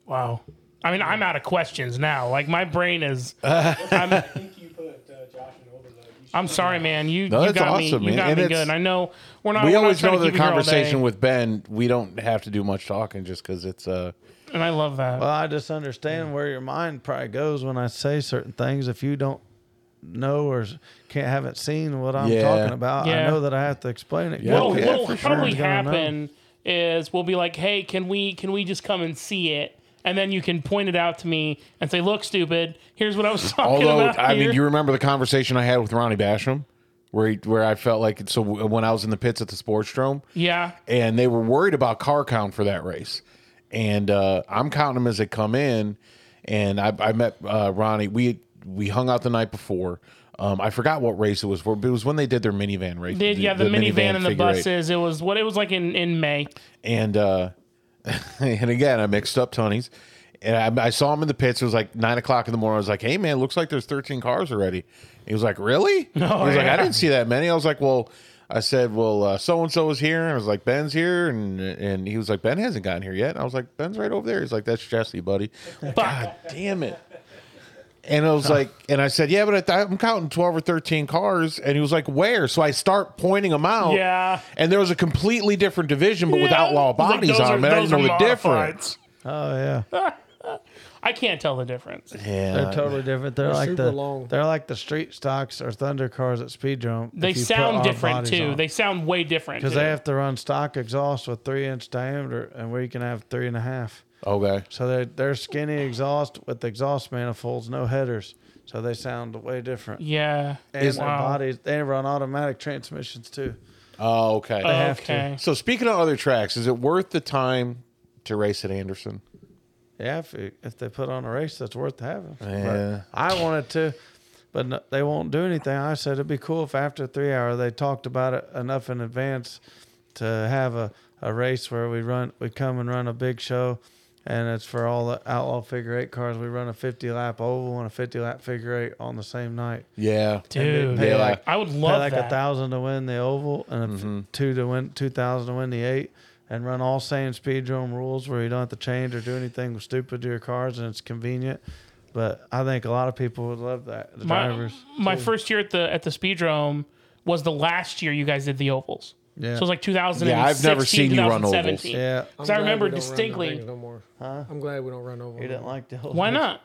A: Wow. I mean, I'm out of questions now. Like my brain is. I'm,
F: I think you put uh, Josh in overload. You should
A: I'm sorry, man. You,
E: No,
A: you
E: that's
A: got
E: awesome,
A: me. You
E: man.
A: got
E: And
A: me
E: it's-
A: good. I know we're not.
E: we
A: we're not
E: always
A: trying
E: know
A: to
E: the
A: keep you here all
E: conversation
A: day,
E: with Ben. We don't have to do much talking just because it's uh
A: and I love that.
C: Well, I just understand where your mind probably goes when I say certain things. If you don't know or s- can't haven't seen what I'm
E: Yeah.
C: talking about,
A: Yeah.
C: I know that I have to explain it.
E: Yeah.
A: what'll,
E: Oh,
A: what'll
E: for sure.
A: probably
C: It's gonna know.
A: happen is we'll be like, hey, can we can we just come and see it? And then you can point it out to me and say, look, stupid. Here's what I was talking
E: Although
A: about.
E: I
A: here."
E: mean, you remember the conversation I had with Ronnie Basham, where he, where I felt like so when I was in the pits at the Sportstrom,
A: yeah,
E: and they were worried about car count for that race, and uh, I'm counting them as they come in, and I, I met uh, Ronnie. We we hung out the night before. Um, I forgot what race it was for, but it was when they did their minivan race.
A: did yeah the, minivan and the
E: figure eight.
A: buses. It was what it was like in in May.
E: and uh, and again, I mixed up Tony's. And I, I saw him in the pits. It was like nine o'clock in the morning. I was like, "Hey, man, looks like there's 13 cars already." He was like, "Really?" he was like, "I didn't see that many." I was like, "Well," I said, "Well, so and so is here." And I was like, "Ben's here," and and he was like, "Ben hasn't gotten here yet." And I was like, "Ben's right over there." He's like, "That's Jesse, buddy." God damn it! And I was like, and I said, "Yeah, but I th- I'm counting 12 or 13 cars." And he was like, "Where?" So I start pointing them out.
A: Yeah.
E: And there was a completely different division, but with outlaw
A: It's like,
E: bodies
A: those
E: on
A: are-
E: them. And I
A: those
E: didn't know
A: are
E: the difference.
A: modifieds.
C: Oh yeah.
A: I can't tell the difference.
E: Yeah.
C: They're totally different. They're, like
D: super
C: the
D: long.
C: they're like the street stocks or thunder cars at Speedrome.
A: They sound different too. They sound way different.
C: because
A: too.
C: they have to run stock exhaust with three inch diameter, and we can have three and a half.
E: okay.
C: So they're they're skinny exhaust with exhaust manifolds, no headers. So they sound way different.
A: yeah.
C: And their
A: Wow.
C: bodies they run automatic transmissions too.
E: Oh, okay.
A: Uh,
C: have to.
A: okay.
E: so speaking of other tracks, is it worth the time to race at Anderson?
C: Yeah, if, it- if they put on a race, that's worth having. But
E: Yeah.
C: I wanted to, but no, they won't do anything. I said it'd be cool if after three hour they talked about it enough in advance to have a, a race where we run, we come and run a big show, and it's for all the outlaw figure eight cars. We run a fifty lap oval and a fifty lap figure eight on the same night.
E: Yeah.
A: Dude,
C: Pay
E: Yeah.
C: like
A: I would
C: pay
A: love
C: like
A: that.
C: a thousand to win the oval and a f- two to win two thousand to win the eight, and run all same speedrome rules where you don't have to change or do anything stupid to your cars and it's convenient. But I think a lot of people would love that. The
A: my,
C: drivers,
A: my first year at the at the Speedrome was the last year you guys did the ovals.
C: Yeah.
A: So it was like 2016,
E: Yeah, I've never seen you run ovals.
A: 2017.
C: yeah,
D: I'm
A: 'Cause I
D: glad we
A: remember
D: don't run them
A: distinctly-
D: things No more. I'm glad we don't run over.
C: you
D: them.
C: didn't like the whole.
A: Why not?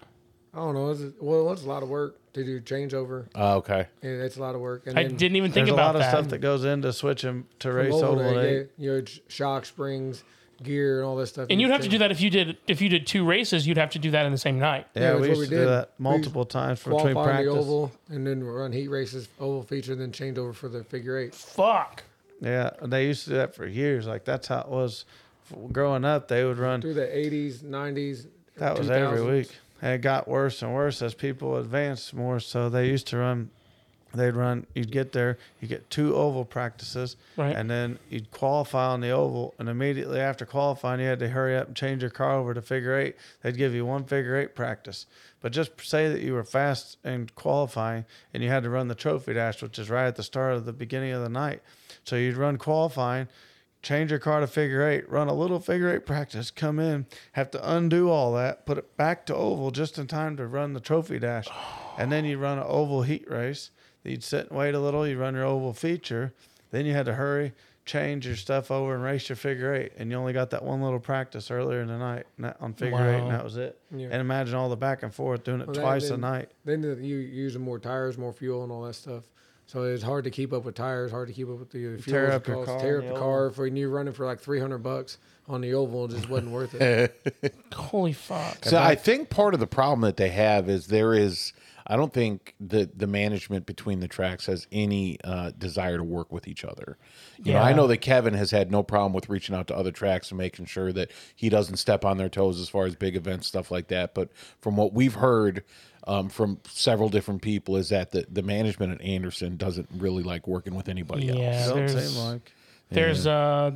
D: I don't know. It's, well, it's a lot of work to do changeover.
E: Oh, okay.
D: Yeah, it's a lot of work. And
A: I
D: then
A: didn't even think
C: There's a
A: about
C: lot of
A: that.
C: stuff that goes into switching to race
D: oval
C: oval
D: day,
C: eight.
D: you know, sh- shock springs, gear, and all that stuff.
A: and you'd have to do
D: change-
A: that if you did if you did two races, you'd have to do that in the same night.
C: Yeah,
D: Yeah,
C: we
D: that's
C: used
D: what we
C: to do
D: did.
C: that
D: We used
C: multiple times for between
D: Qualify the
C: practice.
D: oval and then run heat races, oval feature, then change over for the figure eight.
A: Fuck.
C: Yeah, and they used to do that for years. Like that's how it was. F- Growing up, they would run
D: Through the 80s, 90s.
C: That was every
D: 2000s.
C: week. And it got worse and worse as people advanced more. So they used to run they'd run you'd get there you get two oval practices
A: Right.
C: and then you'd qualify on the oval and immediately after qualifying you had to hurry up and change your car over to figure eight they'd give you one figure eight practice but just say that you were fast in qualifying and you had to run the trophy dash which is right at the start of the beginning of the night so you'd run qualifying change your car to figure eight, run a little figure eight practice, come in, have to undo all that, put it back to oval just in time to run the trophy dash. And then you run an oval heat race. You'd sit and wait a little, you run your oval feature, then you had to hurry, change your stuff over and race your figure eight. And you only got that one little practice earlier in the night and that- on figure eight,
A: Wow.
C: and that was it.
D: Yeah.
C: And imagine all the back and forth doing it
D: Well, that-
C: twice a
D: then-
C: night.
D: Then the- you using more tires, more fuel, and all that stuff. So it's hard to keep up with tires. Hard to keep up with the fuel.
C: Tear up your car
D: Tear
C: on
D: up
C: the
D: the car for you running for like three hundred bucks on the oval. It just wasn't worth it.
A: Holy fuck.
E: So I think part of the problem that they have is there is I don't think the the management between the tracks has any uh, desire to work with each other. You know, I
A: Yeah.
E: know that Kevin has had no problem with reaching out to other tracks and making sure that he doesn't step on their toes as far as big events stuff like that. But from what we've heard um, from several different people is that the, the management at Anderson doesn't really like working with anybody else.
A: Yeah,
C: Don't
A: there's,
C: seem like
A: there's uh,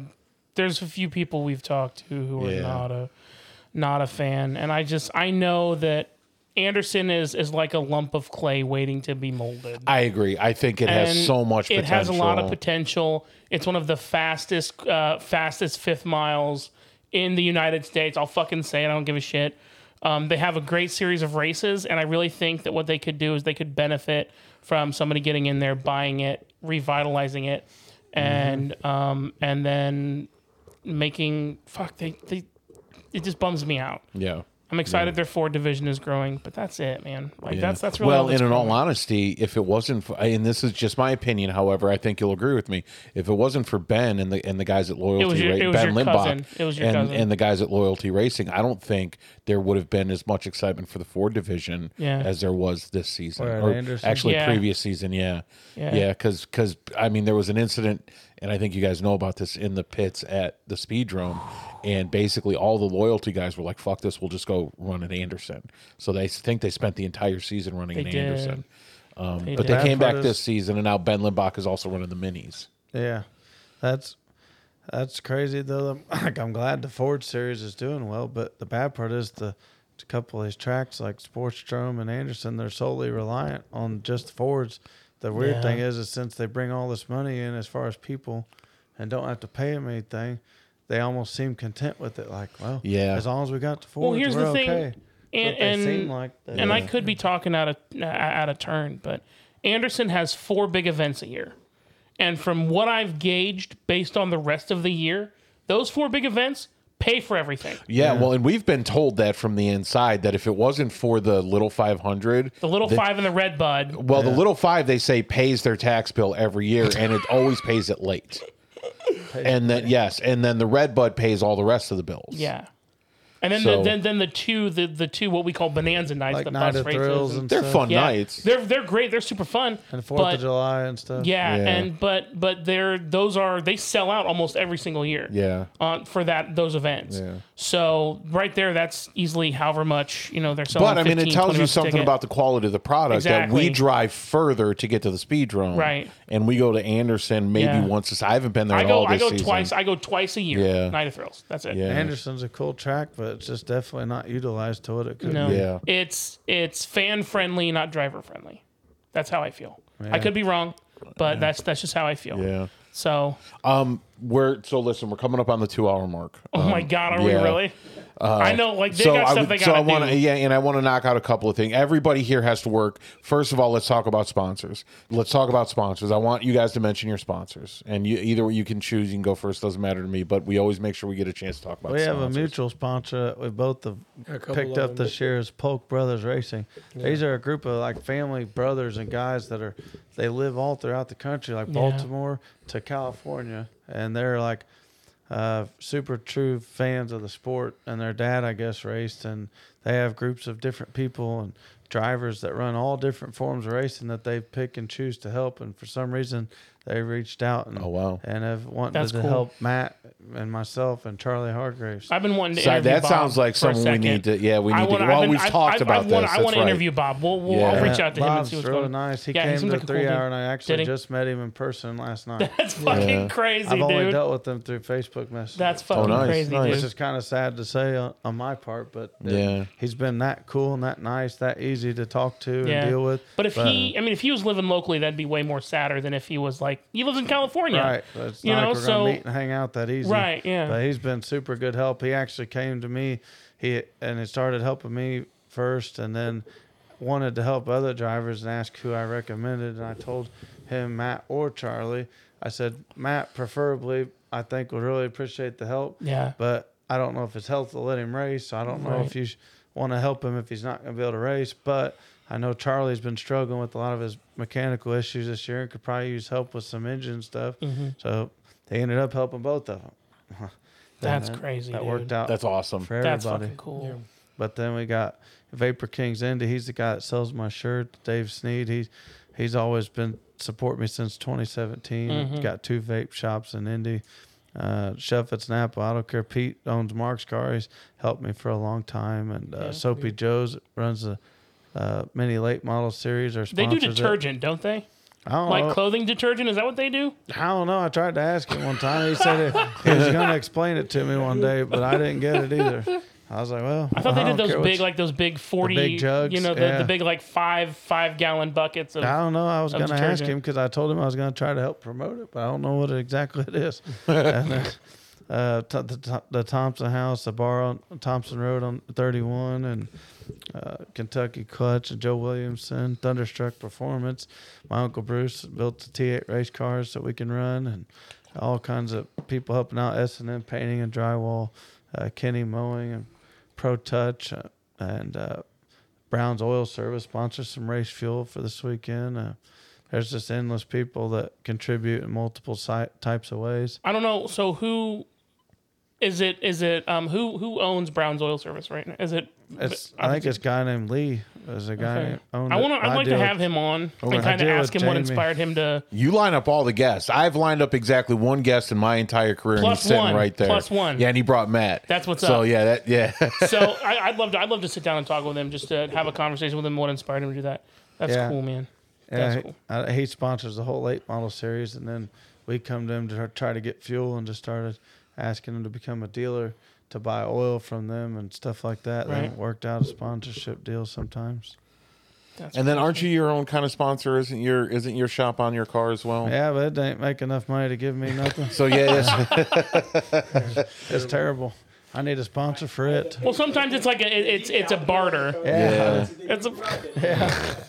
A: there's a few people we've talked to who are
E: Yeah.
A: not a not a fan, and I just I know that Anderson is is like a lump of clay waiting to be molded.
E: I agree. I think it has
A: And
E: so much
A: It
E: potential.
A: has a lot of potential. It's one of the fastest uh, fastest fifth miles in the United States. I'll fucking say it. I don't give a shit. Um, they have a great series of races, and I really think that what they could do is they could benefit from somebody getting in there, buying it, revitalizing it, and
E: Mm-hmm.
A: um, and then making fuck. They, they it just bums me out.
E: Yeah.
A: I'm excited their Ford division is growing, but that's it, man. Like that's that's really
E: well.
A: all that's
E: In an all
A: growing.
E: honesty, if it wasn't, for, and this is just my opinion, however, I think you'll agree with me. If it wasn't for Ben and the and the guys at Loyalty,
A: It was your-
E: Ra-
A: it was
E: Ben
A: your
E: Limbach,
A: cousin. It was your
E: and,
A: cousin.
E: and the guys at Loyalty Racing, I don't think there would have been as much excitement for the Ford division
A: Yeah.
E: as there was this season,
C: Or at Anderson.
E: actually
A: Yeah.
E: previous season. Yeah,
A: Yeah.
E: yeah, because I mean there was an incident, and I think you guys know about this in the pits at the Speedrome. And basically, all the loyalty guys were like, "Fuck this! We'll just go run at Anderson." So they think they spent the entire season running
A: They
E: at
A: did.
E: Anderson. Um,
A: They
E: but
A: did.
E: they came
C: Bad part
E: back
C: is-
E: this season, and now Ben Limbach is also running the minis.
C: Yeah, that's that's crazy though. Like I'm glad the Ford series is doing well, but the bad part is the a couple of these tracks like Sportstrom and Anderson, they're solely reliant on just the Fords. The weird
A: Yeah.
C: thing is, is since they bring all this money in as far as people, and don't have to pay them anything, they almost seem content with it. Like, well,
E: Yeah.
C: as long as we got the Fords,
A: Well, here's
C: we're
A: the thing,
C: okay.
A: and
C: But they
A: and,
C: seem like they-
A: and I could be talking out of uh, out of turn, but Anderson has four big events a year, and from what I've gauged based on the rest of the year, those four big events pay for everything.
E: Yeah, well, and we've been told that from the inside that if it wasn't for the little five hundred,
A: The little five and the red bud.
E: well, the little five they say pays their tax bill every year, and it always pays it late. And then yes, and then the red bud pays all the rest of the bills.
A: Yeah. And then,
E: So-
A: the, then then the two the, the two what we call bonanza nights
C: like
A: the
C: Night
A: bus
C: of
A: races
C: Thrills
A: and-
C: and
E: they're
C: stuff,
E: fun
A: yeah,
E: nights.
A: they're they're great they're super fun
C: and Fourth
A: but-
C: of July and stuff.
A: yeah,
E: Yeah.
A: and but but they're those are they sell out almost every single year
E: yeah,
A: on uh, for that those events.
E: Yeah.
A: So right there, that's easily however much you know they're selling.
E: but I mean, it
A: 15,
E: tells
A: 20
E: you
A: bucks a
E: something
A: ticket.
E: about the quality of the product that we
A: Exactly.
E: drive further to get to the speed drone,
A: Right.
E: And we go to Anderson maybe
A: Yeah.
E: once. This, I haven't been there.
A: I
E: at
A: go
E: all
A: I
E: this
A: go
E: season.
A: twice. I go twice a year.
E: Yeah.
A: Night of Thrills. That's it.
E: Yeah.
C: Anderson's a cool track, but it's just definitely not utilized to what it could.
A: No,
C: be.
E: Yeah.
A: It's it's fan friendly, not driver friendly. That's how I feel. I could be wrong, but that's that's just how I feel.
E: Yeah.
A: So
E: We're so listen. We're coming up on the two-hour mark.
A: oh my god, are we
E: Um, yeah. Uh,
A: really? I know, like they
E: so
A: got
E: I
A: stuff
E: would,
A: they got
E: so
A: to
E: I want to
A: do.
E: yeah, and I want to knock out a couple of things. Everybody here has to work. First of all, let's talk about sponsors. Let's talk about sponsors. I want you guys to mention your sponsors, and you either you can choose. You can go first. Doesn't matter to me. But we always make sure we get a chance to talk about.
C: We have a
E: sponsors.
C: mutual sponsor that we both have
D: A couple
C: picked
D: of
C: up
D: them.
C: this year is Polk Brothers Racing. These are a group of like family brothers and guys that are they live all throughout the country, like Baltimore to California, and they're like uh, super true fans of the sport. And their dad, I guess, raced, and they have groups of different people and drivers that run all different forms of racing that they pick and choose to help. And for some reason, they reached out and
E: Oh, wow.
C: and have wanted
A: That's
C: to
A: cool.
C: help Matt and myself and Charlie Hargraves.
A: I've been wanting to
E: So
A: interview
E: that
A: Bob
E: someone sounds like
A: for a
E: someone we
A: second.
E: need to- yeah, we
A: I
E: need to-
A: wanna-
E: well,
A: I've been-
E: we've
A: I've-
E: talked
A: I've-
E: about
A: I've wanna-
E: this,
A: I want
E: that's
A: to
E: right.
A: interview Bob. We'll, we'll
E: Yeah.
A: I'll reach out to him and
C: Bob's
A: see what's
C: really
A: going on.
C: nice. He
A: Yeah, he
C: came to
A: seems
C: the
A: like a cool
C: three
A: dude.
C: hour, and I actually
A: Did he?
C: just met him in person last night.
A: That's fucking crazy,
C: I've only Oh,
A: dude.
C: dealt with him through Facebook messages.
A: That's fucking
E: nice,
A: crazy,
E: nice.
A: dude.
C: which is kind of sad to say on, on my part, but uh,
E: Yeah.
C: he's been that cool and that nice, that easy to talk to
A: yeah.
C: and deal with.
A: but if he, I mean, if he was living locally, that'd be way more sadder than if he was like he lives in California.
C: Right. It's
A: You
C: not
A: know,
C: like we're
A: so-
C: gonna meet and hang out that easy.
A: Right, yeah.
C: But he's been super good help. He actually came to me, he and it started helping me first, and then wanted to help other drivers and asked who I recommended, and I told him Matt or Charlie. I said Matt preferably. I think would really appreciate the help.
A: Yeah.
C: But I don't know if his health will let him race. I don't know
A: Right.
C: if you want to help him if he's not going to be able to race. But I know Charlie's been struggling with a lot of his mechanical issues this year and could probably use help with some engine stuff.
A: Mm-hmm.
C: So they ended up helping both of them.
A: That's crazy.
C: That
A: dude.
C: worked out
E: That's awesome.
C: for
A: That's
C: everybody.
A: fucking cool.
C: But then we got Vapor Kings Indy. He's the guy that sells my shirt. Dave Sneed. He he's always been supporting me since 2017.
A: Mm-hmm.
C: Got two vape shops in Indy. Uh, Chef at Snap, I don't care. Pete owns Mark's Car. He's helped me for a long time. And uh, Soapy Joe's runs the uh, mini late model series. Or
A: They do detergent, don't they?
C: I don't
A: Like
C: know.
A: clothing detergent? Is that what they do?
C: I don't know. I tried to ask him one time. He said it, he was going to explain it to me one day, but I didn't get it either. I was like, well,
A: I thought they did
C: don't care
A: those
C: what
A: big,
C: you-
A: like those big forty,
C: jugs,
A: you know, the,
C: yeah.
A: the big like five five gallon buckets of.
C: I don't know. I was
A: of
C: going to ask
A: detergent.
C: him because I told him I was going to try to help promote it, but I don't know what exactly it is. And, uh, uh, t- the, Th- the Thompson House, the bar on Thompson Road on 31, and uh, Kentucky Clutch, and Joe Williamson, Thunderstruck Performance. My uncle Bruce built the T8 race cars that we can run, and all kinds of people helping out. S and M Painting and Drywall, uh, Kenny Mowing, and Pro Touch, uh, and uh, Brown's Oil Service sponsors some race fuel for this weekend. Uh, there's just endless people that contribute in multiple si- types of ways.
A: I don't know. So who is it? Is it um who who owns Brown's Oil Service right now? Is it?
C: It's, I think it's a guy named Lee. There's a guy named.
A: I
C: owned it.
A: want to. I'd like to
C: deal
A: have
C: with-
A: him on and
C: I
A: kind of
C: deal
A: ask him
C: with
A: what
C: Jamie.
A: inspired him to
E: You line up all the guests. I've lined up exactly one guest in my entire career,
A: Plus
E: and he's sitting
A: one.
E: right there.
A: Plus one.
E: Yeah, and he brought Matt.
A: That's what's
E: so,
A: up.
E: yeah, that yeah.
A: so I, I'd love to. I'd love to sit down and talk with him, just to have a conversation with him. What inspired him to do that? That's
C: Yeah.
A: cool, man.
C: Yeah,
A: That's
C: he-
A: cool.
C: uh, he sponsors the whole late model series, and then we come to him to try to get fuel, and just started asking him to become a dealer to buy oil from them and stuff like that. They
A: Right.
C: haven't worked out a sponsorship deal sometimes.
E: and then aren't you your own kind of sponsor? Isn't your isn't your shop on your car as well?
C: Yeah, but it ain't make enough money to give me nothing.
E: So yeah, it's,
C: it's terrible. I need a sponsor for it.
A: Well, sometimes it's like a, it- it's it's a barter.
C: Yeah,
A: It's a,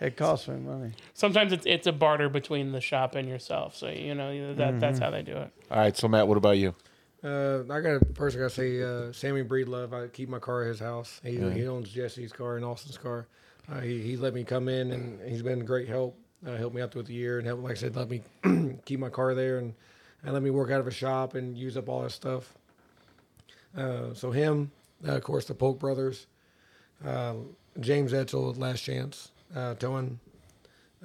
C: it costs me money.
A: sometimes it's it's a barter between the shop and yourself. So you know that that's how they do it.
E: all right. So Matt, what about you?
D: Uh, I got first. I got to say, uh, Sammy Breedlove. I keep my car at his house. He, he owns Jesse's car and Austin's car. Uh, he, he let me come in, and he's been great help. Uh, helped me out throughout the year, and helped, like I said, let me keep my car there, and, and let me work out of a shop and use up all his stuff. Uh, so him, uh, of course, the Polk brothers, uh, James Etzel, at Last Chance, uh, Towing,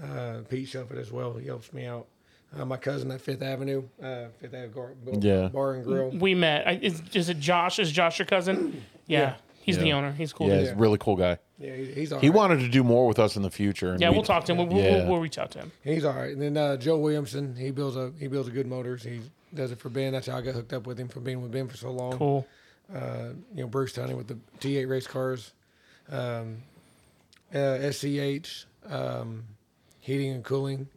D: uh, Pete Shufford as well. He helps me out. Uh, my cousin at Fifth Avenue, uh, Fifth Avenue Gar-
E: Yeah.
D: Bar and Grill.
A: We met. I, is, is it Josh? Is Josh your cousin? Yeah, he's the
E: Yeah.
A: owner. He's cool.
E: Yeah, he's
A: Yeah,
E: a really cool guy.
D: Yeah, he, he's all right.
E: He wanted to do more with us in the future. And
A: yeah
E: we-
A: we'll talk to him. We'll, we'll-
E: Yeah.
A: we'll, we'll reach out to him.
D: He's all right. And then uh, Joe Williamson, he builds a he builds a good motors. He does it for Ben. That's how I got hooked up with him from being with Ben for so long.
A: Cool.
D: Uh, you know Bruce Tunney with the T8 race cars, um, uh, SCH, um, heating and cooling.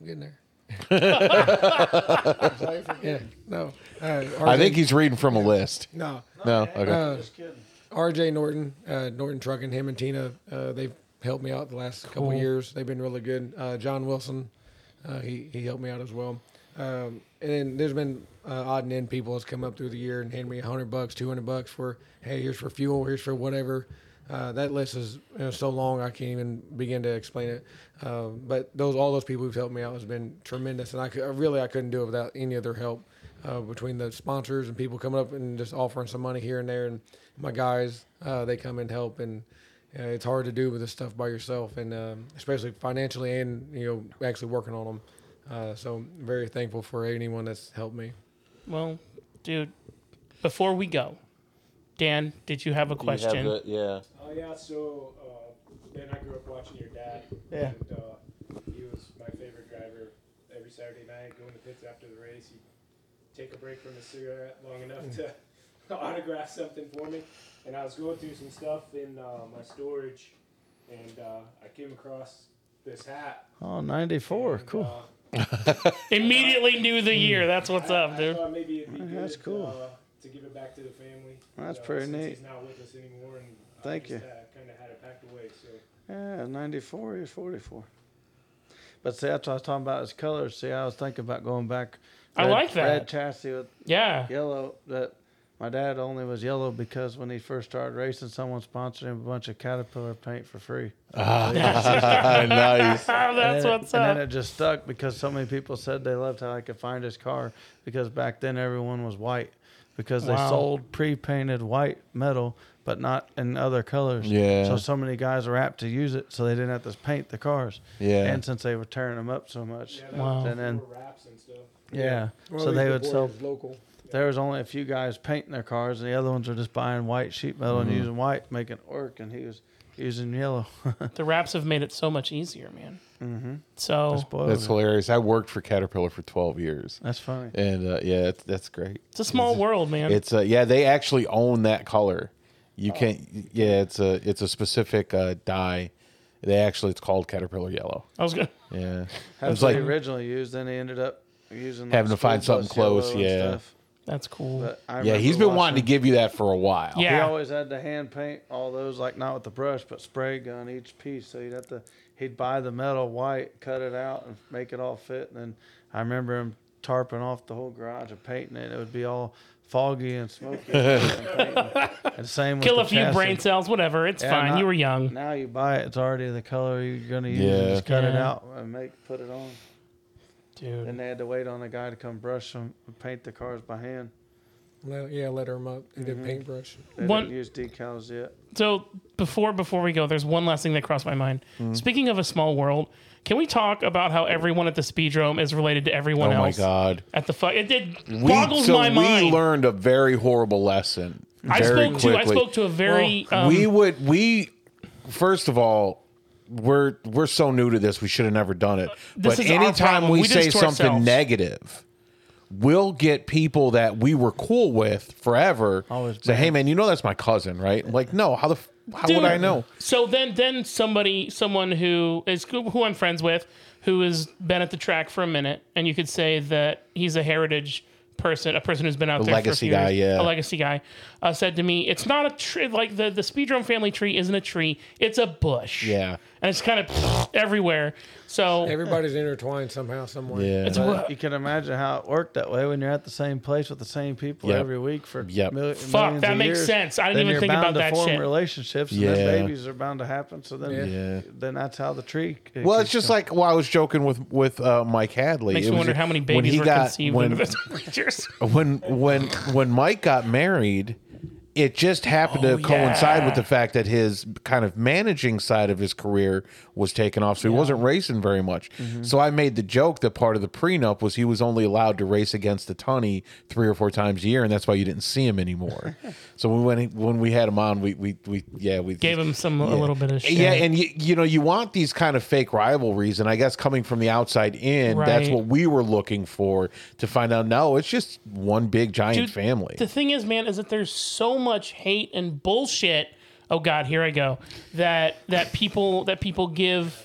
D: I'm getting there. yeah, no. Uh,
E: I
D: RJ
E: think he's reading from a list.
D: no.
E: No, okay.
D: Uh, RJ Norton, uh, Norton Trucking, him and Tina, uh, they've helped me out the last couple years. They've been really good. Uh, John Wilson, uh, he he helped me out as well. Um, and then there's been uh, odd and end people that's come up through the year and hand me hundred bucks, two hundred bucks for hey, here's for fuel, here's for whatever. Uh, that list is you know, so long I can't even begin to explain it. Um, but those all those people who've helped me out has been tremendous, and I could, really I couldn't do it without any of their help uh, between the sponsors and people coming up and just offering some money here and there. And my guys, uh, they come and help. And uh, it's hard to do with this stuff by yourself, and um especially financially and you know actually working on them. Uh, so I'm very thankful for anyone that's helped me.
A: Well, dude, before we go, Dan, did you have
G: You
A: a
G: have
A: question?
G: the- yeah.
F: Oh yeah, so uh, Ben, I grew up watching your dad.
C: Yeah.
F: And, uh, he was my favorite driver. Every Saturday night, going to pits after the race, he'd take a break from his cigarette long enough to autograph something for me. And I was going through some stuff in uh, my storage, and uh, I came across this hat.
C: Oh, 94.
F: and,
C: Cool.
F: uh,
A: Immediately knew the year. That's what's
F: I
A: up, dude.
F: thought maybe it'd be good,
C: Oh, That's cool.
F: Uh, to give it back to the family.
C: That's
F: uh,
C: pretty
F: since
C: neat.
F: He's not with us anymore, and
C: Thank
F: I just,
C: you.
F: Uh, kind of had it packed away. So
C: Yeah, 94 is 44. But see, that's what I was talking about his colors. See, I was thinking about going back.
A: I like that.
C: Red chassis with
A: Yeah.
C: yellow. That my dad only was yellow because when he first started racing, someone sponsored him a bunch of Caterpillar paint for free.
A: Oh, that's
E: nice.
C: and then it-
A: what's
C: and
A: up.
C: then it just stuck because so many people said they loved how I could find his car because back then everyone was white because
A: Wow.
C: they sold pre-painted white metal but not in other colors.
E: Yeah.
C: So so many guys were apt to use it so they didn't have to paint the cars.
E: Yeah.
C: And since they were tearing them up so much,
F: yeah, that
A: Wow.
F: was
C: And then-
F: before wraps and stuff.
C: yeah.
D: Well,
C: so
D: at least
C: they
D: the
C: would
D: boy
C: sell.
D: is local.
C: There was only a few guys painting their cars, and the other ones were just buying white sheet metal
E: Mm-hmm.
C: and using white, making it work. And he was using yellow.
A: The raps have made it so much easier, man. Mm-hmm. So
C: Spoiled
E: That's
C: it.
E: hilarious. I worked for Caterpillar for 12 years.
C: That's funny.
E: And uh, yeah, that's, that's great.
A: it's a small world, man.
E: It's uh, yeah, they actually own that color. You can't. Yeah, it's a it's a specific uh, dye. They actually it's called caterpillar yellow.
A: I was gonna.
E: Yeah, it
C: That's
E: was
C: what
E: like
C: he originally used. Then he ended up using like,
E: Having to
C: school
E: find something
C: bus yellow
E: close,
C: and
E: yeah.
C: stuff.
A: That's cool.
C: But I
E: yeah,
C: remember
E: he's been wanting
C: watching-
E: to give you that for a while.
A: Yeah.
C: He always had to hand paint all those, like not with the brush, but spray gun each piece. So he'd have to, he'd buy the metal white, cut it out, and make it all fit. And then I remember him tarping off the whole garage and painting it. It would be all foggy and smoky. and painting. same with
A: Kill
C: the
A: a few
C: chassis.
A: brain cells, whatever. It's
C: Yeah,
A: fine.
C: not-
A: you were young.
C: Now you buy it, it's already the color you're gonna use. You
E: Yeah.
C: just cut it
A: Yeah.
C: out and make put it on. Then
A: Dude.
C: they had to wait on a guy to come brush them, and paint the cars by hand.
D: Le- yeah, letter them up. They
C: Mm-hmm.
D: did paintbrush.
C: They
A: One-
C: didn't use decals yet.
A: So before before we go, there's one last thing that crossed my mind.
C: Mm-hmm.
A: Speaking of a small world, can we talk about how everyone at the speedrome is related to everyone
E: Oh my
A: else?
E: god.
A: At the fuck, it did
E: We,
A: boggles
E: so
A: my
E: we
A: mind.
E: learned a very horrible lesson.
A: I
E: very
A: spoke to I
E: quickly.
A: spoke to a very um,
E: we would we first of all we're we're so new to this we should have never done it
A: This
E: but
A: is our
E: anytime
A: problem.
E: we,
A: We did
E: say
A: this to
E: something
A: ourselves.
E: negative we'll get people that we were cool with forever
C: Always
E: say
C: bad.
E: hey man you know that's my cousin right like no how the f- how
A: Dude,
E: would i know
A: So then, then somebody, someone who is who who I'm friends with, who has been at the track for a minute, and you could say that he's a heritage person, a person who's been out there
E: legacy
A: for a few
E: guy,
A: years,
E: yeah.
A: a legacy guy, uh, said to me, "It's not a tree. Like the the speedrome family tree isn't a tree. It's a bush.
E: yeah
A: and it's kind of everywhere. So
D: Everybody's intertwined somehow, somewhere.
E: yeah
A: it's wha-
C: But you can imagine how it worked that way when you're at the same place with the same people
E: Yep.
C: every week for
E: Yep.
C: mil-
A: Fuck,
C: millions
A: that
C: of
A: makes
C: years.
A: sense. I didn't
C: Then
A: even
C: you're
A: think
C: bound
A: about
C: to
A: that
C: form
A: shit.
C: relationships, and
E: Yeah.
C: then babies are bound to happen. So then,
E: Yeah.
C: then that's how the tree. it
E: well, it's
C: keeps
E: just
C: going.
E: like well, I was joking with with uh, Mike Hadley.
A: makes
E: It
A: me
E: was-
A: wonder how many
E: when
A: babies
E: he
A: were
E: got-
A: conceived
E: when-
A: under those bleachers.
E: when when when Mike got married, it just happened
A: Oh,
E: to coincide with the fact that his kind of managing side of his career was taken off, so he wasn't racing very much.
A: Mm-hmm.
E: So I made the joke that part of the prenup was he was only allowed to race against the Tunney three or four times a year, and that's why you didn't see him anymore. so when when, he- when we had him on, we we, we yeah we
A: Gave him some a little bit of shit.
E: yeah, and you, you know you want these kind of fake rivalries, and I guess coming from the outside in, that's
A: Right.
E: what we were looking for to find out. No, it's just one big giant
A: Dude,
E: family.
A: The thing is, man, is that there's so much hate and bullshit. Oh God, here I go. That that people that people give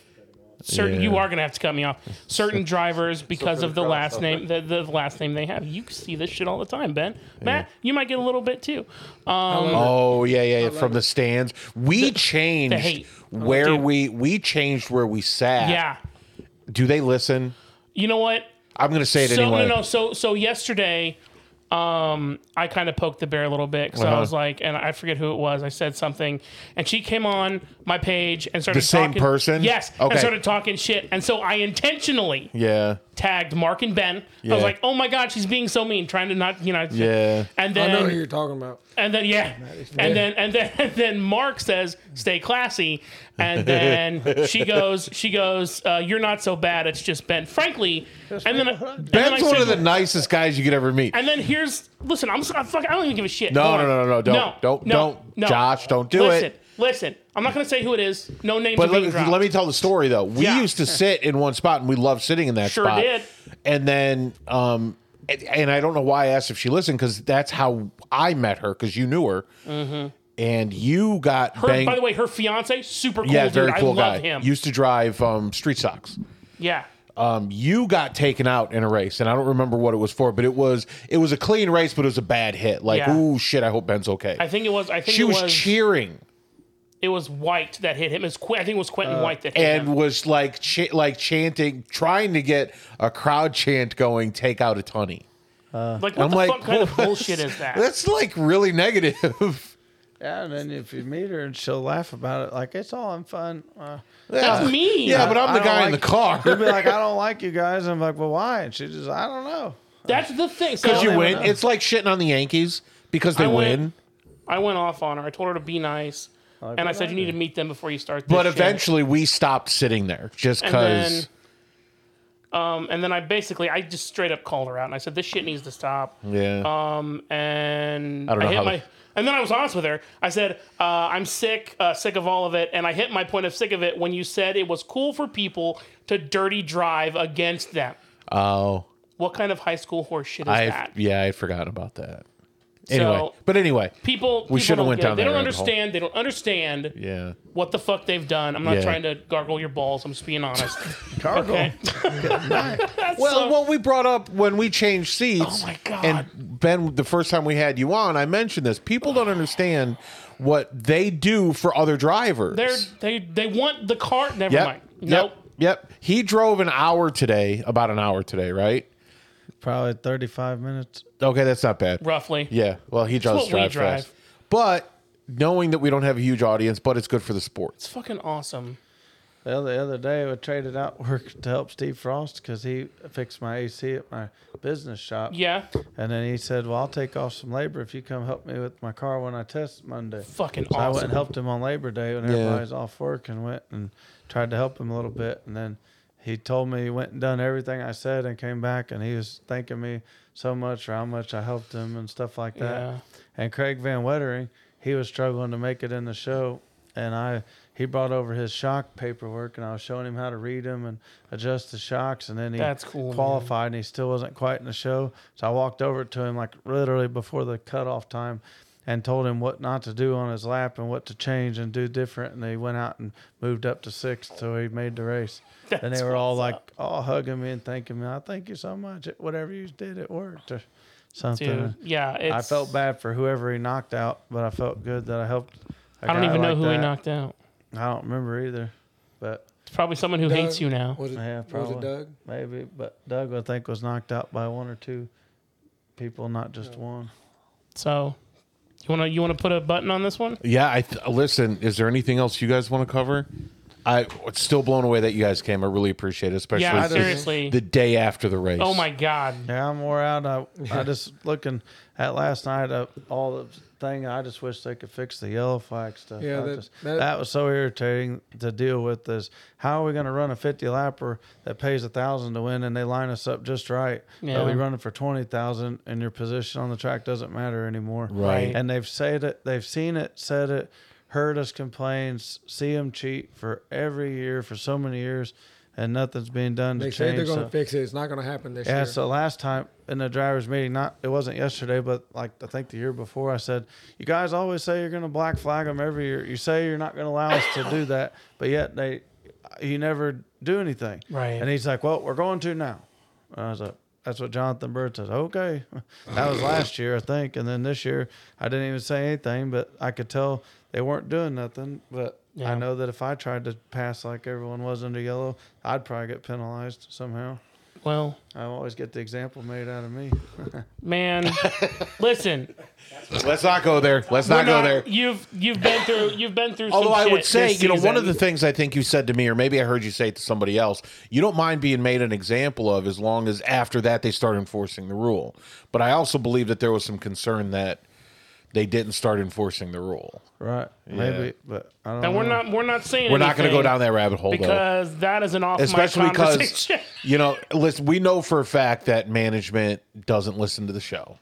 A: certain. You
E: Yeah.
A: are gonna have to cut me off. Certain drivers because of the last name, the, the last name they have. You see this shit all the time, Ben. Matt, you might get a little bit too. Um,
E: oh yeah, yeah, yeah. From the stands, we changed
A: hate. Oh,
E: where
A: Dude.
E: we we changed where we sat.
A: yeah.
E: Do they listen?
A: You know what?
E: I'm gonna say it
A: so
E: anyway.
A: no no so so yesterday um i kind of poked the bear a little bit because i
E: Uh-huh.
A: was like and i forget who it was i said something and she came on my page and started
E: The same
A: talking-
E: person?
A: yes
E: Okay.
A: and started talking shit and so i intentionally
E: Yeah,
A: tagged mark and ben i
E: Yeah.
A: was like oh my god she's being so mean trying to not you know
E: yeah.
A: and
D: I know who
A: then
D: you're talking about.
A: And then yeah, and then and then and then Mark says, "Stay classy," and then she goes, she goes, uh, "You're not so bad. It's just Ben." Frankly, and then, and then I
E: Ben's one
A: said-
E: of the nicest guys you could ever meet.
A: and then here's listen. I'm so- I fuck. I don't even give a shit.
E: No,
A: Hold
E: no,
A: on.
E: no, no, no, don't- don't- don't. Josh, don't do
A: listen,
E: it.
A: Listen, I'm not gonna say who it is. No names
E: But
A: are
E: let,
A: being dropped.
E: let me tell the story though. We
A: Yeah.
E: used to sit in one spot and we loved sitting in that
A: Sure
E: spot.
A: did.
E: And then, um, and, and I don't know why I asked if she listened because that's how I met her because you knew her, and you got
A: Mm-hmm. Her,
E: banged.
A: by the way, her fiance, super cool
E: yeah,
A: dude.
E: very cool
A: I love
E: guy.
A: him.
E: Used to drive um, street socks.
A: yeah.
E: Um, you got taken out in a race, and I don't remember what it was for, but it was it was a clean race, but it was a bad hit. Like,
A: Yeah.
E: ooh, shit! I hope Ben's okay.
A: I think it was. I think
E: she
A: it
E: was,
A: was.
E: cheering
A: it was White that hit him. It was Qu- I think it was Quentin White that hit
E: Uh, and
A: him.
E: was like ch- like chanting, trying to get a crowd chant going. Take out a tunny.
A: Like what
E: I'm
A: the
E: like,
A: fuck kind of
E: "Well,
A: bullshit is that?
E: That's like really negative.
C: Yeah, and then if you meet her and she'll laugh about it, like it's all in fun. Uh,
A: That's
E: yeah.
A: mean.
E: Yeah, but I'm
C: I
E: the
C: don't
E: guy in the
C: like-
E: car.
C: she'll be like, "I don't like you guys." I'm like, "Well, why?" And she just, "I don't know."
A: That's the thing. So
E: Because you
C: never
E: win.
C: know.
E: It's like shitting on the Yankees because they
A: I went-
E: win.
A: I went off on her. I told her to be nice, and I said you need to meet them before you start. This
E: But
A: shit."
E: eventually we stopped sitting there just
A: And then-
E: because.
A: um, and then I basically I just straight up called her out, and I said this shit needs to stop. uh, Um,
E: Yeah.
A: and
E: I
A: I,
E: don't know
A: hit
E: how-
A: my. And then I was honest with her. I said, uh, "I'm sick, uh, sick of all of it." And I hit my point of sick of it when you said it was cool for people to dirty drive against them.
E: oh,
A: What kind of high school horseshit is
E: I
A: that?
E: yeah, I forgot about that. Anyway, but anyway,
A: People, people
E: should've
A: don't
E: went
A: get it.
E: down
A: They
E: that
A: don't
E: rabbit hole.
A: understand. They don't understand
E: yeah.
A: what the fuck they've done. I'm not
E: Yeah.
A: trying to gargle your balls. I'm just being honest.
C: Cargo.
A: Okay.
E: Well,
A: So-
E: what we brought up when we changed seats.
A: Oh my God.
E: And Ben, the first time we had you on, I mentioned this. People don't understand what they do for other drivers.
A: They're, they they want the car. Never
E: Yep.
A: mind.
E: Yep.
A: Nope.
E: Yep. He drove an hour today, about an hour today, right?
C: Probably 35 minutes.
E: Okay, that's not bad.
A: Roughly.
E: Yeah. Well, he drives
A: what we
E: drive fast.
A: drive.
E: But knowing that we don't have a huge audience, but it's good for the sports.
A: It's fucking awesome.
C: The other, the other day, I traded out work to help Steve Frost because he fixed my AC at my business shop.
A: Yeah.
C: And then he said, Well, I'll take off some labor if you come help me with my car when I test Monday.
A: Fucking
C: So I went
A: awesome.
C: and helped him on Labor Day when everybody's off work and went and tried to help him a little bit. And then he told me he went and done everything I said and came back and he was thanking me so much for how much I helped him and stuff like that.
A: Yeah.
C: And Craig Van Wettering, he was struggling to make it in the show. And I, he brought over his shock paperwork, and I was showing him how to read them and adjust the shocks. And then he
A: That's cool, man.
C: qualified, and he still wasn't quite in the show. So I walked over to him like literally before the cutoff time, and told him what not to do on his lap and what to change and do different. And he went out and moved up to sixth, so he made the race. and
A: That's
C: they were all
A: what's
C: like all hugging me and thanking me. I thank you so much. Whatever you did, it worked. Or, Something.
A: Dude, yeah, it's,
C: I felt bad for whoever he knocked out, but I felt good that I helped. I
A: I don't even know who he knocked out.
C: I don't remember either, but
A: It's probably someone who hates you now.
D: Was it,
C: yeah,
D: was
C: probably
D: it Doug?
C: maybe. But Doug, I think, was knocked out by one or two people, not just one.
A: So, you wanna you wanna put a button on this one?
E: Yeah. I th- listen. Is there anything else you guys want to cover? I it's still blown away that you guys came. I really appreciate it, especially
A: Yeah,
E: the-
A: seriously.
E: the day after the race.
A: Oh my god.
C: Yeah, I'm wore out. I, I just looking at last night uh, all the thing. I just wish they could fix the yellow flag stuff.
D: Yeah,
C: I
D: that-
C: just-
D: that-
C: was so irritating to deal with. Is how are we going to run a 50 lapper that pays a thousand to win and they line us up just right? But we
A: Yeah.
C: running for twenty thousand and your position on the track doesn't matter anymore.
A: Right.
C: And they've said it. They've seen it. Said it. Heard us complain. s- See them cheat for every year for so many years, and nothing's being done to
D: They
C: change.
D: said they're going to
C: so-
D: fix it. It's not going to happen this
C: yeah,
D: year.
C: so last time in the drivers' meeting, not it wasn't yesterday, but like I think the year before, I said, "You guys always say you're going to black flag them every year. You say you're not going to allow us to do that, but yet they, you never do anything."
A: Right.
C: And he's like, "Well, we're going to now." And I was like, "That's what Jonathan Bird says." Okay, that was last year, I think, and then this year I didn't even say anything, but I could tell they weren't doing nothing. But
A: Yeah.
C: I know that if I tried to pass like everyone was under yellow, I'd probably get penalized somehow.
A: Well,
C: I always get the example made out of me.
A: man, listen.
E: Let's not go there. Let's
A: we're
E: not go
A: not-
E: there.
A: You've you've been through you've been through.
E: Although
A: some
E: I
A: shit
E: would say,
A: this
E: you know, one of
A: season.
E: the things I think you said to me, or maybe I heard you say it to somebody else, you don't mind being made an example of as long as after that they start enforcing the rule. But I also believe that there was some concern that they didn't start enforcing the rule.
C: Right. Maybe, but I don't
A: And
C: know.
A: we're not we're not saying
E: We're not going to
A: anything
E: go down that rabbit hole though.
A: because that is an off
E: especially
A: mic
E: because
A: conversation.
E: you know listen we know for a fact that management doesn't listen to the show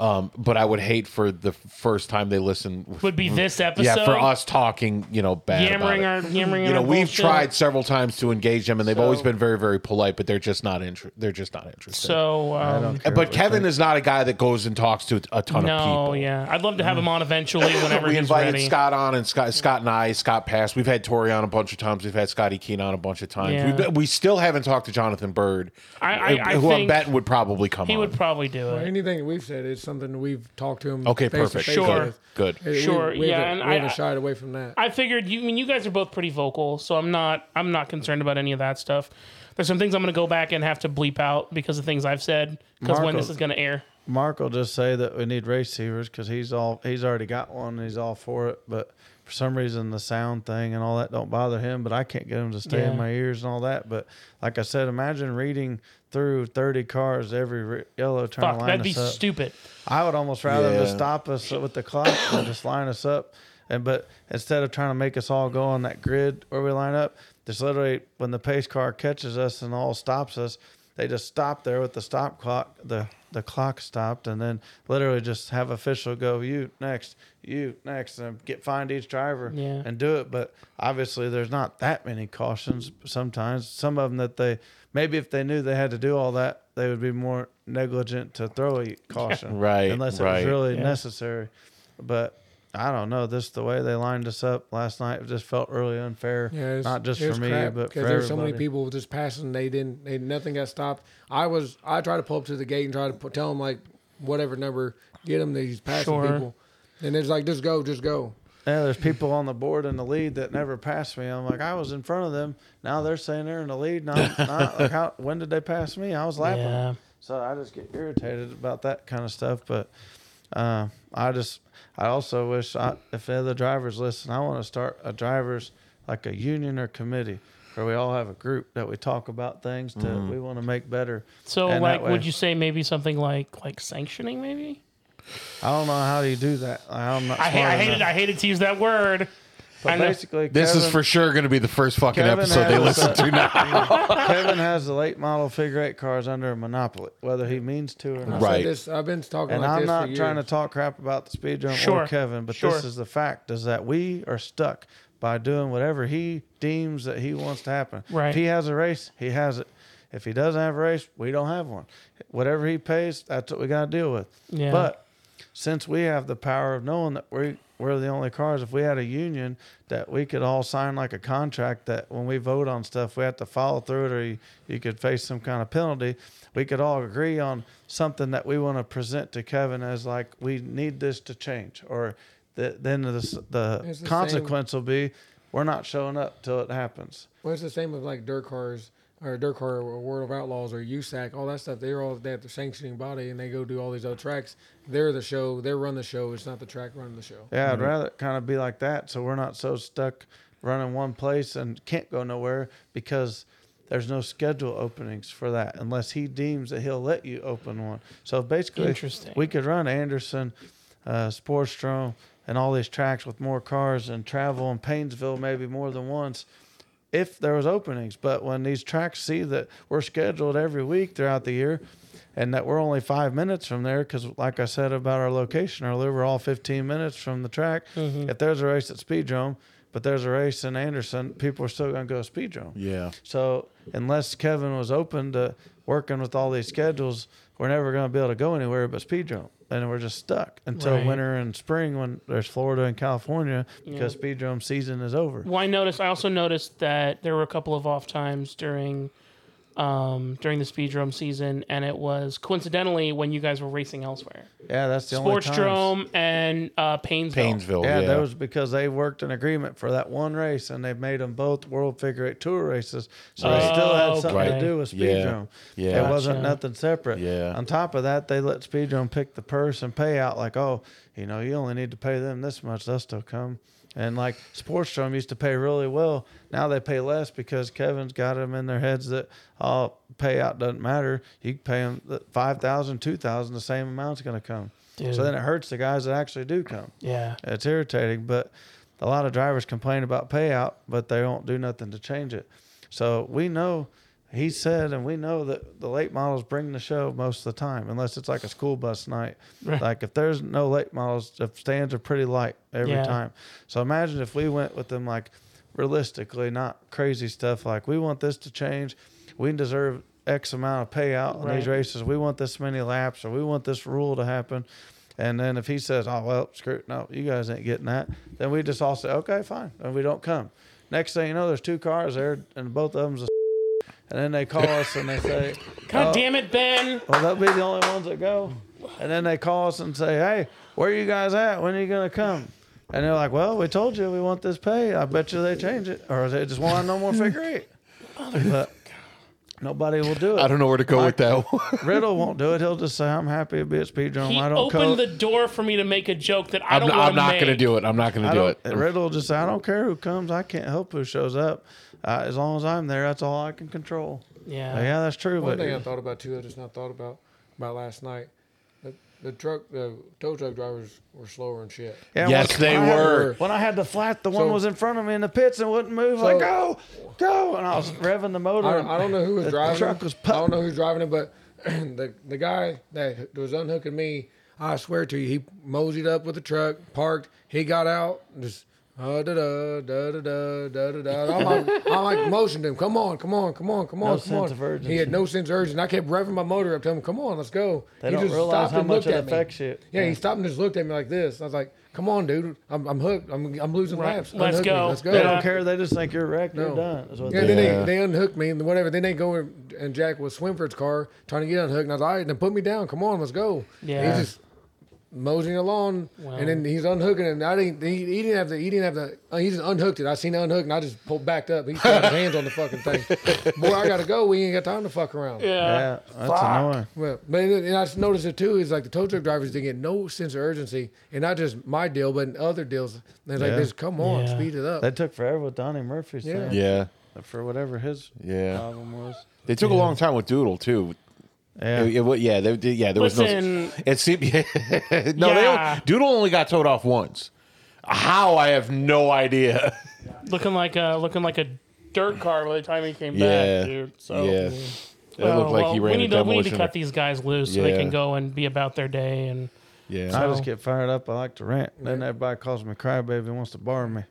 E: um, but i would hate for the first time they listen
A: would be this episode.
E: yeah for us talking you know bad about
A: yammering
E: it.
A: our yammering.
E: you know
A: our
E: we've
A: bullshit.
E: tried several times to engage them and they've always been very very polite but they're just not inter- they're just not interested
A: So um,
E: And- but kevin is not a guy that goes and talks to a ton of
A: no,
E: people Mm.
A: yeah, I'd love to have him on eventually whenever
E: we
A: he's
E: invited
A: ready.
E: Scott on, and Scott, Scott and I, Scott Pass. We've had Tori on a bunch of times. We've had Scotty Keen on a bunch of times.
A: Yeah.
E: We've been- we still haven't talked to Jonathan Bird,
A: I- I- I
E: who I'm
A: think
E: betting would probably come
A: he
E: on.
A: would probably do
D: Well,
A: it.
D: anything that we've said is something we've talked to him.
E: okay,
D: face to
E: perfect.
D: face
A: Sure.
D: with.
E: Good. Good.
D: Hey, we-
A: Sure,
D: we
A: yeah, and
D: haven't- we
A: I-
D: haven't shied away from that.
A: I figured you I mean you guys are both pretty vocal, so I'm not I'm not concerned about any of that stuff. There's some things I'm going to go back and have to bleep out because of things I've said because when
C: Marco.
A: this is going to air.
C: Mark will just say that we need race receivers because he's all he's already got one and he's all for it. But for some reason, the sound thing and all that don't bother him. But I can't get him to stay
A: Yeah.
C: in my ears and all that. But like I said, imagine reading through thirty cars every re- yellow turn
A: Fuck,
C: line
A: that'd be
C: us up.
A: stupid.
C: I would almost rather
E: Yeah.
C: just stop us with the clock and just line us up. And but instead of trying to make us all go on that grid where we line up, just literally when the pace car catches us and all stops us, they just stop there with the stop clock. The the clock stopped, and then literally just have official go you next, you next, and get find each driver
A: Yeah.
C: and do it. But obviously, there's not that many cautions. Sometimes some of them that they maybe if they knew they had to do all that, they would be more negligent to throw a caution,
E: Right,
C: Unless
E: right.
C: it was really necessary. But I don't know. This the way they lined us up last night. It just felt really unfair.
D: Yeah, it's-
C: not just
D: it
C: for
D: was
C: me,
D: crap,
C: but for
D: there's so many
C: everybody.
D: people just passing, they didn't, they nothing got stopped. I was, I tried to pull up to the gate and try to pu- tell them like whatever number, get them these passing
A: Sure.
D: people, and it's like just go, just go.
C: Yeah, there's people on the board in the lead that never passed me. I'm like, I was in front of them. Now they're saying they're in the lead. Now, now like how, when did they pass me? I was lapping.
A: Yeah.
C: them. So I just get irritated about that kind of stuff. But uh, I just, I also wish I, if the other drivers listen, I want to start a drivers like a union or committee where we all have a group that we talk about things that
E: Mm-hmm.
C: we want to make better.
A: So
C: And that
A: like would
C: way-
A: you say maybe something like like sanctioning maybe?
C: I don't know how you do that. I'm not.
A: I, ha-
C: smart
A: I hated
C: enough.
A: I hated to use that word. I
C: But
A: know.
C: basically,
E: this is
C: Kevin-
E: for sure going to be the first fucking
C: Kevin
E: episode they
C: has
E: listen
C: a-
E: to now.
C: Kevin has the late model figure eight cars under a monopoly, whether he means to or not.
D: I said
E: Right.
D: this- I've been talking
C: And
D: like
C: I'm
D: this
C: not
D: for
C: trying to
D: years.
C: talk crap about the speed jump
A: Sure.
C: or Kevin, but
A: Sure.
C: this is the fact: is that we are stuck by doing whatever he deems that he wants to happen.
A: Right.
C: If he has a race, he has it. If he doesn't have a race, we don't have one. Whatever he pays, that's what we got to deal with.
A: Yeah.
C: But since we have the power of knowing that we we're the only cars, if we had a union that we could all sign like a contract that when we vote on stuff, we have to follow through it, or you, you could face some kind of penalty. We could all agree on something that we want to present to Kevin as like we need this to change, or the, then the the
D: It's the
C: consequence will be we're not showing up till it happens.
D: Well, it's the same with like dirt cars or dirt car or World of Outlaws or USAC, all that stuff. They're all they have the sanctioning body and they go do all these other tracks. They're the show. They run the show. It's not the track running the show.
C: Yeah, I'd rather it kind of be like that, so we're not so stuck running one place and can't go nowhere because there's no schedule openings for that unless he deems that he'll let you open one. So basically,
A: Interesting.
C: we could run Anderson, uh, Sportstrom, and all these tracks with more cars and travel and Paynesville maybe more than once if there was openings. But when these tracks see that we're scheduled every week throughout the year, and that we're only five minutes from there, because like I said about our location earlier, we're all 15 minutes from the track. If there's a race at Speedrome, but there's a race in Anderson, people are still going to go to Speedrome.
E: Yeah.
C: So unless Kevin was open to working with all these schedules, we're never going to be able to go anywhere but speed drum, and we're just stuck until
A: Right.
C: winter and spring when there's Florida and California because speed drum season is over.
A: Well, I noticed. I also noticed that there were a couple of off times during, um, during the speedrome season, and it was coincidentally when you guys were racing elsewhere.
C: Yeah, that's the only time.
A: Sportsdrome and uh, Painesville.
E: Painesville.
C: Yeah,
E: Yeah,
C: that was because they worked an agreement for that one race, and they made them both World Figure Eight Tour races, so they
A: Right.
C: still had
A: Oh,
C: something
A: okay.
C: to do with
E: Yeah.
C: Speed Drum.
E: Yeah.
C: it wasn't
A: Gotcha.
C: nothing separate.
E: Yeah.
C: On top of that, they let Speed Drum pick the purse and payout. Like, oh, you know, you only need to pay them this much; they'll still come. And like Sports Drum used to pay really well, now they pay less because Kevin's got them in their heads that oh, payout doesn't matter. You can pay them five thousand, two thousand, the same amount's going to come. So then it hurts the guys that actually do come.
A: Yeah.
C: It's irritating, but a lot of drivers complain about payout, but they don't do nothing to change it. So we know he said, and we know that the late models bring the show most of the time, unless it's like a school bus night. Like if there's no late models, the stands are pretty light every
A: Yeah.
C: time. So imagine if we went with them like realistically, not crazy stuff like we want this to change, we deserve X amount of payout on these
A: Right.
C: races, we want this many laps, or we want this rule to happen. And then if he says, "Oh well, screw no, you guys ain't getting that," then we just all say, "Okay, fine," and we don't come. Next thing you know, there's two cars there, and both of them's a and then they call us and they say,
A: God
C: "Oh,
A: damn it, Ben.
C: well, they'll be the only ones that go. And then they call us and say, hey, where are you guys at? When are you going to come? And they're like, well, we told you we want this pay. I bet you they change it. Or they just want no more figure eight. But nobody will do it.
E: I don't know where to go with that one.
C: Riddle won't do it. He'll just say, I'm happy to be at
E: Oh,
C: Speedrome.
A: He
C: I
A: opened
C: don't coach.
A: the door for me to make a joke that I
E: I'm,
A: don't
E: I'm
A: want to
E: not
A: make.
E: going to do it. I'm not going to
C: I
E: do
C: don't,
E: it.
C: Riddle will just say, I don't care who comes. I can't help who shows up. Uh, as long as I'm there, that's all I can control.
A: Yeah.
E: Oh,
C: Like, yeah, that's true.
D: One
C: but
D: thing I thought about too, I just not thought about about last night. The, the truck, the tow truck drivers were slower and shit.
C: Yeah,
E: Yes,
C: when-
E: they
C: when I had-
E: were.
C: when I had the flat, the one
D: So-
C: was in front of me in the pits and wouldn't move. like, go, go, and I was revving the motor.
D: I,
C: and-
D: I don't know who was
C: The
D: driving.
C: truck was
D: I don't know who's driving it, but the the guy that was unhooking me, I swear to you, he moseyed up with the truck, parked. He got out, and just uh, da da da da da da da da. I'm like, I'm like motioned him, come on, come on, come on, come on, come
C: sense
D: on.
C: of urgency.
D: He had no sense of urgency. I kept revving my motor up, telling him, come on, let's go.
C: They
D: he
C: don't realize
D: stopped
C: how
D: and
C: much
D: looked
C: it
D: at me.
C: affects you.
D: Yeah, he stopped and just looked at me like this. I was like, come on, dude, I'm, I'm hooked. I'm, I'm losing
A: Right.
D: laps.
A: Let's
D: Unhook me.
A: go.
D: Let's go.
C: They
A: Yeah.
C: don't care. They just think you're wrecked. You're
D: No.
C: done. Is what
D: Yeah,
C: they
D: then
E: Yeah.
D: they, they unhooked me and whatever. Then they go in, and Jack was Swinford's car trying to get unhooked. And I was like, all right, then put me down. Come on, let's go.
A: Yeah.
D: He's just moseying along.
A: Wow.
D: And then he's unhooking it. And I didn't, he, he didn't have the, he didn't have the, uh, he just unhooked it. I seen it unhooked and I just pulled backed up. He had his hands on the fucking thing. Boy, I got to go. We ain't got time to fuck around.
A: Yeah.
C: Yeah, that's annoying.
D: Well, but it- and I just noticed it too. Is like the tow truck drivers they get no sense of urgency, and not just my deal, but in other deals, they're like,
C: Yeah.
D: "Just come on,
A: Yeah.
D: speed it up."
C: They took forever with Donnie Murphy's
D: Yeah.
C: thing
E: Yeah.
C: for whatever his
E: Yeah.
C: problem was.
E: They took a long time with Doodle, too.
C: Yeah,
E: It- it wa- yeah, they, they- yeah, there
A: Listen.
E: was no. It seemed. no, they
A: Yeah.
E: don't, Doodle only got towed off once. How I have no idea.
A: Looking like a looking like a dirt car by the time he came
E: Yeah,
A: back, dude. So
E: yeah, it
A: Well,
E: looked like he
A: well, we need,
E: ran a
A: to, we need to
E: demolition.
A: cut these guys loose so they
E: Yeah.
A: can go and be about their day and
E: yeah,
C: I just get fired up. I like to rant. Then everybody calls me crybaby and wants to bar me.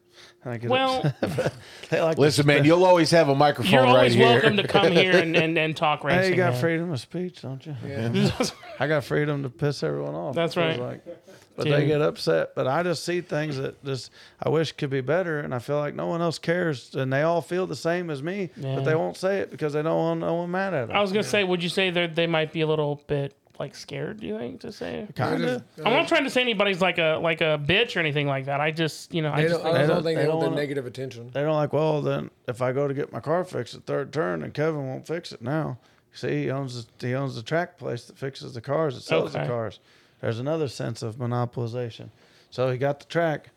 C: And I get
A: well
C: upset. they like
E: listen, man, you'll always have a microphone
A: you're
E: right
A: always
E: here.
A: welcome to come here and, and, and talk
C: To, hey,
A: racing.
C: you got
A: man.
C: freedom of speech, don't you?
A: That's
C: I got freedom to piss everyone off.
A: That's
C: It feels
A: right.
C: like. but they
A: Dude.
C: get upset. But I just see things that just I wish could be better, and I feel like no one else cares, and they all feel the same as me,
A: Yeah.
C: but they won't say it because they don't want no one mad at them.
A: I was gonna say, would you say that they might be a little bit like scared? Do you think to say?
C: kind of.
A: I'm
D: uh,
A: not trying to say anybody's like a like a bitch or anything like that. I just you know I
D: They
A: just
D: don't, I
A: think,
D: don't,
C: they don't-
D: think
C: they
D: they, want
C: don't
D: the
C: wanna-
D: negative attention.
C: They don't like. Well, then if I go to get my car fixed at third turn, and Kevin won't fix it now. See, he owns the, he owns the track place that fixes the cars that sells
A: Okay.
C: the cars. There's another sense of monopolization. So he got the track.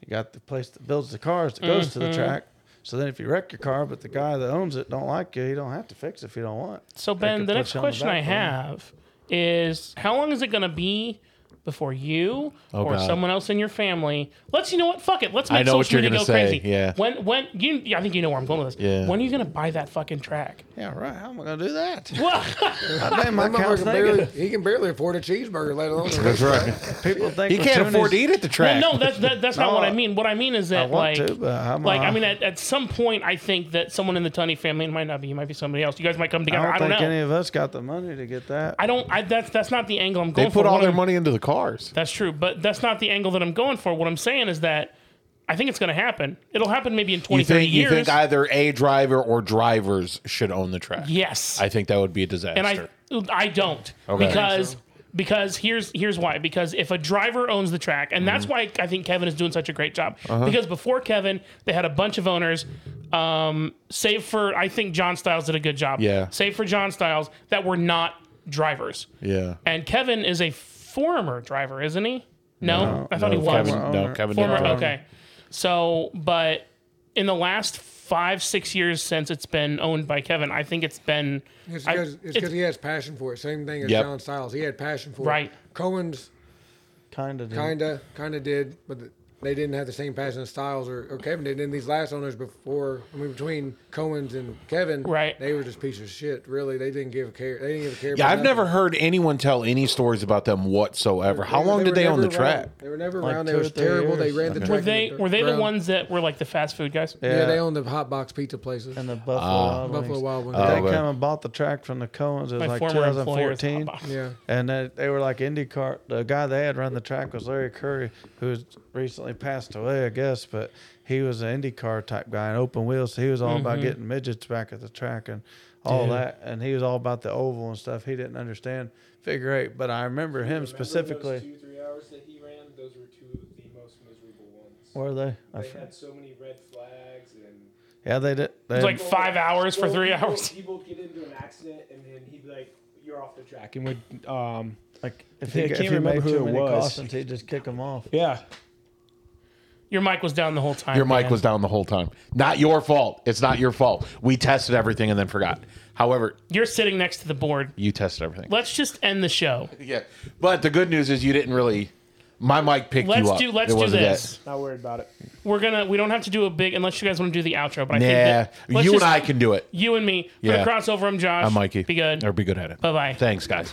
C: You got the place that builds the cars that goes
A: Mm-hmm.
C: to the track. So then, if you wreck your car, but the guy that owns it don't like you, you don't have to fix it if you don't want.
A: so
C: They
A: Ben,
C: could
A: the
C: put
A: next
C: you on the
A: question I
C: back burner.
A: have is how long is it gonna be before you or
E: Oh, God.
A: someone else in your family? Let's you know what? Fuck it. Let's
E: I
A: make
E: know
A: social
E: what you're
A: media go
E: gonna say,
A: crazy.
E: yeah.
A: When when you yeah, I think you know where I'm going with this.
E: Yeah.
A: When are you gonna buy that fucking track?
C: Yeah, right. How am I gonna do that?
A: Well,
C: I think my
D: That motherfucker
C: account's
D: barely,
C: negative.
D: he can barely afford a cheeseburger, let alone a
E: That's right.
C: People think
E: He can't
C: Latooni's-
E: afford to eat at the track.
A: no, that's that, that's not
C: No,
A: what I mean. What I mean is that
C: I want
A: like
C: to, but I'm
A: Like, I
C: uh,
A: mean, at, at some point, I think that someone in the Tunney family, it might not be, it might be somebody else. You guys might come
C: I
A: together.
C: don't
A: I don't,
C: think
A: know.
C: any of us got the money to get that.
A: I don't. I, that's that's not the angle I'm going
E: they
A: for.
E: put all
A: What
E: their
A: I'm-
E: money into the cars.
A: That's true, but that's not the angle that I'm going for. What I'm saying is that I think it's going to happen. It'll happen maybe in 20,
E: You think
A: 30 years.
E: you think either a driver or drivers should own the track?
A: yes,
E: I think that would be a disaster.
A: and I I don't
E: Okay.
A: because because here's here's why because if a driver owns the track and
E: Mm-hmm.
A: that's why I think Kevin is doing such a great job
E: Uh-huh.
A: because before Kevin they had a bunch of owners um save for I think John Styles did a good job
E: Yeah.
A: save for John Styles that were not drivers
E: yeah.
A: and Kevin is a former driver isn't he no, I thought he was
E: Kevin,
C: Former
E: no,
C: owner.
E: Kevin
A: Former,
E: didn't drive.
A: okay. So, but in the last five, six years since it's been owned by Kevin, I think it's been.
D: It's
A: I-
D: because it's
A: it's-
D: 'cause he has passion for it. Same thing as
E: Yep.
D: John Styles. He had passion for
A: Right.
D: it. Cohen's
C: kind of
D: Kinda, kinda did, but th- they didn't have the same passion and styles or, or Kevin did. And these last owners before, I mean, between Cohen's and Kevin,
A: Right.
D: They were just pieces of shit. Really, they didn't give a care. They didn't give a care.
E: Yeah,
D: about
E: I've never
D: nothing.
E: heard anyone tell any stories about them whatsoever. How long
D: were
E: did they
D: never
E: own the
D: around.
E: track?
D: They were never
C: Like
D: around. They
C: two or
D: were
C: three
D: terrible. They
C: years.
D: ran the track.
A: Were
D: in
A: they
D: dirt
A: were they the
D: ground.
A: ones that were like the fast food guys?
D: Yeah,
C: Yeah.
D: they owned the hot box pizza places.
C: and the Buffalo
F: Uh,
C: Wild Wings.
D: Buffalo Wild Wings.
C: They
E: Oh,
C: came
E: but-
C: and bought the track from the Cohens. It was
A: My
C: like
A: former employer's
C: 2014.
A: hot box.
D: yeah.
C: And they, they were like IndyCar. The guy they had run the track was Larry Curry, who's recently passed away, I guess. But he was an IndyCar type guy and open wheels. So he was all
A: Mm-hmm.
C: about getting midgets back at the track and all that. And he was all about the oval and stuff. He didn't understand figure eight. But I remember him
F: Remember
C: specifically.
F: Those two, three hours that he ran, those were two of the most miserable ones.
C: Were they? I
F: They
C: f-
F: had so many red flags and.
C: yeah, they did. They
A: It's like five hours for
F: Well,
A: three
F: he would-
A: hours.
F: He would get into an accident and then he'd be like, "You're off the track," and would um
C: like if
F: I
C: he,
F: can't
C: if he
F: remember
C: made
F: who
C: too
F: it
C: many
F: was.
C: cautions, he'd just kick him off.
F: yeah.
A: Your mic was down the whole time.
E: Your mic
A: man.
E: was down the whole time. Not your fault. It's not your fault. We tested everything and then forgot. However,
A: You're sitting next to the board.
E: you tested everything.
A: Let's just end the show.
E: Yeah, but the good news is you didn't really. My mic picked
A: Let's
E: you up.
A: do let's
E: It
A: do
E: wasn't that-
A: this.
F: Not worried about it.
A: We're gonna we don't have to do a big unless you guys want to do the outro, but I
E: Yeah,
A: think that, let's
E: you
A: just-
E: and I can do it.
A: you and me. For
E: Yeah.
A: the crossover, I'm Josh.
E: I'm Mikey.
A: Be good.
E: Or be good at it.
A: Bye bye.
E: Thanks, guys.